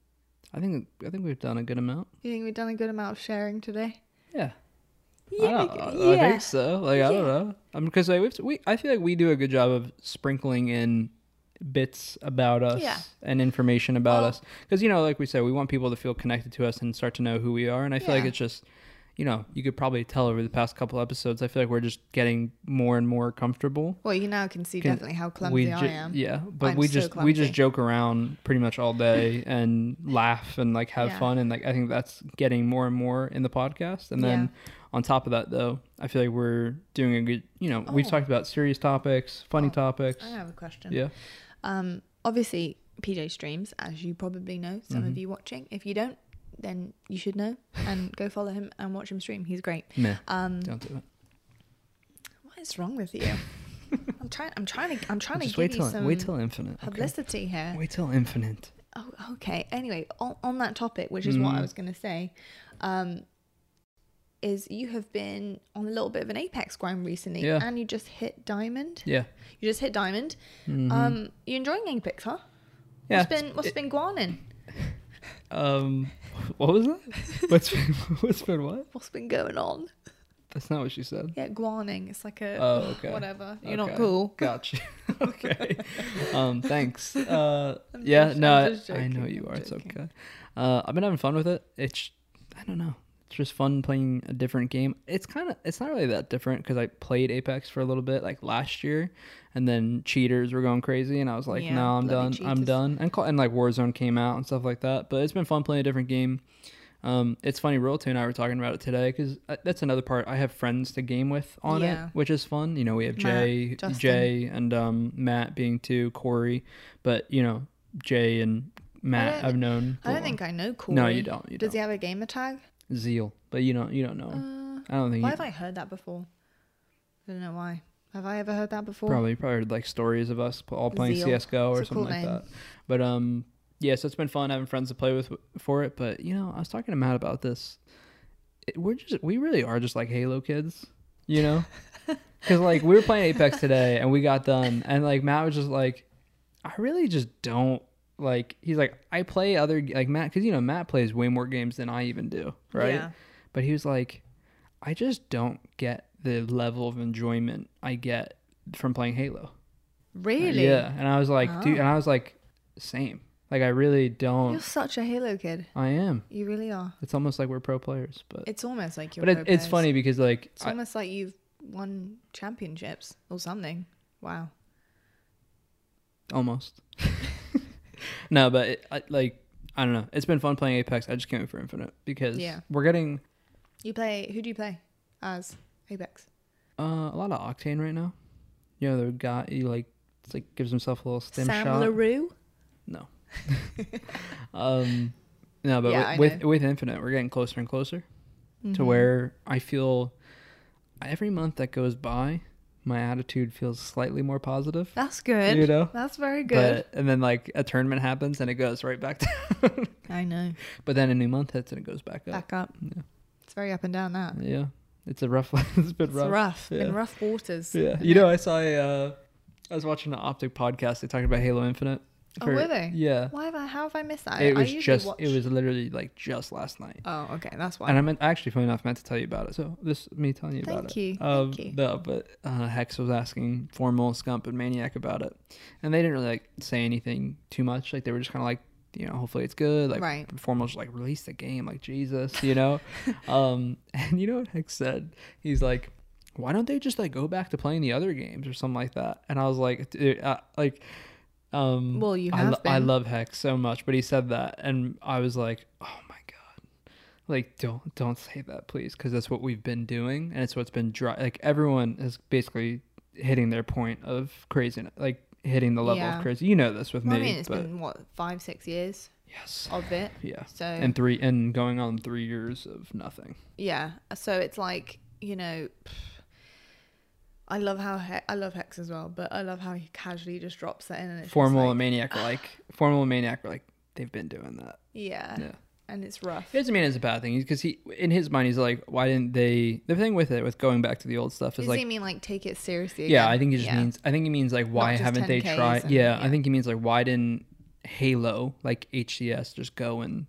Speaker 2: I think I think we've done a good amount.
Speaker 1: You think we've done a good amount of sharing today?
Speaker 2: Yeah.
Speaker 1: Yeah,
Speaker 2: I, don't, I
Speaker 1: yeah.
Speaker 2: think so. Like I don't know. I mean, because like we've, we, I feel like we do a good job of sprinkling in bits about us
Speaker 1: Yeah.
Speaker 2: and information about
Speaker 1: Well-
Speaker 2: us. Because you know, like we said, we want people to feel connected to us and start to know who we are. And I feel like
Speaker 1: Yeah.
Speaker 2: it's just, you know, you could probably tell over the past couple episodes. I feel like we're just getting more and more comfortable.
Speaker 1: Well, you now can see
Speaker 2: Can-
Speaker 1: definitely how clumsy
Speaker 2: we
Speaker 1: I
Speaker 2: ju-
Speaker 1: am.
Speaker 2: Yeah, but
Speaker 1: I'm
Speaker 2: we
Speaker 1: so
Speaker 2: just
Speaker 1: clumsy.
Speaker 2: we just joke around pretty much
Speaker 1: <laughs>
Speaker 2: all day and laugh and like have
Speaker 1: Yeah.
Speaker 2: fun and like I think that's getting more and more in the podcast. And then on top of that, though, I feel like we're doing a good. You know, we've
Speaker 1: Oh.
Speaker 2: talked about serious topics, funny
Speaker 1: Oh,
Speaker 2: topics.
Speaker 1: I have a question.
Speaker 2: Yeah,
Speaker 1: Um, obviously, PJ streams, as you probably know, some of
Speaker 2: Mhm.
Speaker 1: you watching. If you don't, then you should know and go follow him and watch him stream. He's great.
Speaker 2: meh,
Speaker 1: Um,
Speaker 2: don't do it.
Speaker 1: What is wrong with
Speaker 2: <laughs>
Speaker 1: you? I'm trying. I'm trying to. I'm trying to
Speaker 2: Just
Speaker 1: give
Speaker 2: wait
Speaker 1: you
Speaker 2: till
Speaker 1: some
Speaker 2: wait till infinite. okay?
Speaker 1: publicity here.
Speaker 2: Wait till infinite.
Speaker 1: Oh, okay. Anyway, on, on that topic, which is what I
Speaker 2: Mm.
Speaker 1: was going to say, um, is you have been on a little bit of an apex grind recently,
Speaker 2: Yeah.
Speaker 1: and you just hit diamond.
Speaker 2: Yeah.
Speaker 1: You just hit diamond.
Speaker 2: Mhm.
Speaker 1: Um, you enjoying apex, huh?
Speaker 2: yeah.
Speaker 1: What's been What's
Speaker 2: It-
Speaker 1: been going on?
Speaker 2: <laughs>
Speaker 1: <laughs>
Speaker 2: um, what was that? What's been, <laughs> what's been what?
Speaker 1: What's been going on?
Speaker 2: That's not what she said.
Speaker 1: Yeah, guaning. It's like a
Speaker 2: Oh, okay.
Speaker 1: whatever. You're
Speaker 2: Okay.
Speaker 1: not cool.
Speaker 2: Gotcha. <laughs>
Speaker 1: <laughs>
Speaker 2: okay. um, thanks. Uh,
Speaker 1: I'm
Speaker 2: yeah,
Speaker 1: just-
Speaker 2: no,
Speaker 1: I'm just
Speaker 2: I know
Speaker 1: joking,
Speaker 2: you
Speaker 1: I'm
Speaker 2: are. It's
Speaker 1: joking.
Speaker 2: okay. Uh, I've been having fun with it. It's, I don't know. It's just fun playing a different game. It's kind of, it's not really that different because I played Apex for a little bit like last year, and then cheaters were going crazy, and I was like,
Speaker 1: Yeah,
Speaker 2: no, I'm done.
Speaker 1: bloody
Speaker 2: I'm
Speaker 1: cheaters.
Speaker 2: done. And call, and like Warzone came out and stuff like that. But it's been fun playing a different game. Um, it's funny, Royalty and I were talking about it today because that's another part. I have friends to game with on
Speaker 1: Yeah.
Speaker 2: it, which is fun. You know, we have
Speaker 1: Matt,
Speaker 2: Jay,
Speaker 1: Justin.
Speaker 2: Jay, and um, Matt being two, Corey, but you know, Jay and Matt
Speaker 1: don't-
Speaker 2: I've known.
Speaker 1: I don't
Speaker 2: for a
Speaker 1: think I know cool.
Speaker 2: while. No, you don't. You
Speaker 1: Does
Speaker 2: don't. Mm.
Speaker 1: he have a gamer tag?
Speaker 2: Zeal, but you don't. You don't know. him.
Speaker 1: Uh,
Speaker 2: I don't think.
Speaker 1: why
Speaker 2: You,
Speaker 1: have I heard that before? I don't know why. Have I ever heard that before?
Speaker 2: Probably, probably heard, like stories of us pl- all playing
Speaker 1: Zeal.
Speaker 2: CS:GO or
Speaker 1: It's a
Speaker 2: something
Speaker 1: cool
Speaker 2: like
Speaker 1: name.
Speaker 2: that. But um, yeah, so it's been fun having friends to play with w- for it. But you know, I was talking to Matt about this. It, we're just, we really are just like Halo kids,
Speaker 1: <laughs>
Speaker 2: you know, because like we were playing Apex today and we got done, and like Matt was just like, I really just don't like. He's like, I play other g- like Matt because you know Matt plays way more games than I even do, right?
Speaker 1: Yeah.
Speaker 2: But he was like, I just don't get the level of enjoyment I get from playing Halo.
Speaker 1: Really?
Speaker 2: Yeah. And I was like, dude,
Speaker 1: Oh.
Speaker 2: and I was like, same. Like I really don't.
Speaker 1: You're such a Halo kid.
Speaker 2: I am.
Speaker 1: You really are.
Speaker 2: It's almost like we're pro players, but
Speaker 1: It's almost like you're.
Speaker 2: but it,
Speaker 1: pro
Speaker 2: it's
Speaker 1: players.
Speaker 2: funny because like
Speaker 1: It's
Speaker 2: I,
Speaker 1: almost like you've won championships or something. Wow.
Speaker 2: almost.
Speaker 1: <laughs>
Speaker 2: <laughs> no, but it, I, like I don't know. It's been fun playing Apex. I just can't wait for Infinite because
Speaker 1: Yeah.
Speaker 2: we're getting
Speaker 1: You play. Who do you play as Apex?
Speaker 2: uh, a lot of Octane right now. You know, the guy he like it's like gives himself a little stim
Speaker 1: Sam
Speaker 2: shot.
Speaker 1: Larue.
Speaker 2: No. um, no, but
Speaker 1: Yeah,
Speaker 2: with-
Speaker 1: I
Speaker 2: with, with Infinite, we're getting closer and closer
Speaker 1: Mm-hmm.
Speaker 2: to where I feel every month that goes by, my attitude feels slightly more positive.
Speaker 1: That's good.
Speaker 2: You know,
Speaker 1: That's very good.
Speaker 2: But, and then like a tournament happens and it goes right back down.
Speaker 1: I know.
Speaker 2: <laughs> but then a new month hits and it goes back up.
Speaker 1: Back up.
Speaker 2: Yeah.
Speaker 1: It's very up and down. That.
Speaker 2: Yeah, it's a rough. <laughs> it's been
Speaker 1: It's
Speaker 2: rough.
Speaker 1: rough. Been
Speaker 2: Yeah.
Speaker 1: rough waters.
Speaker 2: Yeah, you know, I saw. A, uh, I was watching an Optic podcast. They talked about Halo Infinite.
Speaker 1: Oh, were they?
Speaker 2: Yeah,
Speaker 1: Why have I? How have I missed that? I-
Speaker 2: it
Speaker 1: I,
Speaker 2: was
Speaker 1: usually
Speaker 2: just.
Speaker 1: Watch...
Speaker 2: It was literally like just last night.
Speaker 1: Oh, okay. That's why.
Speaker 2: And I meant actually, funny enough, meant to tell you about it. So this me telling you about
Speaker 1: Thank
Speaker 2: it.
Speaker 1: you,
Speaker 2: Uh,
Speaker 1: thank you.
Speaker 2: No, but uh, Hex was asking formal Scump and Maniac about it, and they didn't really like say anything too much. Like they were just kind of like, you know, hopefully it's good. Like
Speaker 1: Right.
Speaker 2: Formal just like release the game, like Jesus,
Speaker 1: <laughs>
Speaker 2: you know. um, <laughs> and you know what Hex said? He's like. Why don't they just like go back to playing the other games or something like that? And I was like, dude, uh, like, um,
Speaker 1: Well, you
Speaker 2: I,
Speaker 1: have
Speaker 2: lo- I
Speaker 1: been.
Speaker 2: love Hex so much, but he said that, and I was like, oh my god, like don't don't say that please because that's what we've been doing and it's what's been dry like everyone is basically hitting their point of crazy like hitting the level
Speaker 1: Yeah.
Speaker 2: of crazy you know this with
Speaker 1: Well, I
Speaker 2: me
Speaker 1: mean, it's
Speaker 2: but
Speaker 1: been what five, six years
Speaker 2: yes
Speaker 1: of it.
Speaker 2: yeah
Speaker 1: So
Speaker 2: and three and going on three years of nothing
Speaker 1: yeah. So it's like you know. I love how he- I love Hex as well, but I love how he casually just drops that in and it's just
Speaker 2: formal and
Speaker 1: like, <sighs>
Speaker 2: maniac were like formal and maniac were like they've been doing that
Speaker 1: yeah,
Speaker 2: yeah
Speaker 1: and it's rough.
Speaker 2: It doesn't mean it's a bad thing because he, in his mind, he's like, why didn't they? The thing with it, with going back to the old stuff, is
Speaker 1: Does
Speaker 2: like
Speaker 1: he mean like take it seriously?
Speaker 2: Yeah,
Speaker 1: again?
Speaker 2: I think he just
Speaker 1: Yeah.
Speaker 2: means. I think he means like why
Speaker 1: just
Speaker 2: haven't they
Speaker 1: 10Ks
Speaker 2: tried?
Speaker 1: and-
Speaker 2: yeah, I
Speaker 1: yeah.
Speaker 2: think he means like why didn't Halo like HCS just go and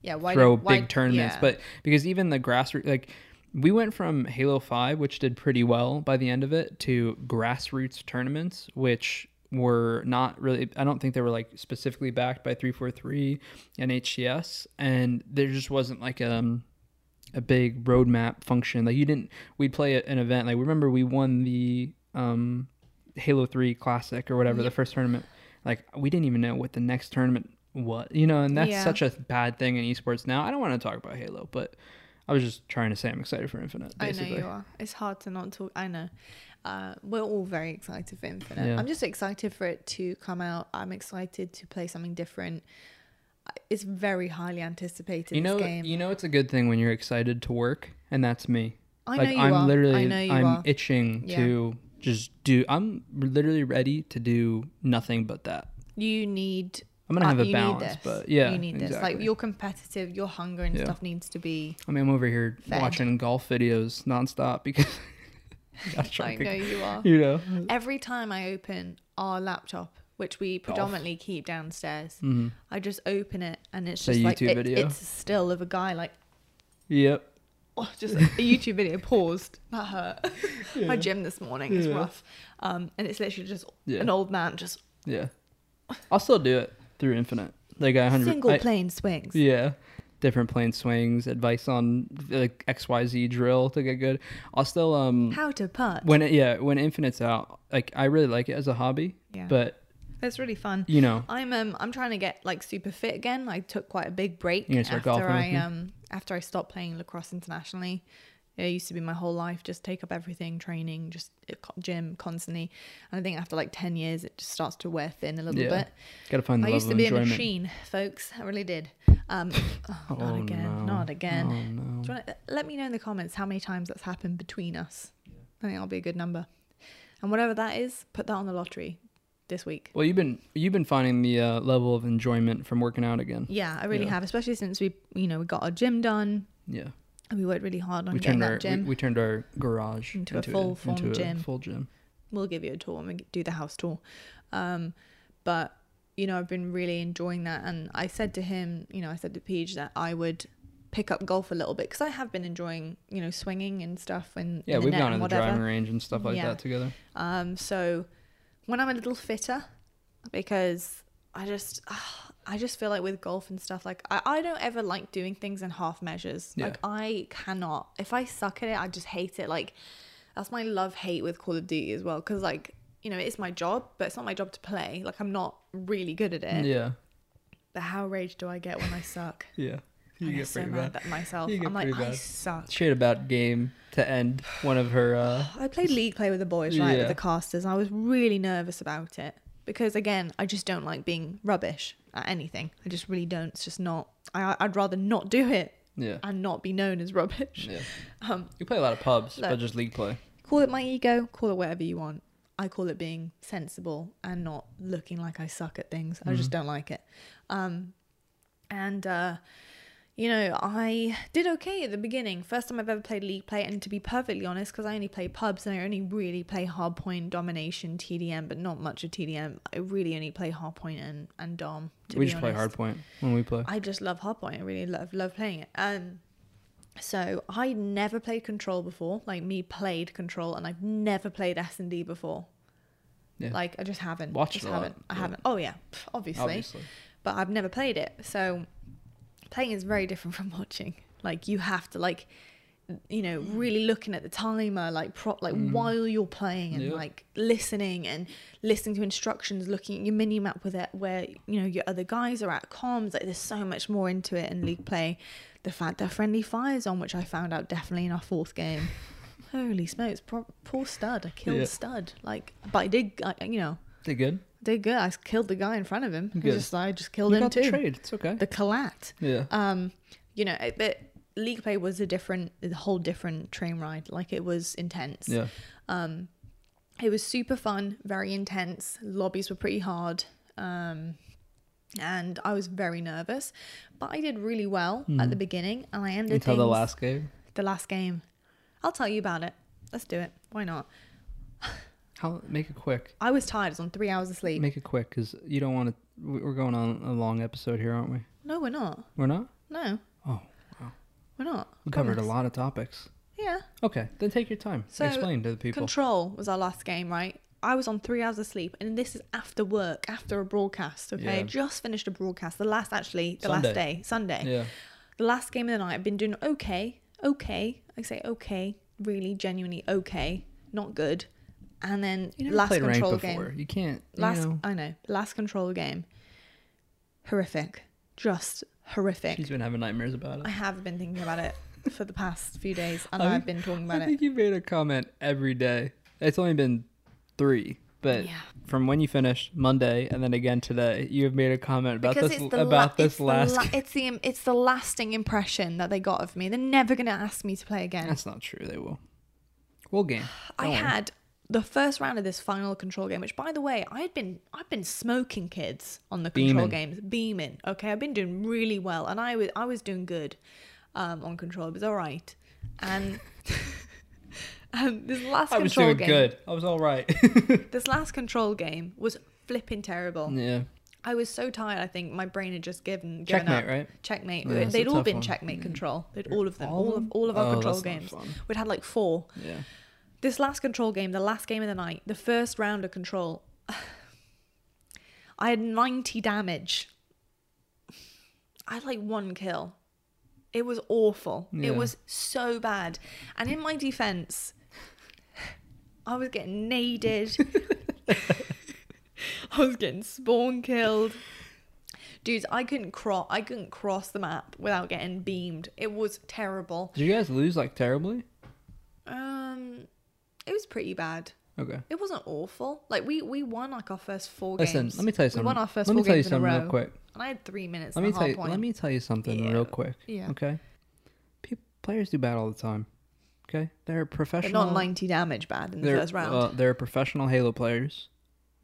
Speaker 1: yeah. Why
Speaker 2: throw
Speaker 1: why-
Speaker 2: big tournaments?
Speaker 1: yeah.
Speaker 2: But because even the grassroots like we went from Halo Five, which did pretty well by the end of it, to grassroots tournaments, which were not really. I don't think they were like specifically backed by three four three and HCS, and there just wasn't like um a big roadmap function. Like you didn't, we'd play at an event. Like remember we won the um, Halo Three Classic or whatever the first tournament. Like we didn't even know what the next tournament was, you know. And that's
Speaker 1: Yeah.
Speaker 2: such a bad thing in esports now. I don't want to talk about Halo, but I was just trying to say I'm excited for Infinite. Basically.
Speaker 1: I know you are. It's hard to not talk. I know. Uh, we're all very excited for Infinite.
Speaker 2: Yeah.
Speaker 1: I'm just excited for it to come out. I'm excited to play something different. I- It's very highly anticipated.
Speaker 2: You know,
Speaker 1: this game.
Speaker 2: you know, it's a good thing when you're excited to work, and that's me.
Speaker 1: I
Speaker 2: like
Speaker 1: know you
Speaker 2: I'm
Speaker 1: are.
Speaker 2: literally,
Speaker 1: I know you
Speaker 2: am
Speaker 1: are.
Speaker 2: itching
Speaker 1: Yeah.
Speaker 2: to just do. I'm literally ready to do nothing but that.
Speaker 1: you need.
Speaker 2: I'm gonna
Speaker 1: uh,
Speaker 2: have a
Speaker 1: you need
Speaker 2: balance,
Speaker 1: this.
Speaker 2: but yeah,
Speaker 1: you need this. Like
Speaker 2: exactly.
Speaker 1: your competitive, your hunger and
Speaker 2: Yeah.
Speaker 1: stuff needs to be.
Speaker 2: I mean, I'm over here
Speaker 1: Fed.
Speaker 2: watching golf videos nonstop because <laughs> I'm
Speaker 1: I
Speaker 2: trying
Speaker 1: know
Speaker 2: to,
Speaker 1: you are.
Speaker 2: <laughs> you know.
Speaker 1: Every time I open our laptop, which we predominantly keep downstairs,
Speaker 2: Mm-hmm.
Speaker 1: I just open it and it's
Speaker 2: a
Speaker 1: just like
Speaker 2: YouTube
Speaker 1: it-
Speaker 2: video.
Speaker 1: it's a still of a guy like
Speaker 2: Yep.
Speaker 1: <laughs> oh,
Speaker 2: <laughs>
Speaker 1: just a YouTube video paused. That hurt. <laughs> My
Speaker 2: Yeah.
Speaker 1: gym this morning is
Speaker 2: Yeah.
Speaker 1: rough. Um, and it's literally just
Speaker 2: Yeah.
Speaker 1: an old man just
Speaker 2: Yeah. I'll still do it through Infinite. Like I hundred
Speaker 1: single
Speaker 2: I-
Speaker 1: plane swings.
Speaker 2: Yeah. Different plane swings, advice on like XYZ drill to get good. I'll still um
Speaker 1: How to putt.
Speaker 2: when it, yeah, when Infinite's out, like I really like it as a hobby,
Speaker 1: yeah.
Speaker 2: but
Speaker 1: that's really fun.
Speaker 2: you know,
Speaker 1: I'm um I'm trying to get like super fit again. I took quite a big break
Speaker 2: You're gonna
Speaker 1: after
Speaker 2: start golfing with
Speaker 1: I
Speaker 2: me?
Speaker 1: um after I stopped playing lacrosse internationally. It used to be my whole life, just take up everything, training, just uh, co- gym constantly. And I think after like ten years, it just starts to wear thin a little
Speaker 2: Yeah.
Speaker 1: bit.
Speaker 2: gotta find the
Speaker 1: I
Speaker 2: level
Speaker 1: used to
Speaker 2: of
Speaker 1: be a
Speaker 2: enjoyment.
Speaker 1: machine, folks. I really did.
Speaker 2: <laughs>
Speaker 1: Um, oh, not
Speaker 2: Oh,
Speaker 1: again.
Speaker 2: no.
Speaker 1: Not again.
Speaker 2: Oh, no.
Speaker 1: Do you want to, let me know in the comments how many times that's happened between us. I think that'll be a good number. And whatever that is, put that on the lottery this week.
Speaker 2: Well, you've been you've been finding the uh, level of enjoyment from working out again.
Speaker 1: Yeah, I really
Speaker 2: Yeah.
Speaker 1: have, especially since we, you know, we got our gym done
Speaker 2: Yeah,
Speaker 1: and we worked really hard on
Speaker 2: we
Speaker 1: getting
Speaker 2: turned our
Speaker 1: that
Speaker 2: we,
Speaker 1: gym.
Speaker 2: we turned our garage
Speaker 1: Into a full-form
Speaker 2: into
Speaker 1: gym.
Speaker 2: A full gym.
Speaker 1: we'll give you a tour when we do the house tour. Um, but you know, I've been really enjoying that, and I said to him, you know, I said to Peach that I would pick up golf a little bit because I have been enjoying, you know, swinging and stuff and
Speaker 2: Yeah,
Speaker 1: in the
Speaker 2: we've
Speaker 1: net
Speaker 2: gone to
Speaker 1: and
Speaker 2: the
Speaker 1: whatever.
Speaker 2: driving range and stuff like
Speaker 1: Yeah.
Speaker 2: that together.
Speaker 1: Um, so when I'm a little fitter, because I just, ah, I just feel like with golf and stuff, like I, I don't ever like doing things in half measures.
Speaker 2: Yeah.
Speaker 1: Like I cannot. If I suck at it, I just hate it. Like that's my love hate with Call of Duty as well, because like you know it's my job, but it's not my job to play. Like I'm not really good at it.
Speaker 2: Yeah,
Speaker 1: But how rage do I get when I
Speaker 2: <laughs>
Speaker 1: suck?
Speaker 2: yeah.
Speaker 1: I get so mad at myself.
Speaker 2: You get
Speaker 1: I'm like
Speaker 2: pretty
Speaker 1: I
Speaker 2: bad.
Speaker 1: suck.
Speaker 2: Shit about game to end one of her. uh
Speaker 1: I played league play with the boys, right,
Speaker 2: Yeah.
Speaker 1: with the casters. And I was really nervous about it because, again, I just don't like being rubbish at anything. I just really don't. It's just not. I, I'd rather not do it
Speaker 2: Yeah,
Speaker 1: and not be known as rubbish.
Speaker 2: yeah.
Speaker 1: Um,
Speaker 2: You play a lot of pubs, but
Speaker 1: Look.
Speaker 2: just league play.
Speaker 1: call it my ego, call it whatever you want. I call it being sensible and not looking like I suck at things. I
Speaker 2: Mm-hmm.
Speaker 1: just don't like it. Um, and uh, you know, I did okay at the beginning. First time I've ever played league play, and to be perfectly honest, because I only play pubs and I only really play hardpoint, domination, TDM, but not much of TDM. I really only play hardpoint and and dom. To
Speaker 2: we
Speaker 1: be
Speaker 2: just
Speaker 1: honest.
Speaker 2: play hardpoint when we play.
Speaker 1: I just love Hardpoint. I really love love playing it. Um, so I never played Control before. Like me played Control, and I've never played S and D before.
Speaker 2: Yeah.
Speaker 1: Like I just haven't.
Speaker 2: Watched
Speaker 1: just
Speaker 2: a lot,
Speaker 1: haven't. I
Speaker 2: yeah.
Speaker 1: haven't. Oh yeah, pff, obviously.
Speaker 2: obviously.
Speaker 1: But I've never played it, so playing is very different <laughs> from watching. Like you have to like, you know,
Speaker 2: Mm.
Speaker 1: really looking at the timer, like prop, like while you're playing and
Speaker 2: Yeah.
Speaker 1: like listening and listening to instructions, looking at your mini map with it, where you know your other guys are at comms. Like there's so much more into it in league play. The fact that friendly fires on, which I found out definitely in our fourth
Speaker 2: <laughs>
Speaker 1: game. Holy smokes! Pro- poor stud, I killed
Speaker 2: Yeah.
Speaker 1: stud. Like, but I did, I, you know,
Speaker 2: They good.
Speaker 1: did good. I killed the guy in front of him. I
Speaker 2: Good.
Speaker 1: just, I just killed
Speaker 2: You
Speaker 1: him
Speaker 2: got the
Speaker 1: too.
Speaker 2: trade. It's okay.
Speaker 1: The collat.
Speaker 2: yeah.
Speaker 1: Um, you know, it- but league play was a different, a whole different train ride. Like it was intense.
Speaker 2: Yeah.
Speaker 1: Um, it was super fun, very intense. Lobbies were pretty hard. Um, and I was very nervous, but I did really well at the beginning, and I ended
Speaker 2: Hmm. Until the
Speaker 1: things-
Speaker 2: last game.
Speaker 1: the last game. I'll tell you about it. Let's do it. Why not?
Speaker 2: How make it quick.
Speaker 1: I was tired. I was on three hours of sleep.
Speaker 2: Make it quick because you don't want to. We're going on a long episode here, aren't we?
Speaker 1: No, we're not.
Speaker 2: We're not.
Speaker 1: No,
Speaker 2: Oh, wow.
Speaker 1: we're not.
Speaker 2: We covered a
Speaker 1: Promise.
Speaker 2: lot of topics.
Speaker 1: Yeah.
Speaker 2: Okay, then take your time.
Speaker 1: So,
Speaker 2: Explain to the people.
Speaker 1: Control was our last game, right? I was on three hours of sleep, and this is after work, after a broadcast. Okay,
Speaker 2: Yeah.
Speaker 1: just finished a broadcast. The last, actually, the
Speaker 2: Sunday.
Speaker 1: last day, Sunday,
Speaker 2: yeah.
Speaker 1: the last game of the night. I've been doing okay, okay. I say okay, really, genuinely okay, not good. And then
Speaker 2: You never
Speaker 1: last
Speaker 2: played ranked
Speaker 1: control
Speaker 2: before.
Speaker 1: game,
Speaker 2: You can't.
Speaker 1: last
Speaker 2: you know,
Speaker 1: I know, last control game, horrific, just horrific.
Speaker 2: she's been having nightmares about it.
Speaker 1: I have been thinking about it for the past few days, and
Speaker 2: I
Speaker 1: I've
Speaker 2: think-
Speaker 1: been talking
Speaker 2: I
Speaker 1: about it.
Speaker 2: think you made a comment every day. It's only been three, but
Speaker 1: Yeah.
Speaker 2: from when you finished Monday and then again today, you have made a comment about
Speaker 1: because
Speaker 2: this
Speaker 1: it's the la-
Speaker 2: about
Speaker 1: it's
Speaker 2: this
Speaker 1: the
Speaker 2: last.
Speaker 1: la- it's the it's the lasting impression that they got of me. They're never gonna ask me to play again.
Speaker 2: That's not true. They will. We'll game.
Speaker 1: I
Speaker 2: Don't worry.
Speaker 1: had the first round of this final control game, which by the way, I had been I've been smoking kids on the control
Speaker 2: Beaming.
Speaker 1: games, beaming. Okay, I've been doing really well, and I was I was doing good um, on control. It was all right, and. <laughs> Um, this last
Speaker 2: I was
Speaker 1: control
Speaker 2: doing
Speaker 1: game,
Speaker 2: good. I was all right. <laughs>
Speaker 1: this last control game was flipping terrible.
Speaker 2: yeah.
Speaker 1: I was so tired. I think my brain had just given, given
Speaker 2: Checkmate,
Speaker 1: up.
Speaker 2: right?
Speaker 1: Checkmate.
Speaker 2: Yeah, that's
Speaker 1: They'd
Speaker 2: a
Speaker 1: all
Speaker 2: tough
Speaker 1: been
Speaker 2: one. Mm.
Speaker 1: checkmate control. They'd all of them. All of
Speaker 2: All of them?
Speaker 1: all of our
Speaker 2: Oh,
Speaker 1: control
Speaker 2: that's not
Speaker 1: games.
Speaker 2: fun.
Speaker 1: We'd had like four.
Speaker 2: Yeah.
Speaker 1: This last control game, the last game of the night, the first round of control. <sighs> I had ninety damage. I had like one kill. It was awful.
Speaker 2: Yeah.
Speaker 1: It was so bad. And in my defense, <sighs> I was getting naded. I was getting spawn killed. Dudes, I couldn't cross I couldn't cross the map without getting beamed. It was terrible.
Speaker 2: Did you guys lose like terribly?
Speaker 1: Um it was pretty bad.
Speaker 2: Okay.
Speaker 1: It wasn't awful. Like we we won like our first four
Speaker 2: Listen,
Speaker 1: games.
Speaker 2: let me tell you something.
Speaker 1: We won our first
Speaker 2: let me
Speaker 1: four
Speaker 2: tell you
Speaker 1: games in a
Speaker 2: something
Speaker 1: row.
Speaker 2: real quick.
Speaker 1: And I had three minutes.
Speaker 2: Let
Speaker 1: and
Speaker 2: me
Speaker 1: a
Speaker 2: tell
Speaker 1: half
Speaker 2: you.
Speaker 1: point.
Speaker 2: Let me tell you something
Speaker 1: Yeah.
Speaker 2: real quick.
Speaker 1: Yeah.
Speaker 2: Okay. Pe- players do bad all the time. Okay. They're
Speaker 1: But
Speaker 2: professional.
Speaker 1: not ninety damage bad in the
Speaker 2: they're,
Speaker 1: first round.
Speaker 2: uh, they're professional Halo players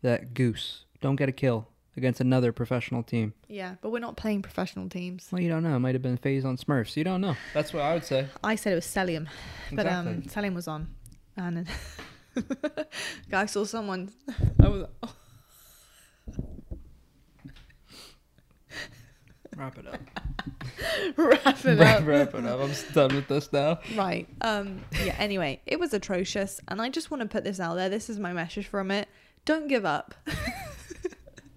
Speaker 2: that goose don't get a kill against another professional team.
Speaker 1: yeah, but we're not playing professional teams.
Speaker 2: Well, you don't know. It might have been phase on Smurfs. You don't know. That's what I would say.
Speaker 1: I said it was Celium, <laughs> but um,
Speaker 2: Exactly.
Speaker 1: Celium was on, and <laughs> I saw someone. <laughs> I was
Speaker 2: Wrap it up.
Speaker 1: <laughs> wrap it
Speaker 2: wrap,
Speaker 1: up.
Speaker 2: <laughs> wrap it up. I'm done with this now.
Speaker 1: Right. Um. Yeah. Anyway, it was atrocious, and I just want to put this out there. This is my message from it. Don't give up.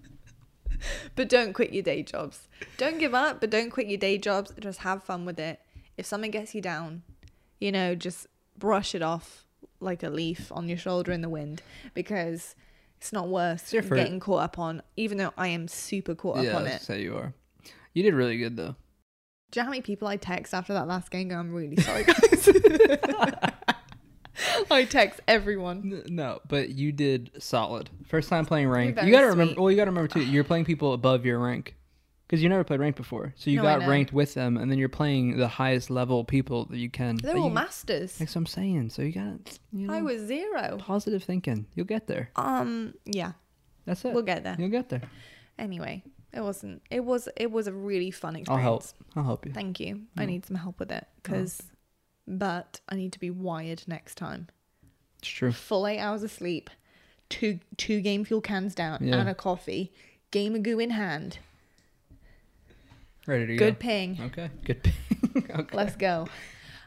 Speaker 1: <laughs> but don't quit your day jobs. Don't give up, but don't quit your day jobs. Just have fun with it. If something gets you down, you know, just brush it off like a leaf on your shoulder in the wind because it's not worth
Speaker 2: It's your fir-
Speaker 1: getting caught up on. Even though I am super caught up
Speaker 2: yeah,
Speaker 1: on
Speaker 2: let's
Speaker 1: it.
Speaker 2: say you are. You did really good though.
Speaker 1: Do you know how many people I text after that last game? Go, I'm really sorry, <laughs> guys. <laughs> I text everyone.
Speaker 2: N- No, but you did solid. First time playing rank.
Speaker 1: very
Speaker 2: You gotta remember.
Speaker 1: sweet.
Speaker 2: Well, you gotta remember too. You're playing people above your rank because you never played ranked before. So you
Speaker 1: No, I
Speaker 2: got
Speaker 1: know.
Speaker 2: ranked with them, and then you're playing the highest level people that you can.
Speaker 1: They're
Speaker 2: But
Speaker 1: all
Speaker 2: you-
Speaker 1: masters.
Speaker 2: That's what I'm saying. So you gotta. You know,
Speaker 1: I was zero.
Speaker 2: positive thinking. You'll get there.
Speaker 1: Um, yeah,
Speaker 2: That's it.
Speaker 1: we'll get there.
Speaker 2: You'll get there.
Speaker 1: Anyway, it wasn't. It was. It was a really fun experience.
Speaker 2: I'll help. Mm. I'll help you.
Speaker 1: Thank you. I need some help with it because, but I need to be wired next time.
Speaker 2: It's true.
Speaker 1: Full eight hours of sleep, two two game fuel cans down,
Speaker 2: Yeah.
Speaker 1: and a coffee, game of goo in hand.
Speaker 2: Ready to
Speaker 1: Good ping.
Speaker 2: go. Okay. Good. <laughs> ping. okay.
Speaker 1: Let's go.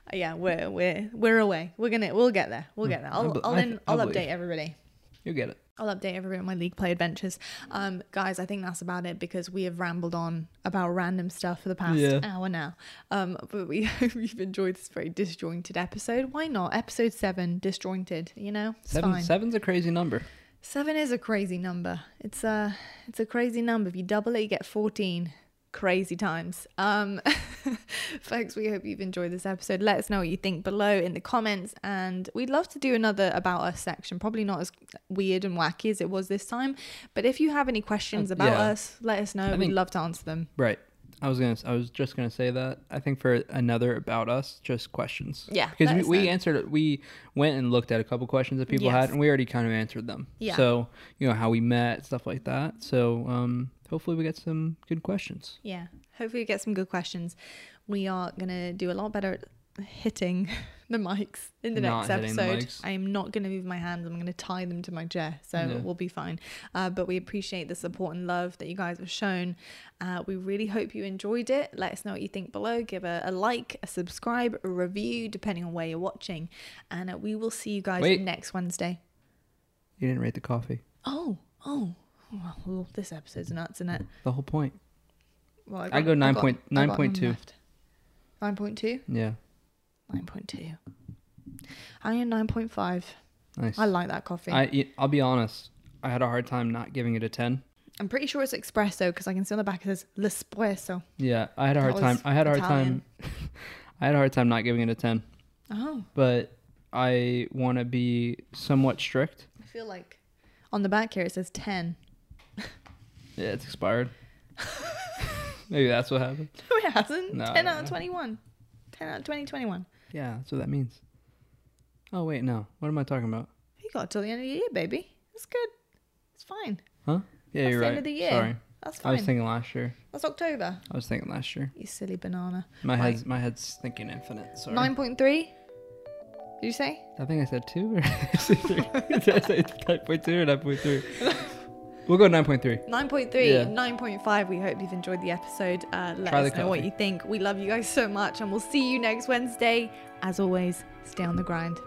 Speaker 1: Uh, Yeah, we're we're we're away. We're gonna we'll get there. We'll get there.
Speaker 2: I
Speaker 1: I'll
Speaker 2: bel-
Speaker 1: I'll,
Speaker 2: Mm. I-
Speaker 1: in,
Speaker 2: I
Speaker 1: I'll
Speaker 2: believe.
Speaker 1: update everybody.
Speaker 2: You'll get it.
Speaker 1: I'll update everyone on my league play adventures. Um, guys, I think that's about it because we have rambled on about random stuff for the past
Speaker 2: Yeah.
Speaker 1: hour now. Um, but we <laughs> hope you've enjoyed this very disjointed episode. Why not? Episode seven, disjointed. You know, it's
Speaker 2: Seven.
Speaker 1: fine.
Speaker 2: Seven's a crazy number.
Speaker 1: Seven is a crazy number. It's a it's a crazy number. If you double it, you get fourteen. Crazy times. Um, <laughs> folks, we hope you've enjoyed this episode. Let us know what you think below in the comments, and we'd love to do another about us section. Probably not as weird and wacky as it was this time, but if you have any questions about
Speaker 2: Um, yeah.
Speaker 1: us, let us know. We'd
Speaker 2: think-
Speaker 1: love to answer them.
Speaker 2: Right. I was gonna. I was just gonna say that. I think for another about us, just questions.
Speaker 1: Yeah,
Speaker 2: Because
Speaker 1: let
Speaker 2: we,
Speaker 1: us
Speaker 2: we
Speaker 1: know.
Speaker 2: answered. We went and looked at a couple questions that people
Speaker 1: Yes.
Speaker 2: had, and we already kind of answered them.
Speaker 1: Yeah.
Speaker 2: So you know how we met, stuff like that. So um, hopefully we get some good questions.
Speaker 1: Yeah, hopefully we get some good questions. We are gonna do a lot better at hitting <laughs> the mics in the
Speaker 2: Not
Speaker 1: next
Speaker 2: hitting the
Speaker 1: episode.
Speaker 2: mics.
Speaker 1: I am not gonna move my hands. I'm gonna tie them to my chair, so
Speaker 2: Yeah.
Speaker 1: we'll be fine. Uh, but we appreciate the support and love that you guys have shown. Uh, we really hope you enjoyed it. Let us know what you think below. Give a, a like, a subscribe, a review, depending on where you're watching, and uh, we will see you guys
Speaker 2: Wait.
Speaker 1: next Wednesday.
Speaker 2: You didn't rate the coffee.
Speaker 1: Oh, oh. Well, this episode's nuts, isn't it?
Speaker 2: The whole point.
Speaker 1: Well,
Speaker 2: I go nine point- nine point two.
Speaker 1: Nine point two.
Speaker 2: Yeah.
Speaker 1: Nine point two. I am nine point five.
Speaker 2: Nice.
Speaker 1: I like that coffee. I,
Speaker 2: I, I'll be honest. I had a hard time not giving it a 10.
Speaker 1: am pretty sure it's espresso because I can see on the back it says l'espresso.
Speaker 2: Yeah, I had a
Speaker 1: That
Speaker 2: hard time.
Speaker 1: was
Speaker 2: I had a hard
Speaker 1: Italian.
Speaker 2: time. <laughs> I had a hard time not giving it a 10,
Speaker 1: Oh,
Speaker 2: but I want to be somewhat strict.
Speaker 1: I feel like on the back here it says ten. <laughs>
Speaker 2: Yeah, it's expired. Maybe that's what happened.
Speaker 1: No, it hasn't.
Speaker 2: No,
Speaker 1: ten
Speaker 2: no,
Speaker 1: out of
Speaker 2: no.
Speaker 1: twenty-one. Ten out of twenty twenty-one.
Speaker 2: Yeah, that's what that means. Oh, wait, no. What am I talking about?
Speaker 1: You got till the end of the year, baby. That's good. It's fine.
Speaker 2: Huh? Yeah,
Speaker 1: That's
Speaker 2: you're
Speaker 1: the
Speaker 2: right.
Speaker 1: end of the year.
Speaker 2: Sorry.
Speaker 1: That's
Speaker 2: I was
Speaker 1: fine.
Speaker 2: thinking last year.
Speaker 1: That's October.
Speaker 2: I was thinking last year.
Speaker 1: You silly banana.
Speaker 2: My
Speaker 1: Right.
Speaker 2: head's my head's thinking infinite. Sorry.
Speaker 1: Nine point three. Did you say?
Speaker 2: <laughs>
Speaker 1: <laughs>
Speaker 2: I think I said two or did I say three? Did I say 9.2 or 9.3? We'll go 9.3.
Speaker 1: 9.3,
Speaker 2: Yeah.
Speaker 1: 9.5. We hope you've enjoyed the episode. Uh, let
Speaker 2: Try the
Speaker 1: us know what
Speaker 2: coffee.
Speaker 1: you think. We love you guys so much, and we'll see you next Wednesday. As always, stay on the grind.